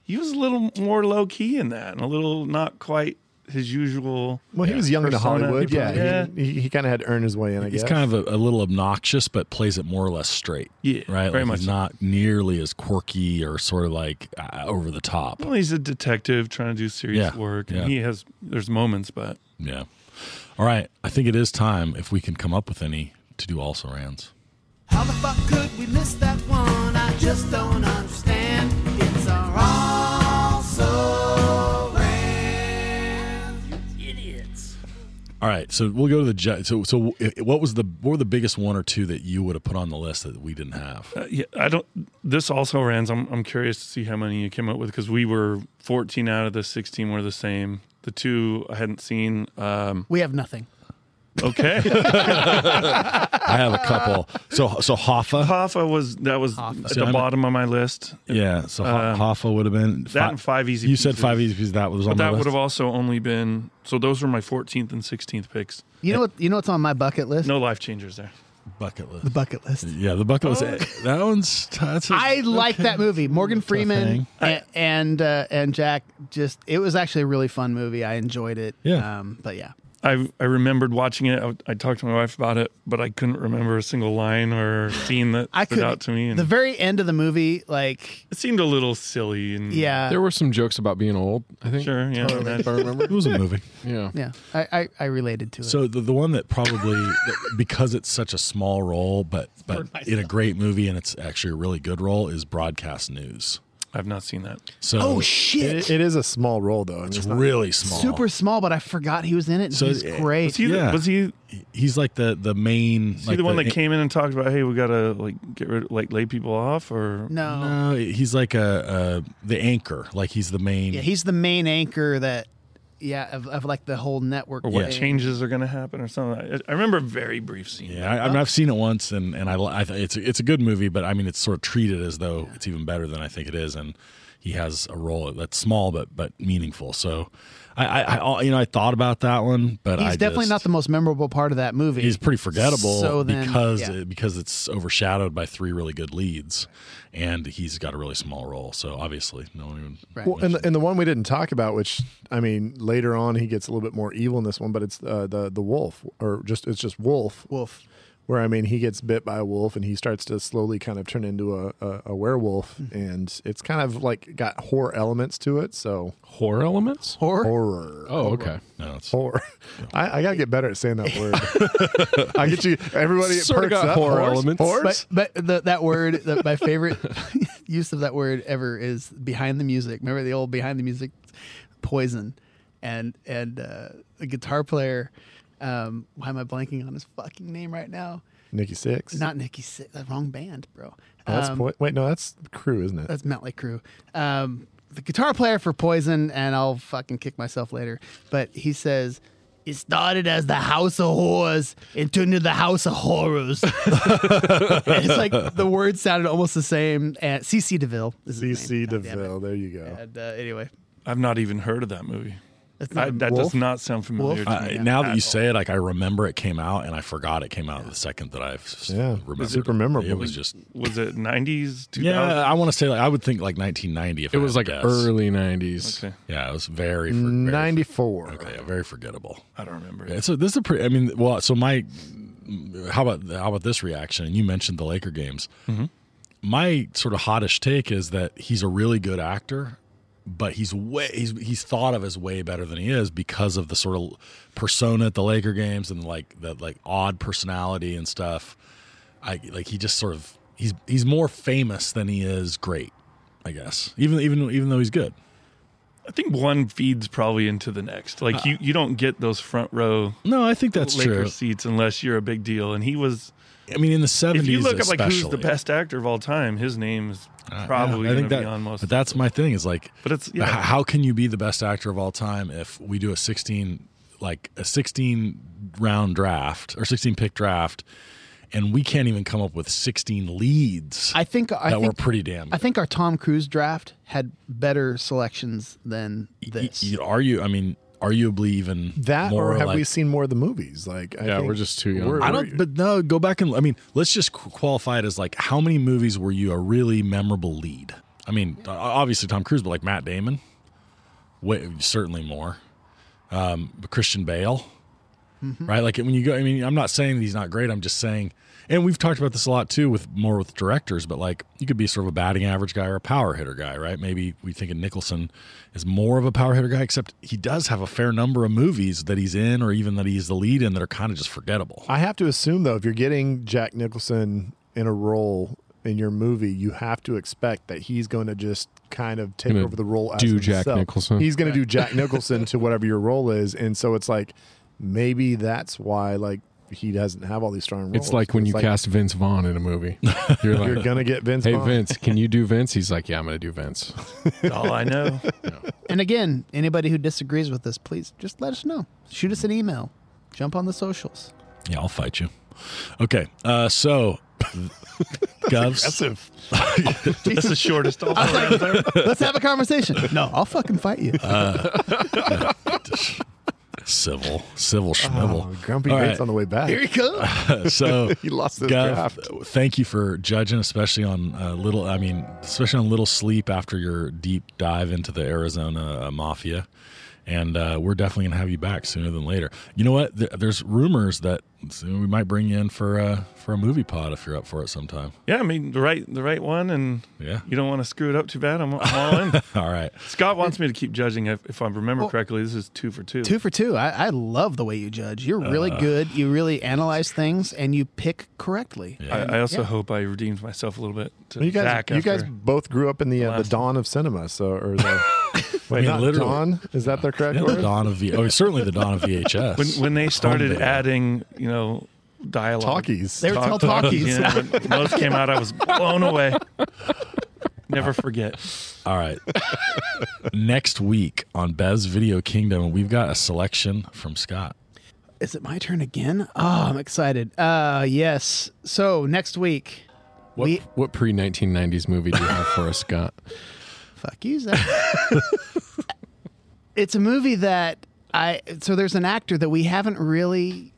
[SPEAKER 10] he was a little more low key in that, and a little not quite his usual.
[SPEAKER 7] Well, he was young in
[SPEAKER 10] persona.
[SPEAKER 7] Hollywood.
[SPEAKER 10] He
[SPEAKER 7] Yeah,
[SPEAKER 10] probably- yeah.
[SPEAKER 7] He, he, kind of had to earn his way in. I
[SPEAKER 4] He's
[SPEAKER 7] guess.
[SPEAKER 4] kind of a, a little obnoxious, but plays it more or less straight.
[SPEAKER 10] Yeah,
[SPEAKER 4] right.
[SPEAKER 10] very
[SPEAKER 4] Like,
[SPEAKER 10] much
[SPEAKER 4] He's
[SPEAKER 10] so.
[SPEAKER 4] not nearly as quirky or sort of like uh, over the top.
[SPEAKER 10] Well, he's a detective trying to do serious
[SPEAKER 4] Yeah,
[SPEAKER 10] work, and
[SPEAKER 4] yeah.
[SPEAKER 10] he has there's moments, but
[SPEAKER 4] Yeah. All right. I think it is time, if we can come up with any, to do also rans.
[SPEAKER 3] How the fuck could we miss that one? I just don't understand. It's our also ran. You idiots.
[SPEAKER 4] All right. So we'll go to the ju- so so. i- What was the what were the biggest one or two that you would have put on the list that we didn't have?
[SPEAKER 10] Uh, yeah, I don't. This also runs. I'm I'm curious to see how many you came up with because we were 14 out of the 16 were the same. The two I hadn't seen. Um,
[SPEAKER 5] We have nothing.
[SPEAKER 4] (laughs)
[SPEAKER 10] okay,
[SPEAKER 4] I have a couple. So so Hoffa.
[SPEAKER 10] Hoffa was that was at
[SPEAKER 4] See,
[SPEAKER 10] the
[SPEAKER 4] I'm-
[SPEAKER 10] bottom of my list.
[SPEAKER 4] Yeah. So Ho-
[SPEAKER 10] Um,
[SPEAKER 4] Hoffa would have been
[SPEAKER 10] that and five easy
[SPEAKER 4] You said
[SPEAKER 10] pieces.
[SPEAKER 4] five easy pieces. That was on
[SPEAKER 10] But that
[SPEAKER 4] the
[SPEAKER 10] would
[SPEAKER 4] list.
[SPEAKER 10] have also only been so. Those were my 14th and 16th picks.
[SPEAKER 5] You know what? You know what's on my bucket list?
[SPEAKER 10] No life changers there.
[SPEAKER 4] bucket list.
[SPEAKER 5] The bucket list.
[SPEAKER 4] Yeah, the bucket
[SPEAKER 10] Oh.
[SPEAKER 4] list. eh, That one's. T- that's a-
[SPEAKER 5] I like that movie. Morgan Freeman
[SPEAKER 4] thing.
[SPEAKER 5] and and, uh, and Jack just it was actually a really fun movie. I enjoyed it.
[SPEAKER 4] Yeah.
[SPEAKER 5] Um, but yeah.
[SPEAKER 10] I I remembered watching it. I, I talked to my wife about it, but I couldn't remember a single line or scene that
[SPEAKER 5] (laughs) I
[SPEAKER 10] stood
[SPEAKER 5] could
[SPEAKER 10] out to me. And
[SPEAKER 5] the very end of the movie, like
[SPEAKER 10] it seemed a little silly. And
[SPEAKER 5] yeah.
[SPEAKER 6] There were some jokes about being old. I think.
[SPEAKER 10] sure, yeah. that-
[SPEAKER 6] If I (laughs) remember.
[SPEAKER 4] It was a movie.
[SPEAKER 6] Yeah.
[SPEAKER 5] yeah. I, I, I related to it.
[SPEAKER 4] So the, the one that probably that- because it's such a small role, but but in a great movie and it's actually a really good role is broadcast news.
[SPEAKER 10] I've not seen that.
[SPEAKER 4] So
[SPEAKER 5] oh
[SPEAKER 7] It,
[SPEAKER 5] shit.
[SPEAKER 7] it is a small role though.
[SPEAKER 4] it's really small.
[SPEAKER 5] Super small, but I forgot he was in it. And
[SPEAKER 4] So
[SPEAKER 5] he's
[SPEAKER 4] it-
[SPEAKER 5] great.
[SPEAKER 10] Was he? the-
[SPEAKER 4] Yeah.
[SPEAKER 10] Was he?
[SPEAKER 4] He's like the the main.
[SPEAKER 10] Is
[SPEAKER 4] like
[SPEAKER 10] he the one that came in and talked about, hey, we gotta like get rid, like lay people off, or
[SPEAKER 5] no.
[SPEAKER 4] No, uh, he's like a, a the anchor. Like he's the main.
[SPEAKER 5] Yeah, he's the main anchor that yeah, of, of like the whole network.
[SPEAKER 10] or what
[SPEAKER 5] thing.
[SPEAKER 10] changes are gonna happen, or something. I, I remember a very brief scene.
[SPEAKER 4] Yeah, I, I mean, I've seen it once, and and I, li- I th- it's a- it's a good movie, but I mean, it's sort of treated as though it's even better than I think it is, and he has a role that's small but but meaningful. So, I, I, I all- you know I thought about that one, but
[SPEAKER 5] He's
[SPEAKER 4] I
[SPEAKER 5] definitely
[SPEAKER 4] just-
[SPEAKER 5] not the most memorable part of that movie.
[SPEAKER 4] He's pretty forgettable
[SPEAKER 5] So then,
[SPEAKER 4] because
[SPEAKER 5] yeah.
[SPEAKER 4] it- because it's overshadowed by three really good leads, and he's got a really small role. So obviously, no one even.
[SPEAKER 5] Right.
[SPEAKER 7] Well, and the, and the one we didn't talk about, which I mean, later on he gets a little bit more evil in this one, but it's uh, the the wolf, or just it's just wolf,
[SPEAKER 5] Wolf.
[SPEAKER 7] where I mean he gets bit by a wolf and he starts to slowly kind of turn into a a, a werewolf,
[SPEAKER 5] Hmm.
[SPEAKER 7] and it's kind of like got horror elements to it. So
[SPEAKER 6] Horror elements.
[SPEAKER 5] Horror.
[SPEAKER 7] horror,
[SPEAKER 6] Oh, okay.
[SPEAKER 4] No, it's,
[SPEAKER 7] horror. I, I gotta get better at saying that word. I get you. Everybody it
[SPEAKER 6] Sorta
[SPEAKER 7] perks
[SPEAKER 6] got
[SPEAKER 7] up.
[SPEAKER 6] horror
[SPEAKER 7] Horse,
[SPEAKER 6] elements.
[SPEAKER 7] horse.
[SPEAKER 5] But but the, that word, the, my favorite (laughs) use of that word ever is behind the music. Remember the old behind the music, poison, and and uh, the guitar player. Um, why am I blanking on his fucking name right now?
[SPEAKER 7] Nikki Six.
[SPEAKER 5] Not Nikki. Si- The wrong band, bro.
[SPEAKER 7] Oh, that's
[SPEAKER 5] Um,
[SPEAKER 7] po- wait. No, that's crew, isn't it?
[SPEAKER 5] that's Motley Crue. Um, the guitar player for Poison, and I'll fucking kick myself later. But he says it started as the House of Whores and turned into the House of Horrors. (laughs) And it's like the words sounded almost the same. And CC DeVille is his
[SPEAKER 7] CC
[SPEAKER 5] name. God damn it.
[SPEAKER 7] DeVille. There you go.
[SPEAKER 5] And uh, anyway,
[SPEAKER 10] I've not even heard of that movie.
[SPEAKER 5] that's
[SPEAKER 10] I,
[SPEAKER 5] not
[SPEAKER 10] that
[SPEAKER 7] Wolf?
[SPEAKER 10] does not sound familiar
[SPEAKER 5] Wolf?
[SPEAKER 10] to
[SPEAKER 4] I-
[SPEAKER 10] me.
[SPEAKER 4] now that
[SPEAKER 10] at
[SPEAKER 4] you say it, like I remember it came out, and I forgot it came out the second that I've s-
[SPEAKER 7] Yeah,
[SPEAKER 4] remembered.
[SPEAKER 7] super
[SPEAKER 4] it.
[SPEAKER 7] memorable.
[SPEAKER 4] It was just
[SPEAKER 10] all. was
[SPEAKER 4] (laughs)
[SPEAKER 10] it 90s? 2000?
[SPEAKER 4] Yeah, I want to say like I would think like 1990. If
[SPEAKER 6] It
[SPEAKER 4] I
[SPEAKER 6] was
[SPEAKER 4] had
[SPEAKER 6] like
[SPEAKER 4] to guess.
[SPEAKER 6] early '90s.
[SPEAKER 10] Okay.
[SPEAKER 4] Yeah, it was very, for, very
[SPEAKER 7] Ninety four.
[SPEAKER 4] Okay, yeah, very forgettable.
[SPEAKER 10] I don't remember.
[SPEAKER 4] Yeah, so this is a pretty. I mean, well, so my how about how about this reaction? And you mentioned the Laker
[SPEAKER 10] Mm-hmm.
[SPEAKER 4] games. My sort of hottish take is that he's a really good actor, but he's way he's he's thought of as way better than he is because of the sort of persona at the Laker games and like that like odd personality and stuff. I like he just sort of he's he's more famous than he is great, I guess. Even even even though he's good.
[SPEAKER 10] I think one feeds probably into the next. Like you, you don't get those front row
[SPEAKER 4] No, I think Uh, that's
[SPEAKER 10] Laker
[SPEAKER 4] true.
[SPEAKER 10] seats unless you're a big deal. And he was.
[SPEAKER 4] I mean, in the seventies,
[SPEAKER 10] If you look up
[SPEAKER 4] especially.
[SPEAKER 10] like who's the best actor of all time, his name is
[SPEAKER 4] Uh, yeah,
[SPEAKER 10] probably
[SPEAKER 4] I
[SPEAKER 10] going
[SPEAKER 4] think
[SPEAKER 10] to
[SPEAKER 4] that.
[SPEAKER 10] be on most.
[SPEAKER 4] but that's my thing. Is like,
[SPEAKER 10] But it's-
[SPEAKER 4] h-
[SPEAKER 10] yeah.
[SPEAKER 4] how can you be the best actor of all time if we do a sixteen, like a sixteen round draft or sixteen pick draft, and we can't even come up with sixteen leads
[SPEAKER 5] I think I
[SPEAKER 4] that
[SPEAKER 5] think
[SPEAKER 4] were pretty damn.
[SPEAKER 5] I think our Tom Cruise draft had better selections than
[SPEAKER 4] good.
[SPEAKER 5] this.
[SPEAKER 4] Y- y- are you? I mean, arguably even
[SPEAKER 7] That
[SPEAKER 4] more
[SPEAKER 7] or have
[SPEAKER 4] like,
[SPEAKER 7] we seen more of the movies? Like, I
[SPEAKER 6] Yeah,
[SPEAKER 7] think
[SPEAKER 6] we're just too young.
[SPEAKER 7] we're-
[SPEAKER 4] I don't. But no, go back and I mean, let's just qu- qualify it as like how many movies were you a really memorable lead? I mean, o- obviously Tom Cruise, but like Matt Damon, way, certainly more. Um, but Christian Bale,
[SPEAKER 7] Mm-hmm.
[SPEAKER 4] right? Like when you go, I mean, I'm not saying that he's not great. I'm just saying, and we've talked about this a lot too with more with directors, but like you could be sort of a batting average guy or a power hitter guy, right? Maybe we think of Nicholson is more of a power hitter guy, except he does have a fair number of movies that he's in or even that he's the lead in that are kind of just forgettable.
[SPEAKER 7] I have to assume though, if you're getting Jack Nicholson in a role in your movie, you have to expect that he's going to just kind of take
[SPEAKER 6] Gonna
[SPEAKER 7] over the role as
[SPEAKER 6] do Jack
[SPEAKER 7] himself.
[SPEAKER 6] Nicholson.
[SPEAKER 7] He's going to do
[SPEAKER 6] (laughs)
[SPEAKER 7] Jack Nicholson to whatever your role is, and so it's like maybe that's why like he doesn't have all these strong roles.
[SPEAKER 6] It's like when you cast Vince Vaughn in a movie. (laughs) You're like,
[SPEAKER 7] You're gonna get Vince.
[SPEAKER 6] hey,
[SPEAKER 7] Vaughn. (laughs)
[SPEAKER 6] (laughs) Vince, can you do Vince? He's like, yeah, I'm going to do Vince.
[SPEAKER 10] all
[SPEAKER 4] (laughs)
[SPEAKER 10] I know.
[SPEAKER 5] And again, anybody who disagrees with this, please just let us know. Shoot us an email. Jump on the socials.
[SPEAKER 4] Yeah, I'll fight you. Okay, uh, so Govs,
[SPEAKER 10] That's the shortest.
[SPEAKER 4] (laughs)
[SPEAKER 10] All around there.
[SPEAKER 5] Let's have a
[SPEAKER 10] (laughs)
[SPEAKER 5] conversation. No, I'll fucking fight you.
[SPEAKER 10] Uh,
[SPEAKER 5] (laughs)
[SPEAKER 4] civil, civil schnivel.
[SPEAKER 7] Oh, Grumpy
[SPEAKER 4] All
[SPEAKER 7] Bates
[SPEAKER 4] right.
[SPEAKER 7] on the way back.
[SPEAKER 5] Here he comes.
[SPEAKER 4] so
[SPEAKER 7] He lost his
[SPEAKER 4] Gov,
[SPEAKER 7] draft.
[SPEAKER 4] Thank you for judging, especially on uh, little. I mean, especially on little sleep after your deep dive into the Arizona uh, mafia. And uh, we're definitely gonna have you back sooner than later. You know what? There, there's rumors that we might bring you in for uh, for a movie pod if you're up for it sometime.
[SPEAKER 10] Yeah, I mean the right, the right one, and
[SPEAKER 4] Yeah.
[SPEAKER 10] you don't want to screw it up too bad. I'm, I'm all in.
[SPEAKER 4] All right.
[SPEAKER 10] Scott wants me to keep judging. If, if I remember correctly, this is two for two.
[SPEAKER 5] Two for two. I, I love the way you judge. You're really
[SPEAKER 10] Uh.
[SPEAKER 5] good. You really analyze things and you pick correctly.
[SPEAKER 10] I, I also hope I redeemed myself a little bit. To
[SPEAKER 7] Well, you guys,
[SPEAKER 10] Zach
[SPEAKER 7] you guys
[SPEAKER 10] after-
[SPEAKER 7] both grew up in the uh, the
[SPEAKER 10] last-
[SPEAKER 7] dawn of cinema, so or the, (laughs) wait,
[SPEAKER 4] mean,
[SPEAKER 7] not
[SPEAKER 4] literally.
[SPEAKER 7] dawn is that the correct
[SPEAKER 4] Yeah, the
[SPEAKER 7] word?
[SPEAKER 4] dawn of v- oh, certainly the dawn of VHS.
[SPEAKER 10] when when they started
[SPEAKER 4] video.
[SPEAKER 10] adding, you know, dialogue,
[SPEAKER 7] Talkies.
[SPEAKER 5] They were
[SPEAKER 10] Talk-
[SPEAKER 5] called talkies.
[SPEAKER 10] Yeah, when, when those came out, I was blown
[SPEAKER 7] (laughs)
[SPEAKER 10] away. Never forget.
[SPEAKER 4] All right. (laughs) Next week on Bev's Video Kingdom, we've got a selection from Scott.
[SPEAKER 5] Is it my turn again? Oh, I'm excited. Uh, yes. So next week,
[SPEAKER 6] What,
[SPEAKER 5] we
[SPEAKER 6] what pre 1990s movie do you have for us, Scott?
[SPEAKER 5] Fuck you, Zach. (laughs) it's a movie that I so there's an actor that we haven't really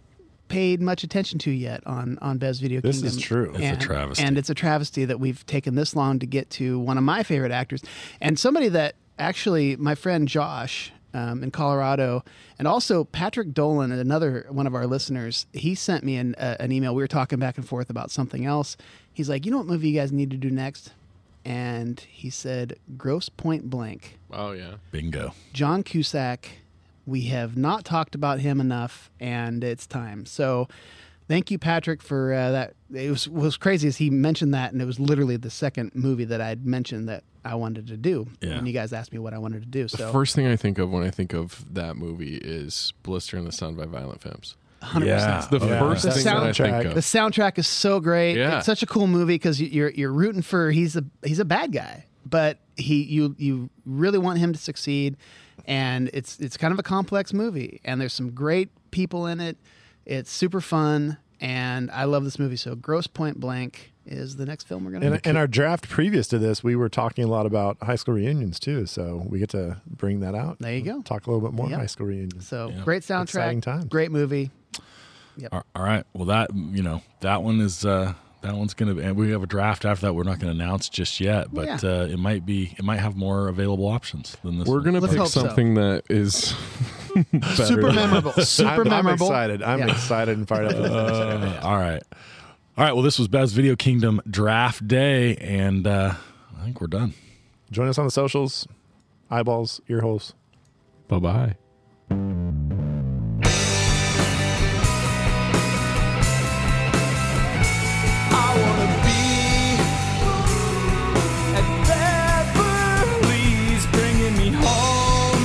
[SPEAKER 5] paid much attention to yet on on Bev's Video
[SPEAKER 7] This is
[SPEAKER 5] Kingdom.
[SPEAKER 7] true. It's a
[SPEAKER 5] and,
[SPEAKER 4] travesty.
[SPEAKER 5] and it's a travesty that we've taken this long to get to one of my favorite actors and somebody that actually my friend Josh. Um, in Colorado, and also Patrick Dolan, another one of our listeners, he sent me an, uh, an email. We were talking back and forth about something else. He's like, "You know what movie you guys need to do next? and he said, "Gross Point Blank."
[SPEAKER 6] (laughs) Oh, yeah.
[SPEAKER 4] Bingo.
[SPEAKER 5] John Cusack. We have not talked about him enough, and it's time. So, thank you, Patrick, for uh, that. It was was crazy as he mentioned that, and it was literally the second movie that I'd mentioned that I wanted to do.
[SPEAKER 4] Yeah.
[SPEAKER 5] And you guys asked me what I wanted to do.
[SPEAKER 6] The
[SPEAKER 5] So,
[SPEAKER 6] first thing I think of when I think of that movie is Blister in the Sun by Violent Femmes.
[SPEAKER 5] 100%.
[SPEAKER 4] Yeah. Oh,
[SPEAKER 6] The
[SPEAKER 4] Yeah.
[SPEAKER 6] first
[SPEAKER 5] The
[SPEAKER 6] thing that I
[SPEAKER 7] soundtrack.
[SPEAKER 6] think
[SPEAKER 5] The
[SPEAKER 6] of.
[SPEAKER 5] soundtrack is so great.
[SPEAKER 6] Yeah.
[SPEAKER 5] It's such a cool movie because you're you're rooting for he's a he's a bad guy, but he you you really want him to succeed, and it's it's kind of a complex movie, and there's some great people in it. It's super fun, and I love this movie. So, Gross Point Blank is the next film we're gonna.
[SPEAKER 7] In, in our draft previous to this, we were talking a lot about high school reunions too, so we get to bring that out.
[SPEAKER 5] There you go.
[SPEAKER 7] Talk a little bit more
[SPEAKER 5] Yep.
[SPEAKER 7] high school reunions.
[SPEAKER 5] so great
[SPEAKER 7] Exciting times.
[SPEAKER 5] soundtrack, great movie.
[SPEAKER 4] All all right. Well, that you know that one is uh, that one's gonna. be- And we have a draft after that. We're not gonna announce just yet, but
[SPEAKER 5] Yeah.
[SPEAKER 4] uh, it might be. It might have more available options than this.
[SPEAKER 6] We're
[SPEAKER 4] one.
[SPEAKER 6] going to
[SPEAKER 5] Let's
[SPEAKER 6] pick
[SPEAKER 5] hope so.
[SPEAKER 6] something that is (laughs) better
[SPEAKER 5] Super
[SPEAKER 6] than- (laughs)
[SPEAKER 5] memorable. Super
[SPEAKER 7] I'm, I'm
[SPEAKER 5] memorable.
[SPEAKER 7] excited. I'm
[SPEAKER 5] Yeah.
[SPEAKER 7] excited and fired up. (laughs) for
[SPEAKER 4] (laughs)
[SPEAKER 7] this next one.
[SPEAKER 4] Uh, all right. All right. Well, this was Bev's Video Kingdom Draft Day, and uh, I think we're done.
[SPEAKER 7] Join us on the socials. eyeballs, ear holes.
[SPEAKER 6] Bye bye.
[SPEAKER 3] I wanna be at Beverly's, bringing me home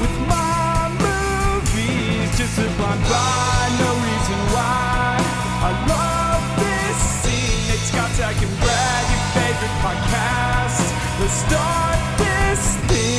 [SPEAKER 3] with my movies just to blind by. No reason why. I love this scene. It's got Zach and Brad, your favorite podcast. Let's start this thing.